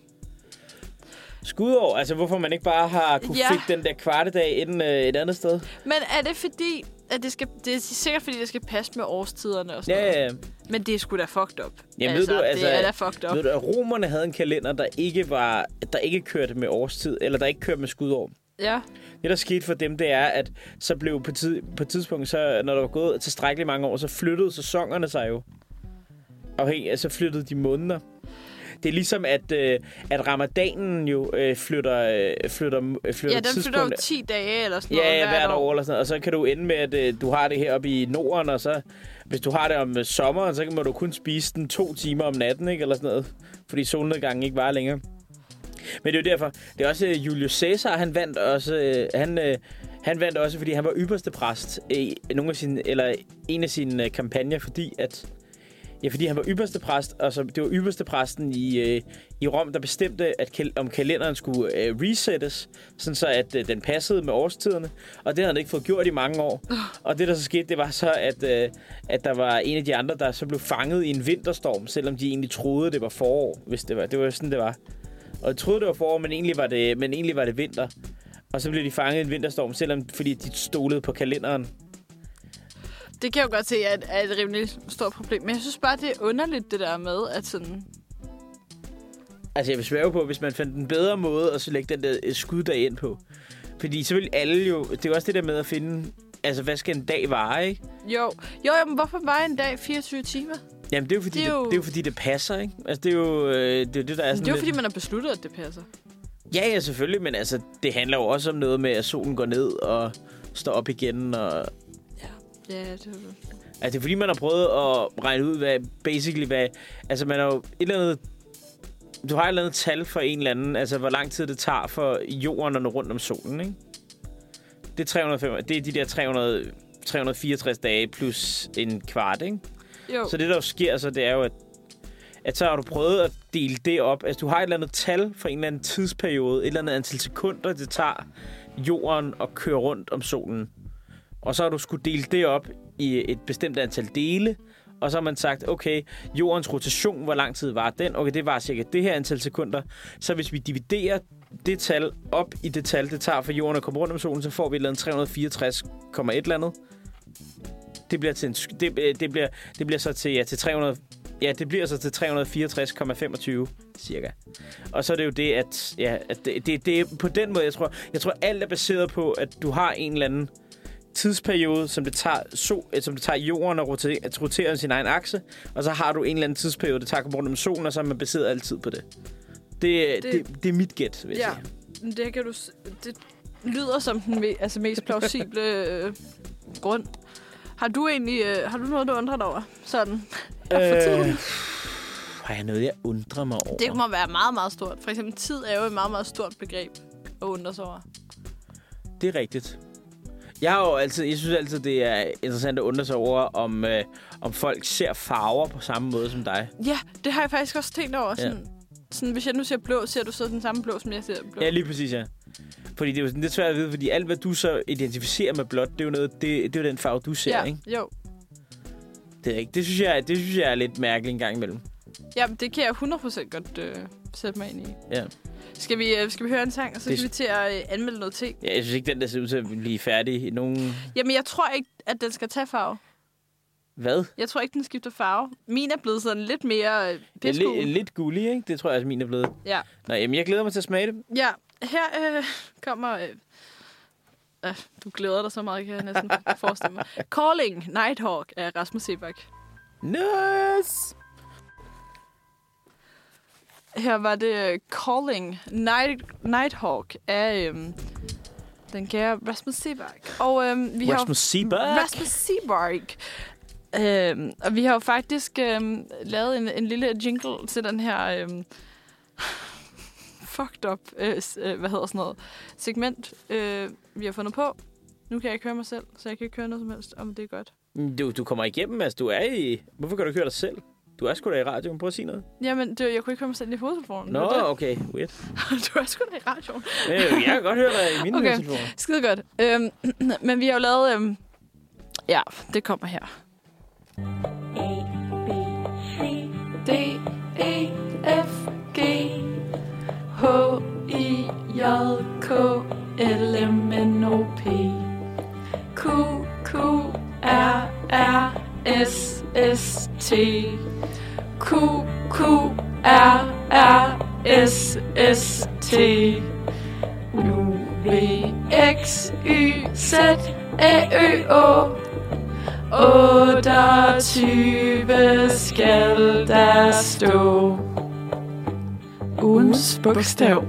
[SPEAKER 2] Skudår, altså hvorfor man ikke bare har kunne
[SPEAKER 1] Ja.
[SPEAKER 2] ja. fik den der kvartedag inden øh, et andet sted?
[SPEAKER 1] Men er det fordi, at det skal... Det er sikkert fordi, det skal passe med årstiderne og sådan
[SPEAKER 2] Ja,
[SPEAKER 1] noget.
[SPEAKER 2] ja.
[SPEAKER 1] Men det er sgu da fucked up.
[SPEAKER 2] Jamen, ved du, altså,
[SPEAKER 1] det er da fucked up.
[SPEAKER 2] Ved du, at romerne havde en kalender, der ikke, var, der ikke kørte med årstid, eller der ikke kørte med skudår.
[SPEAKER 1] Ja.
[SPEAKER 2] Det, der skete for dem, det er, at så blev på, tid, på et tidspunkt, så, når der var gået tilstrækkeligt mange år, så flyttede sæsonerne sig jo. Afhængig, altså flyttede de måneder. Det er ligesom, at, øh, at ramadanen jo øh, flytter, øh, flytter, øh, flytter
[SPEAKER 1] Ja, den flytter jo
[SPEAKER 2] tidspunkt-
[SPEAKER 1] 10 dage eller sådan noget
[SPEAKER 2] Ja, ja, hvert år eller sådan noget. Og så kan du ende med, at øh, du har det heroppe i Norden, og så hvis du har det om øh, sommeren, så må du kun spise den to timer om natten, ikke? Eller sådan noget. Fordi solnedgangen ikke varer længere. Men det er jo derfor. Det er også øh, Julius Caesar, han vandt også, øh, han, øh, han vandt også, fordi han var ypperste præst i nogle af sine, eller en af sine øh, kampagner, fordi at Ja, fordi han var ypperste præst, og så det var ypperste præsten i, øh, i Rom, der bestemte, at kal- om kalenderen skulle øh, resettes, sådan så at øh, den passede med årstiderne, og det havde han ikke fået gjort i mange år. Og det, der så skete, det var så, at, øh, at der var en af de andre, der så blev fanget i en vinterstorm, selvom de egentlig troede, det var forår, hvis det var. Det var jo sådan, det var. Og de troede, det var forår, men egentlig var det, men egentlig var det vinter. Og så blev de fanget i en vinterstorm, selvom fordi de stolede på kalenderen.
[SPEAKER 1] Det kan jeg jo godt se, at, at det er et rimelig stort problem. Men jeg synes bare, det er underligt, det der med, at sådan...
[SPEAKER 2] Altså, jeg vil svære på, hvis man fandt en bedre måde at så lægge den der øh, skuddag ind på. Fordi så vil alle jo... Det er jo også det der med at finde... Altså, hvad skal en dag vare, ikke?
[SPEAKER 1] Jo, jo, jamen, hvorfor bare en dag 24 timer?
[SPEAKER 2] Jamen, det er jo fordi,
[SPEAKER 1] Det
[SPEAKER 2] det
[SPEAKER 1] er
[SPEAKER 2] er
[SPEAKER 1] jo-
[SPEAKER 2] Det, det, er jo fordi, det passer, ikke? Altså, det er jo øh, det, er jo det der er sådan
[SPEAKER 1] Det er jo,
[SPEAKER 2] lidt-
[SPEAKER 1] fordi man har besluttet, at det passer.
[SPEAKER 2] Ja, ja, selvfølgelig, men altså, det handler jo også om noget med, at solen går ned og står op igen. Og... Altså,
[SPEAKER 1] Ja, det er jo...
[SPEAKER 2] det er fordi, man har prøvet at regne ud, hvad basically, hvad... Altså, man har jo et eller andet... Du har et eller andet tal for en eller anden, altså hvor lang tid det tager for jorden at nå rundt om solen, ikke? Det er, 305, det er de der 300, 364 dage plus en kvart, ikke?
[SPEAKER 1] Jo,
[SPEAKER 2] Så det, der jo sker, så det er jo, at, at så har du prøvet at dele det op. Altså, du har et eller andet tal for en eller anden tidsperiode, et eller andet antal sekunder, det tager jorden at køre rundt om solen. Og så har du skulle dele det op i et bestemt antal dele, og så har man sagt, okay, jordens rotation, hvor lang tid var den? Okay, det var cirka det her antal sekunder. Så hvis vi dividerer det tal op i det tal, det tager for jorden at komme rundt om solen, så får vi et eller andet 364, et eller andet det bliver til en, sk- det, øh, det bliver det bliver så til ja til 300 ja det bliver så til 364,25 cirka. Og så er det jo det at ja at det, det, det er på den måde jeg tror jeg tror alt er baseret på at du har en eller anden tidsperiode som det tager so, øh, som det tager jorden at rotere, at rotere om sin egen akse og så har du en eller anden tidsperiode det tager at komme rundt om solen og så er man baseret altid på det. Det,
[SPEAKER 1] Det-
[SPEAKER 2] det, det, det er mit gæt, vil jeg
[SPEAKER 1] ja.
[SPEAKER 2] sige.
[SPEAKER 1] Men det kan du... s- Det lyder som den me- altså mest plausible øh, grund. Har du egentlig... Øh, har du noget, du undrer dig over? Sådan.
[SPEAKER 2] Øh, har jeg noget, jeg undrer mig over?
[SPEAKER 1] Det må være meget, meget stort. For eksempel tid er jo et meget, meget stort begreb at undre sig over.
[SPEAKER 2] Det er rigtigt. Jeg, har jo altid, jeg synes altid, det er interessant at undre sig over, om, øh, om folk ser farver på samme måde som dig.
[SPEAKER 1] Ja, det har jeg faktisk også tænkt over. Sådan, sådan, hvis jeg nu ser blå, ser du så den samme blå, som jeg ser blå?
[SPEAKER 2] Ja, lige præcis, ja. Fordi det er jo sådan lidt svært at vide, fordi alt, hvad du så identificerer med blåt, det er jo, noget, det, det er jo den farve, du ser, ja. ikke?
[SPEAKER 1] Jo.
[SPEAKER 2] Det, er ikke? Det, synes jeg, det synes jeg er lidt mærkeligt en gang imellem.
[SPEAKER 1] Jamen, det kan jeg 100% godt øh, sætte mig ind i.
[SPEAKER 2] Ja.
[SPEAKER 1] Skal vi, øh, skal vi høre en sang, og så
[SPEAKER 2] Det-
[SPEAKER 1] skal vi til at øh, anmelde noget te?
[SPEAKER 2] ja. Jeg synes ikke, den der ser ud til at blive færdig i nogen...
[SPEAKER 1] Jamen, jeg tror ikke, at den skal tage farve.
[SPEAKER 2] Hvad?
[SPEAKER 1] Jeg tror ikke, den skifter farve. Min er blevet sådan lidt mere øh,
[SPEAKER 2] Det er
[SPEAKER 1] pisgul.
[SPEAKER 2] li- lidt gullig, ikke? Det tror jeg også, min er blevet.
[SPEAKER 1] Ja.
[SPEAKER 2] Nå, jamen, jeg glæder mig til at smage det.
[SPEAKER 1] ja, her øh, kommer... Øh, øh, du glæder dig så meget, kan jeg næsten forestille mig. Calling Nighthawk af Rasmus Sebak.
[SPEAKER 2] Nice!
[SPEAKER 1] Her var det øh, Calling Night, Nighthawk af øhm, den kære Rasmus Sebak. Og øhm, vi
[SPEAKER 2] Rasmus
[SPEAKER 1] har
[SPEAKER 2] Seberg.
[SPEAKER 1] Rasmus Sebak. Øhm, og vi har jo faktisk øhm, lavet en, en lille jingle til den her øhm, fucked up, øh, s- øh, hvad hedder sådan noget, segment, øh, vi har fundet på. Nu kan jeg ikke høre mig selv, så jeg kan ikke høre noget som helst, om det er godt.
[SPEAKER 2] Mm, Du, du kommer igennem, altså du er i... Hvorfor kan du ikke høre dig selv? Du er sgu da i radioen. Prøv at sige noget.
[SPEAKER 1] Jamen, det, jeg kunne ikke høre mig selv i hovedtelefonen.
[SPEAKER 2] Nå,
[SPEAKER 1] Det var
[SPEAKER 2] okay. Weird.
[SPEAKER 1] det. Du er sgu da i radioen.
[SPEAKER 2] Øh, jeg kan godt høre dig i mine
[SPEAKER 1] Okay.
[SPEAKER 2] okay. telefoner.
[SPEAKER 1] Skide godt. Øhm, men vi har jo lavet... Øhm, ja, det kommer her.
[SPEAKER 3] D, E, F, G, H, I, J, K, L, M, N, O, P, Q, Q, R, R, S, S, T, Q, Q, R, R, S, S, T, U, V, X, Y, Z, A, Ø, Å, 28 skal der stå.
[SPEAKER 1] ugens bogstav.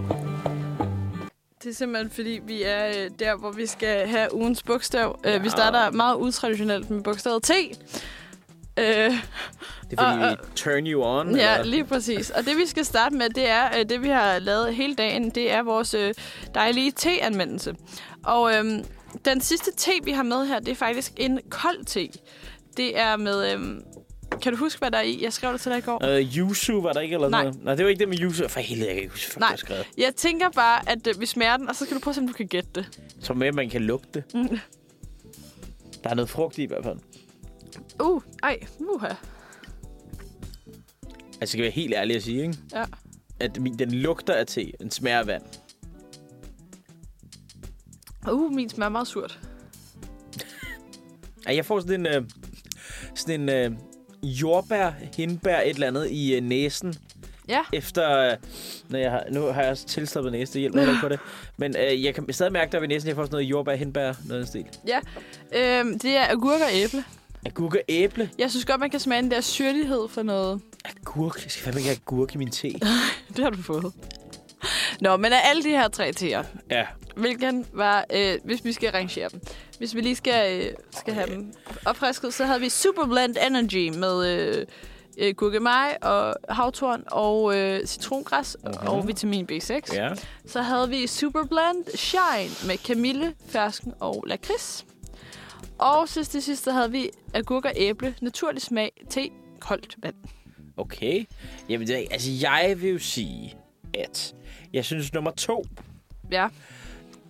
[SPEAKER 1] Det er simpelthen, fordi vi er øh, der, hvor vi skal have ugens bogstav. Ja. Vi starter meget utraditionelt med bogstavet T. Øh,
[SPEAKER 2] Det er fordi,
[SPEAKER 1] Og-
[SPEAKER 2] vi turn you on.
[SPEAKER 1] Ja,
[SPEAKER 2] eller?
[SPEAKER 1] lige præcis. Og det vi skal starte med, det er øh, det vi har lavet hele dagen, det er vores øh, dejlige teanmeldelse. Og øhm, den sidste te vi har med her, det er faktisk en kold te. Det er med øhm, kan du huske hvad der er i? Jeg skrev det til dig i går.
[SPEAKER 2] Øh, Yuzu var der ikke, eller
[SPEAKER 1] Nej.
[SPEAKER 2] sådan noget? Nej, det var ikke det med Yuzu. For helvede, jeg kan ikke huske, fuck,
[SPEAKER 1] Nej.
[SPEAKER 2] jeg har skrevet.
[SPEAKER 1] Jeg tænker bare at øh, vi smager den, og så skal du prøve at se om du kan gætte det.
[SPEAKER 2] Som med, at man kan lugte det. Mm. Der er noget frugt i, i hvert fald.
[SPEAKER 1] Uh, ej, uha.
[SPEAKER 2] Altså, skal jeg være helt ærlig at sige, ikke?
[SPEAKER 1] Ja.
[SPEAKER 2] At min- den lugter af te, den smager af vand.
[SPEAKER 1] Uh, min smager meget surt.
[SPEAKER 2] Ej, jeg får sådan en, øh, sådan en øh, jordbær, hindbær, et eller andet i øh, næsen.
[SPEAKER 1] Ja.
[SPEAKER 2] Efter, øh, når jeg har, nu har jeg også tilstoppet næse, det hjælper heller ikke på det. Men øh, jeg kan stadig mærke, der ved næsen, jeg får sådan noget jordbær, hindbær, noget af den stil.
[SPEAKER 1] Ja. Øhm, det er agurk og æble.
[SPEAKER 2] Agurk og æble.
[SPEAKER 1] Jeg synes godt man kan smage den der syrlighed for noget.
[SPEAKER 2] Agurk? Jeg skal fandme ikke have agurk i min te.
[SPEAKER 1] Det har du fået. Nå, men af alle de her tre teer,
[SPEAKER 2] ja.
[SPEAKER 1] Hvilken var, øh, hvis vi skal rangere dem. Hvis vi lige skal, øh, skal have dem opfrisket, så havde vi Super Blend Energy med øh, øh, gurkemeje og havtorn og øh, citrongræs okay. og vitamin B6.
[SPEAKER 2] Mhm. Ja.
[SPEAKER 1] Så havde vi Super Blend Shine med kamille, fersken og lakrids. Og sidst til sidst, så havde vi agurk og æble, naturlig smag, te, koldt vand.
[SPEAKER 2] Okay. Jamen, det, altså, jeg vil jo sige, at jeg synes, nummer to,
[SPEAKER 1] Ja,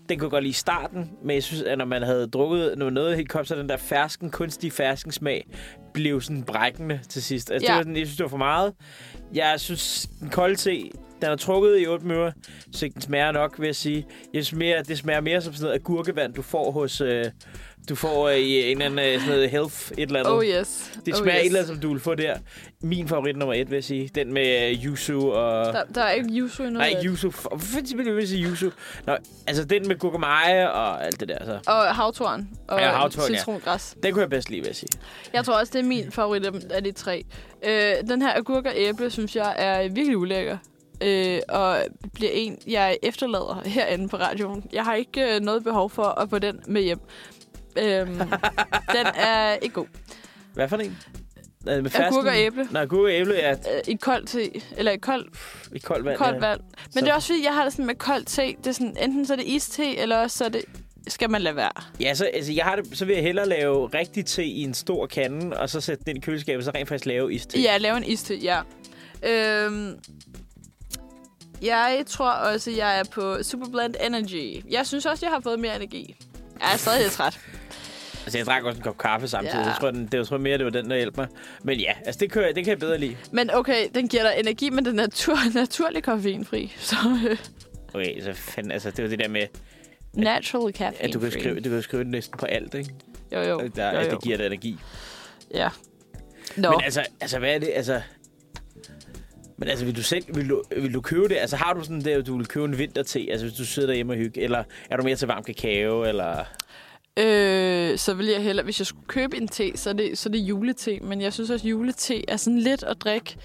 [SPEAKER 2] den kunne godt lide i starten, men jeg synes, at når man havde drukket noget, noget helt kom, så den der fersken, kunstige ferskensmag, blev sådan brækkende til sidst. Altså, ja.
[SPEAKER 1] Ja.
[SPEAKER 2] det var sådan, jeg synes, det var for meget. Jeg synes, den kolde te, den er trukket i 8 minutter, så den smager nok, vil jeg sige. Jeg synes mere, det smager mere som sådan noget agurkevand, du får hos... Øh, du får øh, i en eller anden øh, sådan noget health et eller andet.
[SPEAKER 1] oh yes.
[SPEAKER 2] Det
[SPEAKER 1] oh
[SPEAKER 2] smager oh, yes.
[SPEAKER 1] yes.
[SPEAKER 2] et eller andet, som du vil få der. Min favorit nummer et, vil jeg sige. Den med øh, yuzu og...
[SPEAKER 1] Der, der er ikke yuzu i noget.
[SPEAKER 2] Nej,
[SPEAKER 1] af det.
[SPEAKER 2] yuzu. For- Hvorfor fanden vil jeg sige yuzu? Nå, altså den med gurkemeje og alt det der, så.
[SPEAKER 1] Og havtorn. Og
[SPEAKER 2] Ja, havtorn, ja.
[SPEAKER 1] citrongræs.
[SPEAKER 2] Den kunne jeg bedst lide, vil jeg sige.
[SPEAKER 1] Jeg tror også, det er min favorit af dem- af de tre. Øh, den her agurk og æble, synes jeg, er virkelig ulækker. Øh, og bliver en, jeg efterlader herinde på radioen. Jeg har ikke øh, noget behov for at få den med hjem. Øhm, den er ikke god.
[SPEAKER 2] Hvad for en? Øh, Med
[SPEAKER 1] Agurk og æble.
[SPEAKER 2] Nå, agurk og æble er
[SPEAKER 1] Øh, I koldt te, eller i koldt
[SPEAKER 2] i koldt vand.
[SPEAKER 1] kold
[SPEAKER 2] ja.
[SPEAKER 1] vand. Men
[SPEAKER 2] Så-
[SPEAKER 1] det er også fordi, jeg har det sådan med koldt te. Det er sådan, enten så er det iste, eller også så er det, skal man lade være.
[SPEAKER 2] Ja, så, altså, jeg har det, så vil jeg hellere lave rigtig te i en stor kande, og så sætte den i køleskabet, og så rent faktisk lave iste.
[SPEAKER 1] Ja, lave en iste, ja. Øhm, jeg tror også, jeg er på Superblend Energy. Jeg synes også, jeg har fået mere energi. Jeg er stadig lidt træt.
[SPEAKER 2] Altså, jeg drak også en kop kaffe samtidig.
[SPEAKER 1] Ja.
[SPEAKER 2] Ja. Jeg tror, den, det var, tror jeg mere, det var den, der hjalp mig. Men ja, altså, det, kører, det kan jeg bedre lide.
[SPEAKER 1] Men okay, den giver dig energi, men den er natur- naturlig koffeinfri. Så øh,
[SPEAKER 2] Okay, så fanden, altså, det var det der med,
[SPEAKER 1] naturally caffeine
[SPEAKER 2] at du kan skrive, du kan skrive den næsten på alt, ikke?
[SPEAKER 1] Jo, jo.
[SPEAKER 2] Oh, der,
[SPEAKER 1] jo,
[SPEAKER 2] at
[SPEAKER 1] jo.
[SPEAKER 2] det giver dig energi.
[SPEAKER 1] Ja. Nå.
[SPEAKER 2] Men altså, altså, hvad er det? Altså, men altså, vil du selv vil du, vil du købe det? Altså, har du sådan det, at du vil købe en vinterte? Altså, hvis du sidder derhjemme og hygge, eller er du mere til varm kakao, eller...
[SPEAKER 1] Øh, så vil jeg hellere, hvis jeg skulle købe en te, så er det, så er det julete. Men jeg synes også, at julete er sådan lidt at drikke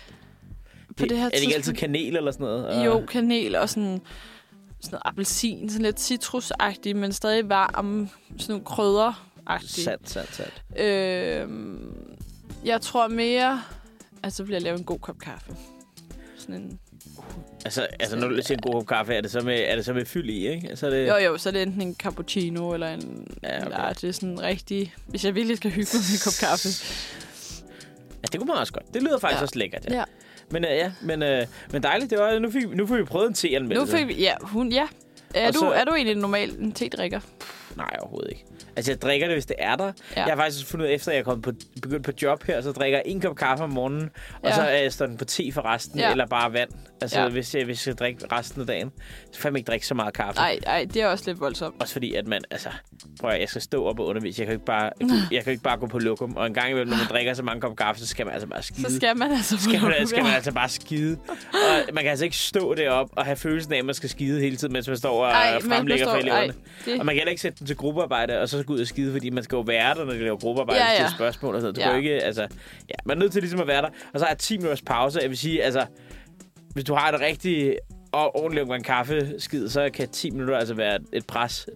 [SPEAKER 1] på det, her
[SPEAKER 2] er det ikke
[SPEAKER 1] tidspunkt.
[SPEAKER 2] altid kanel eller sådan noget? Ah, Og-
[SPEAKER 1] Jo, kanel og sådan, sådan noget appelsin, sådan lidt citrusagtig, men stadig varm, sådan nogle krydderagtig.
[SPEAKER 2] Sandt, sandt, sandt.
[SPEAKER 1] Øhm, jeg tror mere, at så vil jeg lave en god kop kaffe. Sådan en,
[SPEAKER 2] Altså, altså når du siger en god kop kaffe, er det så med, er det så med fyld i, ikke? Altså, er det...
[SPEAKER 1] jo jo, så er det enten en cappuccino eller en...
[SPEAKER 2] Ja, okay.
[SPEAKER 1] Nej, det er sådan rigtig... Hvis jeg virkelig skal hygge mig med en kop kaffe.
[SPEAKER 2] Altså, det kunne man også godt. Det lyder faktisk
[SPEAKER 1] Ja.
[SPEAKER 2] ja. også lækkert, ja.
[SPEAKER 1] Ja.
[SPEAKER 2] Men, øh, ja, men, øh, men dejligt, det var, nu, fik, nu får vi prøvet en
[SPEAKER 1] Nu
[SPEAKER 2] teanmeldelse.
[SPEAKER 1] fik vi... Ja, hun... Ja. Er,
[SPEAKER 2] Og
[SPEAKER 1] du,
[SPEAKER 2] så-
[SPEAKER 1] er du egentlig normalt en tedrikker?
[SPEAKER 2] Nej, overhovedet ikke. Altså, jeg drikker det, hvis det er der.
[SPEAKER 1] Ja.
[SPEAKER 2] Ja. Jeg har faktisk fundet ud af, efter jeg er kommet på, begyndt på job her, så drikker jeg en kop kaffe om morgenen, og
[SPEAKER 1] Ja.
[SPEAKER 2] så øh, står den på te for resten,
[SPEAKER 1] Ja.
[SPEAKER 2] ja. eller bare vand. Altså,
[SPEAKER 1] Ja.
[SPEAKER 2] ja. hvis, jeg, hvis jeg drikker resten af dagen, så får jeg ikke drikke så meget kaffe.
[SPEAKER 1] Nej, nej, det er også lidt voldsomt.
[SPEAKER 2] Også fordi, at man, altså, prøv at, høre, jeg skal stå op og undervise. Jeg kan jo ikke bare, jeg kan jo ikke bare gå på lokum. Og en gang imellem, når man drikker så mange kop kaffe, så skal man altså bare skide.
[SPEAKER 1] Så skal man altså... få
[SPEAKER 2] skal, man,
[SPEAKER 1] lov-
[SPEAKER 2] skal man altså bare skide. Og man kan altså ikke stå deroppe og have følelsen af, at man skal skide hele tiden, mens man står og
[SPEAKER 1] Ej,
[SPEAKER 2] Ej,
[SPEAKER 1] man
[SPEAKER 2] fremlægger
[SPEAKER 1] forstår-
[SPEAKER 2] for
[SPEAKER 1] ej,
[SPEAKER 2] eleverne.
[SPEAKER 1] det-
[SPEAKER 2] Og man kan heller ikke sætte den til gruppearbejde, og så gå ud og skide, fordi man skal jo være der, når de laver gruppearbejde,
[SPEAKER 1] Ja,
[SPEAKER 2] ja,
[SPEAKER 1] ja.
[SPEAKER 2] ja. til spørgsmål og sådan noget. Du
[SPEAKER 1] Ja.
[SPEAKER 2] ja. kan jo ikke, altså... Ja, man er nødt til ligesom at være der. Og så er 10 minutters pause, jeg vil sige, altså... hvis du har et rigtig og ordentligt omgang kaffe skid, så kan 10 minutter altså være et- et pres.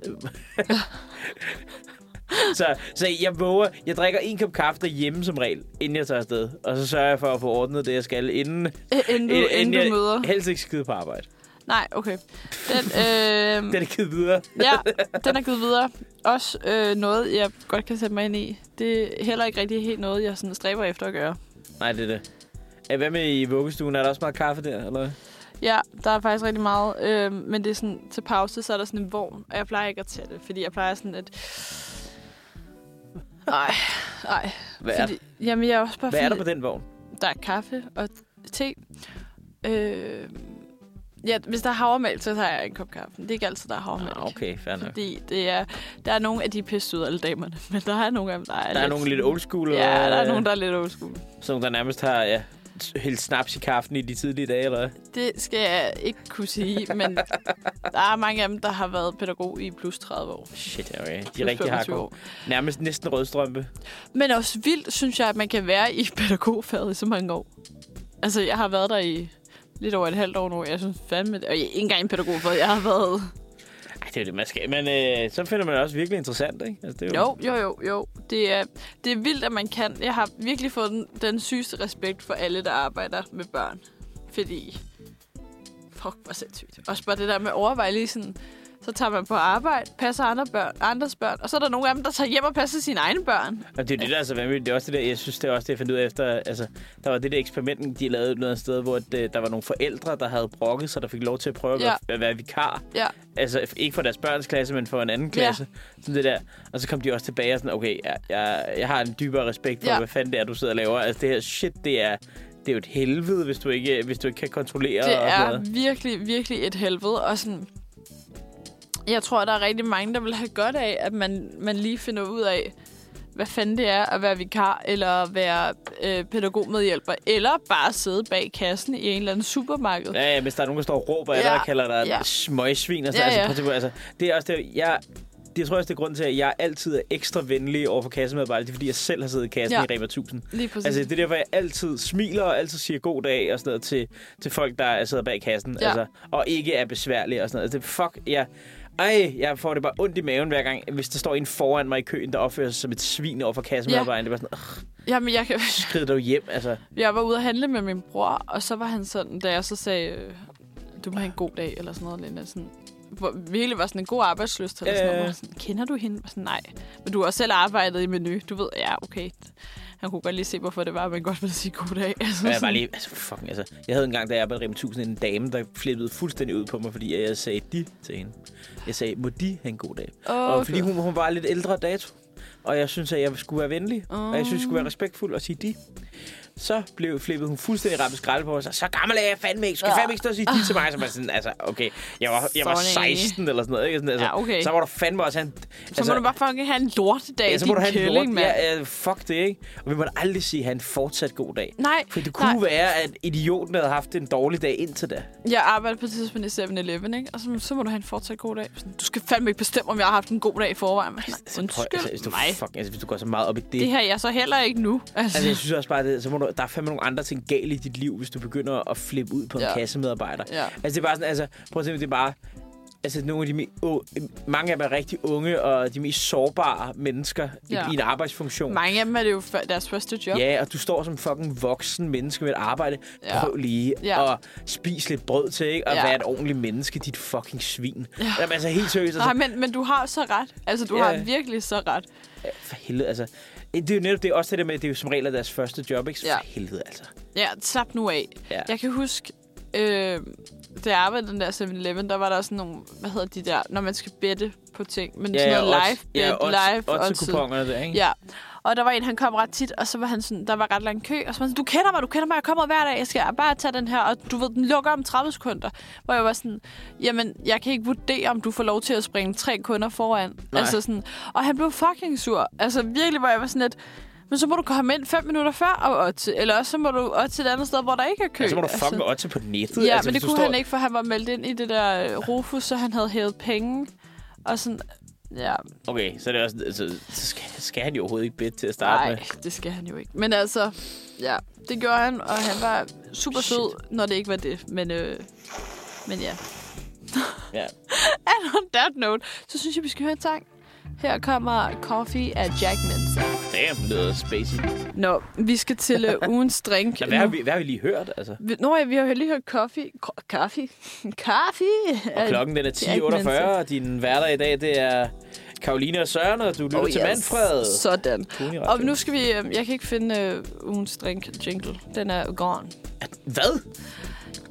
[SPEAKER 2] så, så jeg våger, jeg drikker en kop kaffe derhjemme som regel, inden jeg tager afsted. Og så sørger jeg for at få ordnet det, jeg skal, inden,
[SPEAKER 1] Inden du, inden
[SPEAKER 2] jeg
[SPEAKER 1] du Øh, møder.
[SPEAKER 2] helst ikke skide på arbejde.
[SPEAKER 1] Nej, okay. Den, øh,
[SPEAKER 2] Det er det givet videre.
[SPEAKER 1] ja, den er givet videre. Også øh, noget, jeg godt kan sætte mig ind i. Det er heller ikke rigtig helt noget, jeg sådan stræber efter at gøre.
[SPEAKER 2] Nej, det er det. Eh, Hvad med i vuggestuen? Er der også meget kaffe der, eller hvad?
[SPEAKER 1] Ja, der er faktisk rigtig meget. Øh, men det er sådan, til pause, så er der sådan en vogn, og jeg plejer ikke at tage det, fordi jeg plejer sådan at... Nej, nej.
[SPEAKER 2] Hvad er,
[SPEAKER 1] Fordi, jamen, jeg er også bare...
[SPEAKER 2] hvad er der
[SPEAKER 1] fordi-
[SPEAKER 2] på den vogn?
[SPEAKER 1] Der er kaffe og te. Øh, ja, hvis der er havremælk, så tager jeg en kop kaffe. Det er ikke altid, der er havremælk.
[SPEAKER 2] Ah, okay, fair nok.
[SPEAKER 1] Fordi det er, der er nogle af de pisse alle damerne, men der er nogle af dem, der er
[SPEAKER 2] Der er
[SPEAKER 1] lidt,
[SPEAKER 2] nogle lidt øh. old school,
[SPEAKER 1] Ja, der er nogle, der er lidt old school.
[SPEAKER 2] som der nærmest har ja, hældt snaps i kaffen i de tidlige dage, eller hvad?
[SPEAKER 1] Det skal jeg ikke kunne sige, men der er mange af dem, der har været pædagog i plus 30 år.
[SPEAKER 2] Shit, okay. De
[SPEAKER 1] Plus
[SPEAKER 2] er rigtig
[SPEAKER 1] 25
[SPEAKER 2] hardcore.
[SPEAKER 1] år.
[SPEAKER 2] Nærmest næsten rødstrømpe.
[SPEAKER 1] Men også vildt, synes jeg, at man kan være i pædagogfaget i så mange år. Altså, jeg har været der i lidt over et halvt år nu. Jeg synes fandme... Og jeg er ikke engang i pædagogfaget. Jeg har været
[SPEAKER 2] Ej, det er jo det, man skal. Men øh, så finder man det også virkelig interessant, ikke? Altså, det er
[SPEAKER 1] Jo, jo, jo, jo. Det er, det er vildt, at man kan. Jeg har virkelig fået den, den sygeste respekt for alle, der arbejder med børn. Fordi, fuck, hvor sindssygt. Også bare det der med at overveje lige sådan, så tager man på arbejde, passer andre børn, andres børn, og så er der nogle af dem, der tager hjem og passer sine egne børn.
[SPEAKER 2] Og det er jo det, der er så vanvittigt. Det er også det der, jeg synes, det er også det, jeg fandt ud af efter. Altså, der var det der eksperiment, de lavede et eller andet sted, hvor at, øh, der var nogle forældre, der havde brokket sig, der fik lov til at prøve at,
[SPEAKER 1] Ja.
[SPEAKER 2] være, at være vikar.
[SPEAKER 1] Ja,
[SPEAKER 2] Altså, ikke for deres børns klasse, men for en anden klasse. Ja. Sådan det der. Og så kom de også tilbage og sådan, okay, jeg, jeg, jeg har en dybere respekt for,
[SPEAKER 1] Ja.
[SPEAKER 2] ja. hvad fanden det er, du sidder og laver. Altså, det her shit, det er, det er jo et helvede, hvis du ikke, hvis du ikke kan kontrollere
[SPEAKER 1] det
[SPEAKER 2] og sådan
[SPEAKER 1] er
[SPEAKER 2] noget.
[SPEAKER 1] virkelig, virkelig et helvede. Og sådan, jeg tror, der er rigtig mange, der vil have godt af, at man, man lige finder ud af, hvad fanden det er at være vikar, eller være øh, pædagogmedhjælper, eller bare sidde bag kassen i en eller anden supermarked. Ja.
[SPEAKER 2] Ja, ja, hvis der er nogen, der står og råber af
[SPEAKER 1] Ja.
[SPEAKER 2] dig og kalder dig
[SPEAKER 1] Ja.
[SPEAKER 2] ja. smøgsvin. Og sådan,
[SPEAKER 1] Ja,
[SPEAKER 2] ja,
[SPEAKER 1] ja.
[SPEAKER 2] ja. Altså, prøv at tænke på, altså, det er også det, jeg... Det tror jeg også, det er grunden til, at jeg altid er ekstra venlig over for kassemedarbejdere. Det er, fordi jeg selv har siddet i kassen
[SPEAKER 1] Ja.
[SPEAKER 2] ja. i Rema 1000.
[SPEAKER 1] Lige præcis.
[SPEAKER 2] Altså, det er derfor, jeg altid smiler og altid siger god dag og sådan noget til, til folk, der er- sidder bag kassen.
[SPEAKER 1] Ja.
[SPEAKER 2] Ja. Altså, og ikke er besværlige og sådan noget. Altså, det, fuck, jeg... Ej, jeg får det bare ondt i maven hver gang, hvis der står en foran mig i køen, der opfører sig som et svin over for kassemedarbejderen. Ja. Det er bare sådan, "Ugh,
[SPEAKER 1] Jamen, jeg, kan,
[SPEAKER 2] skrid dig hjem, altså.
[SPEAKER 1] jeg var ude at handle med min bror, og så var han sådan, da jeg så sagde, øh, du må have en god dag, eller sådan noget, Linda, sådan, hvor virkelig var sådan en god arbejdsløst, eller sådan,
[SPEAKER 2] Ja, ja,
[SPEAKER 1] noget,
[SPEAKER 2] ja.
[SPEAKER 1] hvor jeg sådan, kender du hende? Jeg var Sådan, nej, men du har også selv arbejdet i menu, du ved, ja, okay. Han kunne godt lige se, hvorfor det var, at man godt ville sige god dag. Altså,
[SPEAKER 2] Og jeg var
[SPEAKER 1] sådan-
[SPEAKER 2] lige, altså fucking, altså. Jeg havde engang, da jeg arbejdede i Rema 1000, en dame, der flippede fuldstændig ud på mig, fordi jeg sagde de til hende. Jeg sagde, må de have en god dag?
[SPEAKER 1] Åh,
[SPEAKER 2] Og fordi hun, hun var lidt ældre dato, og jeg synes, at jeg skulle være venlig, oh. og jeg synes, jeg skulle være respektfuld og sige de. Så blev flippet hun fuldstændig ramt skrald på mig, og sagde, så gammel er jeg fandme ikke, skal
[SPEAKER 1] Ja.
[SPEAKER 2] fandme ikke stå og sige de til mig. Så var jeg sådan, altså, okay, jeg var, jeg var
[SPEAKER 1] Sorry.
[SPEAKER 2] 16 eller sådan noget, ikke? Sådan, altså,
[SPEAKER 1] Ja, okay.
[SPEAKER 2] Så var der fandme også han...
[SPEAKER 1] Så altså, må du bare fucking have en lortedag,
[SPEAKER 2] Ja, så må du
[SPEAKER 1] din
[SPEAKER 2] have en
[SPEAKER 1] kælling,
[SPEAKER 2] lort.
[SPEAKER 1] mand.
[SPEAKER 2] Ja, ja, fuck det, ikke? Og vi måtte aldrig sige, at han fortsat god dag.
[SPEAKER 1] Nej,
[SPEAKER 2] For det kunne
[SPEAKER 1] nej.
[SPEAKER 2] Nej. være, at idioten havde haft en dårlig dag indtil da.
[SPEAKER 1] Jeg arbejder på et tidspunkt i 7-Eleven, ikke? Og så, så må du have en fortsat god dag. Sådan, Du skal fandme ikke bestemme, om jeg har haft en god dag i forvejen. Man,
[SPEAKER 2] Altså, prøv-
[SPEAKER 1] undskyld
[SPEAKER 2] altså, hvis du,
[SPEAKER 1] mig.
[SPEAKER 2] fuck, altså, hvis du går så meget op i det.
[SPEAKER 1] Det her er jeg så heller ikke nu. Altså,
[SPEAKER 2] Altså, jeg synes også bare, at så må du, der er fandme nogle andre ting galt i dit liv, hvis du begynder at flippe ud på en
[SPEAKER 1] Ja.
[SPEAKER 2] kassemedarbejder.
[SPEAKER 1] Ja.
[SPEAKER 2] Altså, det er bare sådan, altså, prøv at se, det er bare... Altså, nogle af de me- oh, mange af dem er rigtig unge og de mest sårbare mennesker
[SPEAKER 1] Ja.
[SPEAKER 2] ja. i en arbejdsfunktion.
[SPEAKER 1] mange af dem er det jo før- deres første job.
[SPEAKER 2] Ja, og du står som fucking voksen menneske med et arbejde.
[SPEAKER 1] Ja.
[SPEAKER 2] Ja. Prøv lige
[SPEAKER 1] Ja.
[SPEAKER 2] ja. at spise lidt brød til, ikke? Og
[SPEAKER 1] Ja.
[SPEAKER 2] ja. være et ordentligt menneske, dit fucking svin. Ja. Jamen, altså, helt seriøst. Altså,
[SPEAKER 1] Nej, men, men du har så ret. Altså, du
[SPEAKER 2] Ja.
[SPEAKER 1] har virkelig så ret.
[SPEAKER 2] For helvede, altså. Det er jo netop det, også det der med, at det er jo som regel er deres første job, ikke? Så
[SPEAKER 1] Ja.
[SPEAKER 2] For helvede, altså.
[SPEAKER 1] Ja, slap nu af.
[SPEAKER 2] Ja.
[SPEAKER 1] Jeg kan huske, øh, da jeg arbejdede i den der 7-Eleven, der var der sådan nogle, hvad hedder de der, når man skal bette på ting. Men sådan noget
[SPEAKER 2] odds-
[SPEAKER 1] live bet, live
[SPEAKER 2] odds-
[SPEAKER 1] odds-
[SPEAKER 2] odds-kuponerne der, ikke?
[SPEAKER 1] Ja. Og der var en, han kom ret tit, og så var han sådan, der var ret lang kø, og så var han sådan, du kender mig, du kender mig, jeg kommer hver dag, jeg skal bare tage den her, og du ved, den lukker om 30 sekunder. Hvor jeg var sådan, jamen, jeg kan ikke vurdere, om du får lov til at springe tre kunder foran. Nej.
[SPEAKER 2] Nej.
[SPEAKER 1] Altså sådan, og han blev fucking sur. Altså virkelig, hvor jeg var sådan lidt, men så må du komme ind fem minutter før, og, og til, eller også så må du og til et andet sted, hvor der ikke er kø. Altså.
[SPEAKER 2] Ja, så må Altså, du fucking med odds på nettet.
[SPEAKER 1] Ja,
[SPEAKER 2] altså,
[SPEAKER 1] men
[SPEAKER 2] hvis
[SPEAKER 1] det
[SPEAKER 2] du
[SPEAKER 1] kunne
[SPEAKER 2] står-
[SPEAKER 1] han ikke, for han var meldt ind i det der øh, Rufus, så han havde hævet penge. Og sådan, ja,
[SPEAKER 2] Okay, så, er det også, altså, så skal, skal han jo overhovedet ikke bedt til at starte
[SPEAKER 1] Nej,
[SPEAKER 2] med.
[SPEAKER 1] det skal han jo ikke. Men altså, ja, det gjorde han, og han var super sød, når det ikke var det. Men, øh, men ja.
[SPEAKER 2] Ja.
[SPEAKER 1] And on that note, så synes jeg, vi skal høre en sang. Her kommer Coffee af Jack Manson.
[SPEAKER 2] Damn, det lyder spacey.
[SPEAKER 1] Nå, vi skal til øh, ugens drink.
[SPEAKER 2] Hvad har, vi, hvad har vi lige hørt, altså?
[SPEAKER 1] Vi- Nå, ja, vi har jo lige hørt coffee. Ko- Kaffe? Kaffe?
[SPEAKER 2] Og klokken den er
[SPEAKER 1] det er ikke mindst.
[SPEAKER 2] 10.48, og din hverdag i dag, det er Karoline og Søren, og du lytter oh, yes. til Manfred.
[SPEAKER 1] Sådan.
[SPEAKER 2] Tony Radio.
[SPEAKER 1] Og nu skal vi... Øh, jeg kan ikke finde øh, ugens drink jingle. Den er gone.
[SPEAKER 2] Hvad?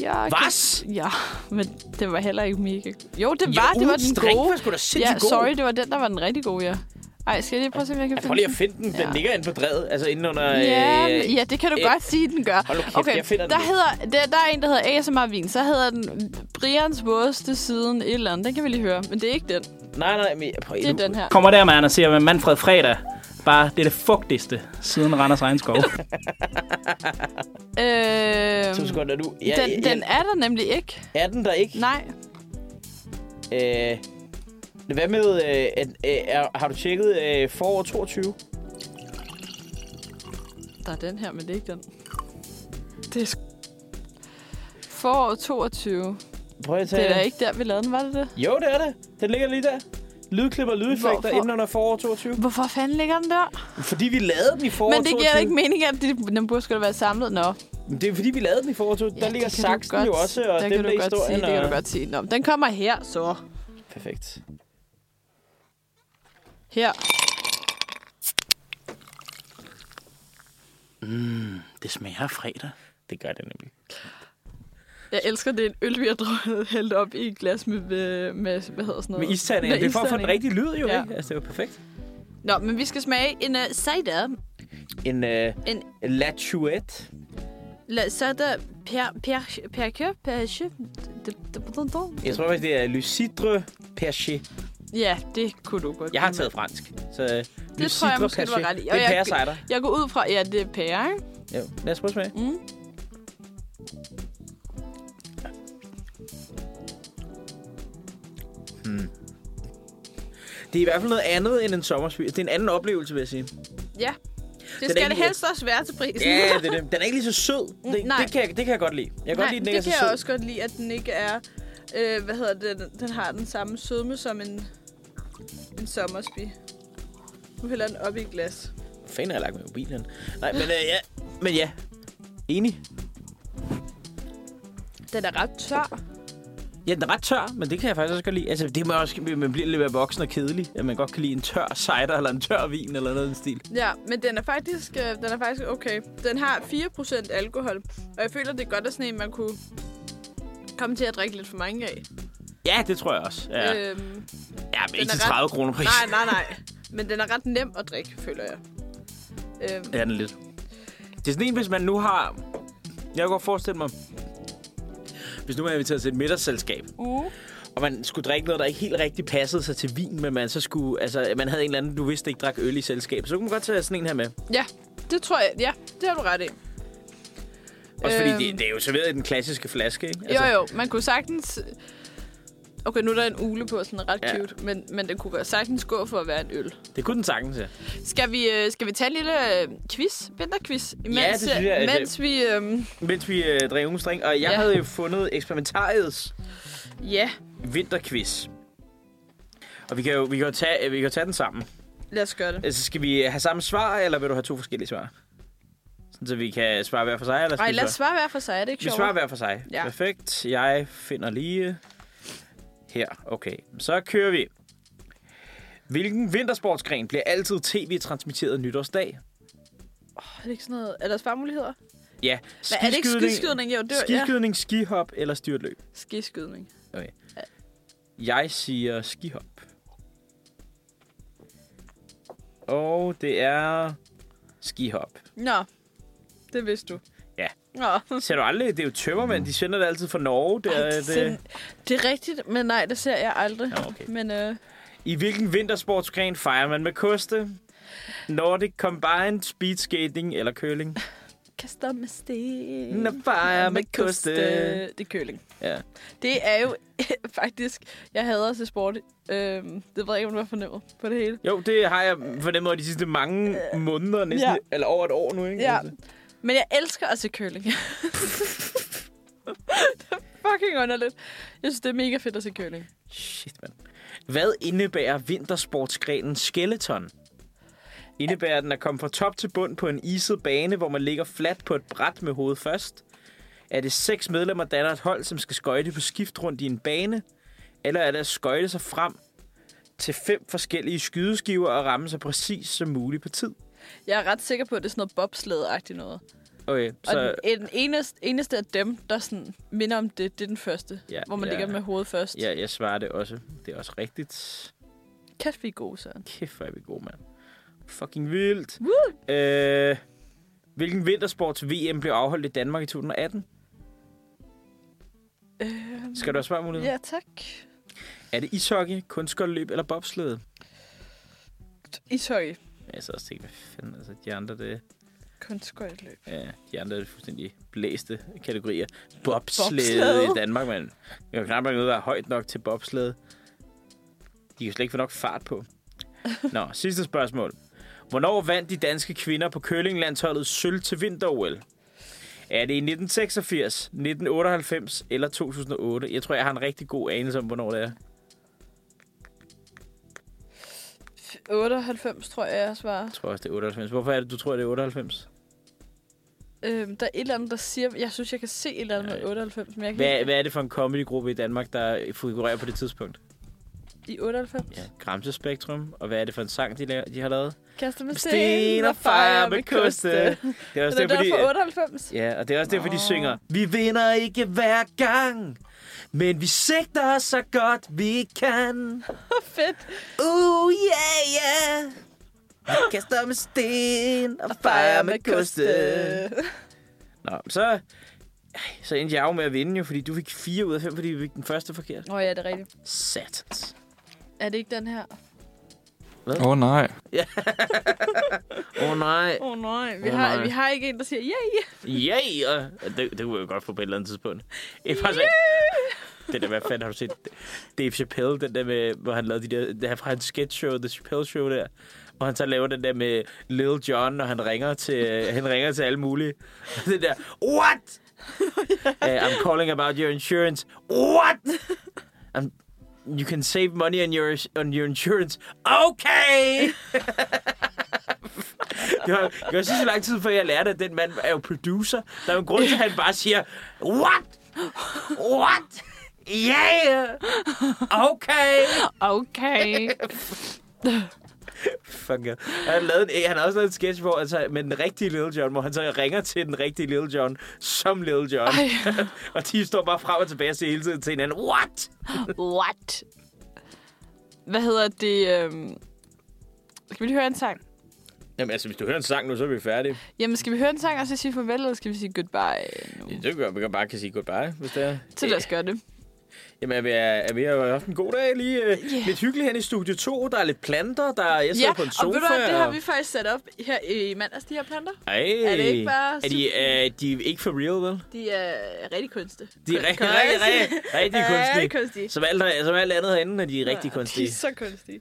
[SPEAKER 1] Jeg
[SPEAKER 2] Vas?
[SPEAKER 1] Kan... Ja, men det var heller ikke mega... Jo, det
[SPEAKER 2] Ja,
[SPEAKER 1] var, det var
[SPEAKER 2] ugens
[SPEAKER 1] den
[SPEAKER 2] drink
[SPEAKER 1] gode.
[SPEAKER 2] var sgu da sindssygt
[SPEAKER 1] ja,
[SPEAKER 2] god.
[SPEAKER 1] sorry, det var den, der var den rigtig gode, ja. Ej, skal jeg lige prøve at se, om jeg kan
[SPEAKER 2] Jeg
[SPEAKER 1] finde
[SPEAKER 2] prøv lige at finde den. Den
[SPEAKER 1] Ja.
[SPEAKER 2] ligger inde på drevet, altså inde under...
[SPEAKER 1] den? Ja,
[SPEAKER 2] øh,
[SPEAKER 1] ja, det kan du
[SPEAKER 2] øh,
[SPEAKER 1] godt sige, den gør.
[SPEAKER 2] hold nu kæft,
[SPEAKER 1] okay,
[SPEAKER 2] jeg finder den
[SPEAKER 1] der,
[SPEAKER 2] lige.
[SPEAKER 1] hedder, der, der er en, der hedder ASMR Vin. Så hedder den Brians vådeste siden et eller andet. Den kan vi lige høre, men det er ikke den.
[SPEAKER 2] Nej, nej, men prøv
[SPEAKER 1] Det er den her.
[SPEAKER 5] Kommer der, mand, og ser, hvad Manfred Fredag bare det er det fugtigste siden Randers Regnskov.
[SPEAKER 1] Øh,
[SPEAKER 2] To sekunder nu. Ja,
[SPEAKER 1] den,
[SPEAKER 2] ja,
[SPEAKER 1] den er der nemlig ikke.
[SPEAKER 2] Er den der ikke?
[SPEAKER 1] Nej.
[SPEAKER 2] Øh, hvad med... Øh, at, øh, er, har du tjekket øh, forår 22?
[SPEAKER 1] Der er den her, men det er ikke den. Det er sgu... Forår 22.
[SPEAKER 2] Prøv at tage...
[SPEAKER 1] Det er da ikke der, vi lavede den, var det det?
[SPEAKER 2] Jo, det er det. Den ligger lige der. Lydklip og lydeffekter
[SPEAKER 1] Hvorfor?
[SPEAKER 2] inden under forår 22.
[SPEAKER 1] Hvorfor fanden ligger den der?
[SPEAKER 2] Fordi vi lavede den i forår
[SPEAKER 1] Men det
[SPEAKER 2] 22.
[SPEAKER 1] giver da ikke mening, at det, den burde skulle være samlet. Nå, ja,
[SPEAKER 2] Men Det er fordi, vi lavede den i forår 22. Ja, der ligger
[SPEAKER 1] det kan du
[SPEAKER 2] saksen jo
[SPEAKER 1] godt-
[SPEAKER 2] også, og
[SPEAKER 1] der
[SPEAKER 2] den
[SPEAKER 1] kan
[SPEAKER 2] der
[SPEAKER 1] du godt sige,
[SPEAKER 2] historien.
[SPEAKER 1] det kan
[SPEAKER 2] og-
[SPEAKER 1] du godt sige. Nå, men den kommer her, så.
[SPEAKER 2] Perfekt.
[SPEAKER 1] Her.
[SPEAKER 4] Det smager af fredag.
[SPEAKER 2] Det gør det nemlig.
[SPEAKER 1] Jeg elsker, det er en øl, vi har drukket hældt op i et glas med, med, med hvad hedder sådan noget?
[SPEAKER 2] Med isterninger.
[SPEAKER 1] Med
[SPEAKER 2] Det er for at få den
[SPEAKER 1] isterninger.
[SPEAKER 2] rigtige lyd, jo,
[SPEAKER 1] Ja.
[SPEAKER 2] ja. ikke? Altså, det var perfekt.
[SPEAKER 1] Nå, men vi skal smage en uh, cider.
[SPEAKER 2] En, øh,
[SPEAKER 1] En
[SPEAKER 2] Latuette.
[SPEAKER 1] la, cider per, per, per, per, per,
[SPEAKER 2] Jeg tror faktisk, det er Lucidre Perché.
[SPEAKER 1] Ja, det kunne du godt.
[SPEAKER 2] Jeg har
[SPEAKER 1] kunne.
[SPEAKER 2] taget fransk, så øh, det Lucidre
[SPEAKER 1] tror jeg måske, du
[SPEAKER 2] Perché.
[SPEAKER 1] var ret i. Og
[SPEAKER 2] Det er
[SPEAKER 1] jeg-
[SPEAKER 2] pæresejder.
[SPEAKER 1] Jeg går ud fra, ja, det er pære, ikke?
[SPEAKER 2] Jo, lad os prøve at smage.
[SPEAKER 1] Mm.
[SPEAKER 2] Det er i hvert fald noget andet end en sommersby. Det er en anden oplevelse, vil jeg sige.
[SPEAKER 1] Ja. Det
[SPEAKER 2] er
[SPEAKER 1] skal det
[SPEAKER 2] ikke-
[SPEAKER 1] helst også være til prisen.
[SPEAKER 2] Ja, det er det. Den er ikke lige så sød. Det,
[SPEAKER 1] Mm, nej.
[SPEAKER 2] det, kan, jeg- det kan jeg godt lide. Jeg kan godt
[SPEAKER 1] Nej,
[SPEAKER 2] lide, at den ikke
[SPEAKER 1] det
[SPEAKER 2] er så
[SPEAKER 1] kan jeg
[SPEAKER 2] sød.
[SPEAKER 1] også godt lide, at den ikke er... Øh, hvad hedder det? Den, den har den samme sødme som en, en sommersby. Nu hælder den op i et glas.
[SPEAKER 2] Hvor fanden har jeg lagt med mobilen? Nej, men, øh, ja. men ja. Enig.
[SPEAKER 1] Den er ret tør.
[SPEAKER 2] Ja, den er ret tør, men det kan jeg faktisk også godt lide. Altså, det må også, man bliver lidt mere voksen og kedelig, at man godt kan lide en tør cider eller en tør vin eller noget i den stil.
[SPEAKER 1] Ja, men den er faktisk, øh, den er faktisk okay. Den har 4% alkohol, og jeg føler, det er godt at sådan en, man kunne komme til at drikke lidt for mange af.
[SPEAKER 2] Ja, det tror jeg også. Ja, øh,
[SPEAKER 1] Øhm,
[SPEAKER 2] ja men ikke
[SPEAKER 1] er
[SPEAKER 2] til
[SPEAKER 1] ret-
[SPEAKER 2] 30 kroner pris.
[SPEAKER 1] nej, nej, nej. Men den er ret nem at drikke, føler jeg. Øhm,
[SPEAKER 2] Ja, den er lidt. Det er sådan en, hvis man nu har... Jeg kan godt forestille mig... Hvis nu man er inviteret til et middagsselskab,
[SPEAKER 1] uh.
[SPEAKER 2] og man skulle drikke noget, der ikke helt rigtig passede sig til vin, men man så skulle... Altså, man havde en eller anden, du vidste ikke drak øl i selskab, så kunne man godt tage sådan en her med.
[SPEAKER 1] Ja, det tror jeg. Ja, det har du ret i.
[SPEAKER 2] Også fordi
[SPEAKER 1] Øhm.
[SPEAKER 2] det, det er jo serveret i den klassiske flaske, ikke?
[SPEAKER 1] Altså... Jo, jo, man kunne sagtens... Okay, nu er der en ule på, sådan ret
[SPEAKER 2] Ja.
[SPEAKER 1] cute, men, men den kunne godt sagtens gå for at være en øl.
[SPEAKER 2] Det kunne den sagtens, ja.
[SPEAKER 1] Skal vi, øh, skal vi tage en lille øh, quiz, vinterquiz, imens,
[SPEAKER 2] det synes jeg, at-
[SPEAKER 1] mens vi... Øh,
[SPEAKER 2] Mens vi øh, drev ugens drink, og jeg
[SPEAKER 1] Ja.
[SPEAKER 2] ja. havde jo fundet eksperimentariets
[SPEAKER 1] ja,
[SPEAKER 2] vinterquiz. Og vi kan jo vi kan jo tage, øh, vi kan jo tage den sammen.
[SPEAKER 1] lad os gøre det.
[SPEAKER 2] Altså, skal vi have samme svar, eller vil du have to forskellige svar? Sådan, så vi kan svare hver for sig, eller skal
[SPEAKER 1] Nej,
[SPEAKER 2] vi
[SPEAKER 1] lad os
[SPEAKER 2] svare-
[SPEAKER 1] svare hver for sig, er det ikke
[SPEAKER 2] Vi
[SPEAKER 1] sjovt?
[SPEAKER 2] svarer hver for sig.
[SPEAKER 1] Ja.
[SPEAKER 2] Ja. Perfekt. Jeg finder lige her. Okay, så kører vi. Hvilken vintersportsgren bliver altid tv-transmitteret nytårsdag?
[SPEAKER 1] Er det ikke sådan noget... Er der svarmuligheder?
[SPEAKER 2] Ja,
[SPEAKER 1] Hvad, er det ikke skiskydning? Jo, det var, ja.
[SPEAKER 2] skidskydning, skihop eller styrtløb?
[SPEAKER 1] Skiskydning.
[SPEAKER 2] Jeg siger skihop. Og det er skihop.
[SPEAKER 1] Nå, det vidste du.
[SPEAKER 2] Ja.
[SPEAKER 1] Nå.
[SPEAKER 2] Ser du aldrig? Det er jo tømmermænd. De sender det altid fra Norge. Det er, det.
[SPEAKER 1] sind- det er rigtigt, men nej, det ser jeg aldrig.
[SPEAKER 2] Nå, okay.
[SPEAKER 1] Men øh,
[SPEAKER 2] I hvilken vintersportsgren fejrer man med koste? Nordic Combined, speed skating eller curling?
[SPEAKER 1] kaster med sten.
[SPEAKER 2] Når fejrer med koste.
[SPEAKER 1] Det er køling.
[SPEAKER 2] Ja.
[SPEAKER 1] Det er jo faktisk... Jeg hader at se sport. Øhm, det ved jeg ikke, om du har fornemmet på det hele.
[SPEAKER 2] Jo, det har jeg fornemmet over de sidste mange måneder, næsten,
[SPEAKER 1] Ja.
[SPEAKER 2] Øh, ja. eller over et år nu. Ikke?
[SPEAKER 1] Ja.
[SPEAKER 2] Altså.
[SPEAKER 1] Men jeg elsker at se curling. det er fucking underligt. Jeg synes, det er mega fedt at se curling.
[SPEAKER 2] Shit, mand. Hvad indebærer vintersportsgrenen skeleton? Indebærer den at komme fra top til bund på en iset bane, hvor man ligger fladt på et bræt med hovedet først? Er det seks medlemmer danner et hold, som skal skøjte på skift rundt i en bane? Eller er det at skøjte sig frem til fem forskellige skydeskiver og ramme så præcis som muligt på tid?
[SPEAKER 1] Jeg er ret sikker på, at det er sådan noget bobsled-agtigt noget.
[SPEAKER 2] Okay,
[SPEAKER 1] Og
[SPEAKER 2] så...
[SPEAKER 1] den, den eneste, eneste af dem, der sådan minder om det, det er den første.
[SPEAKER 2] Ja,
[SPEAKER 1] hvor man
[SPEAKER 2] ja.
[SPEAKER 1] ligger med hovedet først.
[SPEAKER 2] Ja, jeg svarer det også. Det er også rigtigt.
[SPEAKER 1] Kæft, vi er gode, Søren.
[SPEAKER 2] Kæft, hvor er vi gode, mand. Fucking vildt. Øh, hvilken vintersports VM blev afholdt i Danmark i 2018?
[SPEAKER 1] Øhm,
[SPEAKER 2] Skal du have svarmulighed?
[SPEAKER 1] Ja, tak.
[SPEAKER 2] Er det ishockey, kunstskøjteløb eller bobslede?
[SPEAKER 1] Ishockey.
[SPEAKER 2] Ja, Jeg så også tænkte, hvad fanden, altså de andre, det,
[SPEAKER 1] Kun skøjtløb.
[SPEAKER 2] ja, de andre er det fuldstændig blæste kategorier. Bobslede
[SPEAKER 1] Bobslæde.
[SPEAKER 2] i Danmark, mand. Vi har knap nok noget, der er højt nok til bobslede. De kan slet ikke få nok fart på. Nå, sidste spørgsmål. Hvornår vandt de danske kvinder på curlinglandsholdet sølv til vinter-OL? Er det i 1986, 1998 eller 2008? Jeg tror, jeg har en rigtig god anelse om, hvornår det er.
[SPEAKER 1] 98, tror jeg, jeg svarer.
[SPEAKER 2] Jeg tror også, det er 98. Hvorfor er det, du tror, det er 98?
[SPEAKER 1] Øhm, der er et eller andet, der siger... Jeg synes, jeg kan se et eller andet med
[SPEAKER 2] Ja.
[SPEAKER 1] 98, men jeg kan
[SPEAKER 2] Hvad, hvad er det for en comedygruppe i Danmark, der figurerer på det tidspunkt?
[SPEAKER 1] I 98?
[SPEAKER 2] Ja, Gramse Spektrum. Og hvad er det for en sang, de, laver, de har lavet?
[SPEAKER 1] Kaster med
[SPEAKER 2] Sten og fejre med koste. Det er
[SPEAKER 1] Men
[SPEAKER 2] også
[SPEAKER 1] det er
[SPEAKER 2] det, fordi...
[SPEAKER 1] derfor 98.
[SPEAKER 2] Ja, og det er også derfor, de
[SPEAKER 1] Nå.
[SPEAKER 2] synger. Vi vinder ikke hver gang, men vi sigter så godt vi kan.
[SPEAKER 1] Fedt.
[SPEAKER 2] Uh, yeah, yeah. Vi kaster med sten og fejrer med koste. Nå, så, så endte jeg jo med at vinde jo, fordi du fik 4 ud af 5, fordi vi fik den første forkert.
[SPEAKER 1] Nå ja, det er rigtigt.
[SPEAKER 2] Satans.
[SPEAKER 1] Er det ikke den her?
[SPEAKER 5] Åh oh, nej.
[SPEAKER 2] Åh oh, nej.
[SPEAKER 1] Åh oh, nej. Vi,
[SPEAKER 2] Åh,
[SPEAKER 1] oh, har,
[SPEAKER 2] nej.
[SPEAKER 1] vi har ikke en, der siger, yay!
[SPEAKER 2] Ja, yeah! det, det kunne jeg jo godt få på et eller andet tidspunkt. Et par yeah! Det der, hvad fanden har du set? Dave Chappelle, den der med, hvor han lavede de der, det her fra hans sketch show, The Chappelle Show der, hvor han så laver den der med Lil John, og han ringer til, øh, han ringer til alle mulige. Det der, what? uh, I'm calling about your insurance. What? I'm, you can save money on your, on your insurance. Okay! Det var, det var så lang tid, før jeg lærte, at den mand er jo producer. Der er jo en grund til, at han bare siger, What? What? Yeah! Okay!
[SPEAKER 1] Okay.
[SPEAKER 2] Fuck ja. Han har, lavet en, han har også lavet en sketch hvor, altså, med den rigtige Lil John, hvor han så ringer til den rigtige Lil John som Lil John.
[SPEAKER 1] Ej.
[SPEAKER 2] og de står bare frem og tilbage og siger hele tiden til hinanden, What?
[SPEAKER 1] What? Hvad hedder det? Øhm... Skal vi lige høre en sang?
[SPEAKER 2] Jamen altså, hvis du hører en sang nu, så er vi færdige.
[SPEAKER 1] Jamen, skal vi høre en sang og så sige farvel, eller skal vi sige goodbye nu?
[SPEAKER 2] Det gør vi kan bare kan sige goodbye, hvis det er.
[SPEAKER 1] Så lad os gøre det.
[SPEAKER 2] Jamen, er vi, er vi har haft en god dag lige øh, yeah. lidt hyggeligt her i studie 2. Der er lidt planter, der er, jeg sidder
[SPEAKER 1] Ja,
[SPEAKER 2] ja, på en sofa.
[SPEAKER 1] og ved du hvad, det har
[SPEAKER 2] og-
[SPEAKER 1] vi faktisk sat op her i mandags, de her planter.
[SPEAKER 2] Ej.
[SPEAKER 1] Er det ikke bare
[SPEAKER 2] er de, er de ikke for real, vel?
[SPEAKER 1] De er rigtig kunstige.
[SPEAKER 2] De er rigtig, rigtig, rigtig, rigtig
[SPEAKER 1] Rigtig
[SPEAKER 2] kunstige.
[SPEAKER 1] kunstige.
[SPEAKER 2] Som alt, som alt andet herinde er de rigtig kunstige.
[SPEAKER 1] De er så kunstige.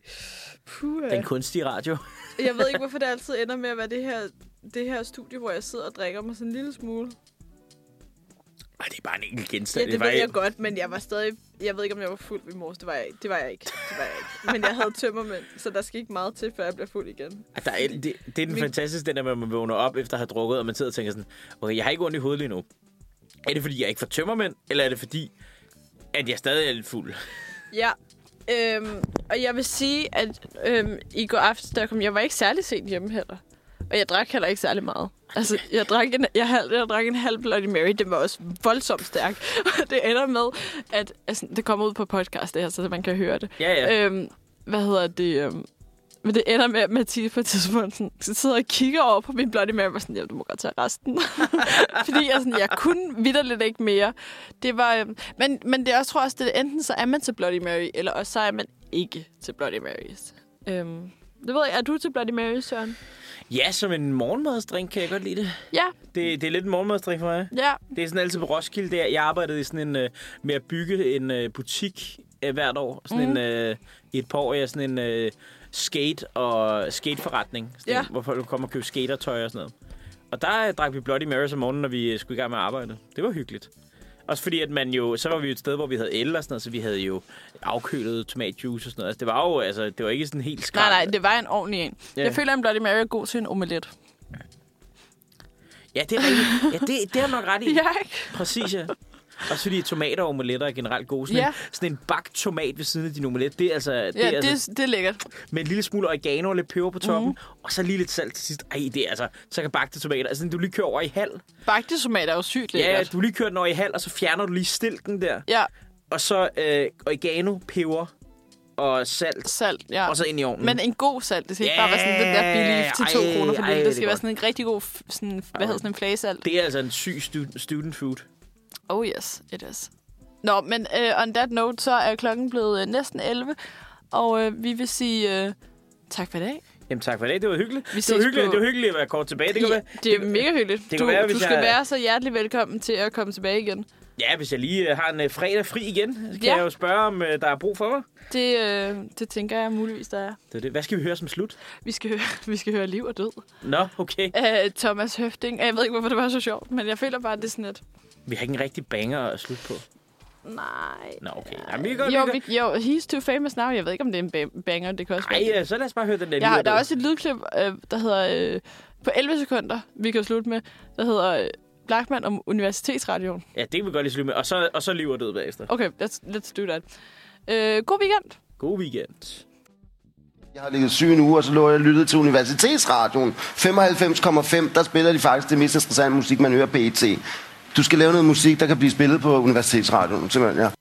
[SPEAKER 1] Puh,
[SPEAKER 2] Den kunstige radio.
[SPEAKER 1] jeg ved ikke, hvorfor det altid ender med at være det her, det her studie, hvor jeg sidder og drikker mig sådan en lille smule.
[SPEAKER 2] Ej, det er bare en enkelt genstand.
[SPEAKER 1] Ja, det
[SPEAKER 2] er
[SPEAKER 1] ved
[SPEAKER 2] bare-
[SPEAKER 1] jeg godt, men jeg var stadig... Jeg ved ikke, om jeg var fuld i morges. Det var jeg ikke. Det var jeg ikke. Det var jeg ikke. Men jeg havde tømmermænd, så der skal ikke meget til, før jeg bliver fuld igen.
[SPEAKER 2] Ej, Der er, det, det er den
[SPEAKER 1] Min-
[SPEAKER 2] fantastiske, den der, med, at man vågner op efter at have drukket, og man sidder og tænker sådan, okay, jeg har ikke ondt i hovedet lige nu. Er det, fordi jeg ikke får tømmermænd, eller er det, fordi at jeg stadig er lidt fuld?
[SPEAKER 1] Ja. Øhm, og jeg vil sige, at øhm, i går aftes, der kom, jeg var ikke særlig sent hjemme heller. Og jeg drak heller ikke særlig meget. Altså, jeg drak en, jeg, halv, jeg drak en halv Bloody Mary. Den var også voldsomt stærk. Og det ender med, at altså, det kommer ud på podcast, det her, så man kan høre det.
[SPEAKER 2] Ja, ja.
[SPEAKER 1] Øhm, hvad hedder det? Øhm, men det ender med, at Mathis på et tidspunkt sådan, så sidder og kigger over på min Bloody Mary, og var sådan, ja, du må godt tage resten. Fordi jeg, sådan, jeg kunne vidderligt ikke mere. Det var, øhm, men, men det er også, tror jeg også, det er, enten så er man til Bloody Mary, eller også så er man ikke til Bloody Marys. Øhm, det ved jeg, er du til Bloody Mary, Søren?
[SPEAKER 2] Ja, som en morgenmadsdrink kan jeg godt lide det.
[SPEAKER 1] Ja,
[SPEAKER 2] Det, det er lidt en morgenmadsdrink for mig.
[SPEAKER 1] ja.
[SPEAKER 2] Det er sådan altid på Roskilde. Der. Jeg arbejdede i sådan en, øh, med at bygge en øh, butik øh, hvert år. Sådan
[SPEAKER 1] Mhm.
[SPEAKER 2] mm. en, øh, I et par år er jeg sådan en øh, skate- og skateforretning. Sådan
[SPEAKER 1] Ja.
[SPEAKER 2] en, hvor folk kommer og køber skatertøj og sådan noget. Og der øh, drak vi Bloody Marys om morgenen, når vi øh, skulle i gang med at arbejde. Det var hyggeligt. Også fordi, at man jo... Så var vi jo et sted, hvor vi havde el og sådan noget, så vi havde jo afkølet tomatjuice og sådan noget. Altså, det var jo... Altså, det var ikke sådan helt skrab.
[SPEAKER 1] Nej, nej, det var en ordentlig en.
[SPEAKER 2] Ja.
[SPEAKER 1] Jeg føler, at en Bloody Mary er god til en omelet.
[SPEAKER 2] Ja, det er rigtigt. Ja, det, det har du nok ret i.
[SPEAKER 1] Ja, ikke?
[SPEAKER 2] Præcis, ja. Også fordi tomater og omeletter er generelt gode. Sådan,
[SPEAKER 1] Ja.
[SPEAKER 2] ja. en, sådan en bagt tomat ved siden af din omelet, det er altså... Det
[SPEAKER 1] Ja,
[SPEAKER 2] er altså
[SPEAKER 1] det, det er Mhm. lækkert.
[SPEAKER 2] med en lille smule oregano og lidt peber på toppen, mm. og så lige lidt salt til sidst. Ej, det er altså, så kan bagte tomater. Altså, du lige kører over i halv.
[SPEAKER 1] Bagte tomater er jo sygt
[SPEAKER 2] Ja, ja,
[SPEAKER 1] lækkert.
[SPEAKER 2] du lige kører den over i halv, og så fjerner du lige stilken der.
[SPEAKER 1] Ja,
[SPEAKER 2] Og så øh, oregano, peber og salt,
[SPEAKER 1] salt, ja.
[SPEAKER 2] og så ind i ovnen.
[SPEAKER 1] Men en god salt. Det skal ikke bare være sådan den der billige til 2
[SPEAKER 2] Mm. Ej,
[SPEAKER 1] kroner for
[SPEAKER 2] ej,
[SPEAKER 1] lille.
[SPEAKER 2] det
[SPEAKER 1] Det
[SPEAKER 2] er
[SPEAKER 1] skal være
[SPEAKER 2] godt.
[SPEAKER 1] sådan en rigtig god, f- sådan, hvad hedder sådan en flagesalt.
[SPEAKER 2] Det er altså en syg stu- student food.
[SPEAKER 1] Oh yes, it is. Nå, men uh, on that note, så er klokken blevet uh, næsten 11. Og uh, vi vil sige uh, tak for i dag.
[SPEAKER 2] Jamen tak for det, det var hyggeligt.
[SPEAKER 1] Vi
[SPEAKER 2] det, var
[SPEAKER 1] ses
[SPEAKER 2] hyggeligt.
[SPEAKER 1] på-
[SPEAKER 2] det var hyggeligt at være kort tilbage. Det kan være.
[SPEAKER 1] det er mega hyggeligt.
[SPEAKER 2] kan
[SPEAKER 1] du,
[SPEAKER 2] være, hvis
[SPEAKER 1] du skal
[SPEAKER 2] jeg-
[SPEAKER 1] være så hjertelig velkommen til at komme tilbage igen.
[SPEAKER 2] Ja, hvis jeg lige øh, har en øh, fredag fri igen, så kan
[SPEAKER 1] Ja.
[SPEAKER 2] ja. jeg jo spørge, om øh, der er brug for mig.
[SPEAKER 1] Det, øh, det tænker jeg muligvis, der er.
[SPEAKER 2] Det er det. Hvad skal vi høre som slut?
[SPEAKER 1] Vi skal høre, vi skal høre liv og død.
[SPEAKER 2] Nå, okay.
[SPEAKER 1] Uh, Thomas Høfting. Jeg ved ikke, hvorfor det var så sjovt, men jeg føler bare, at det er sådan et...
[SPEAKER 2] Vi har ikke en rigtig banger at slutte på.
[SPEAKER 1] Nej.
[SPEAKER 2] Nå, okay. Jamen, vi kan godt,
[SPEAKER 1] Jo,
[SPEAKER 2] vi kan...
[SPEAKER 1] vi, jo, he's too famous now. Jeg ved ikke, om det er en ba- banger. Det kan også være.
[SPEAKER 2] Ej, øh, så lad os bare høre den der
[SPEAKER 1] Jeg har,
[SPEAKER 2] lille-
[SPEAKER 1] der er også et lydklip, øh, der hedder... Øh, på 11 sekunder, vi kan slutte med, der hedder øh, Blackman om Universitetsradioen.
[SPEAKER 2] Ja, det kan vi godt lige slutte med. Og så, og så lever død bagefter.
[SPEAKER 1] Okay, let's, let's do that. Øh, god weekend.
[SPEAKER 2] God weekend.
[SPEAKER 6] Jeg har ligget syv en uge, og så lå jeg og lyttede til Universitetsradioen. 95,5, der spiller de faktisk det E mest interessante musik, man hører på ET. Du skal lave noget musik, der kan blive spillet på Universitetsradioen, simpelthen, ja.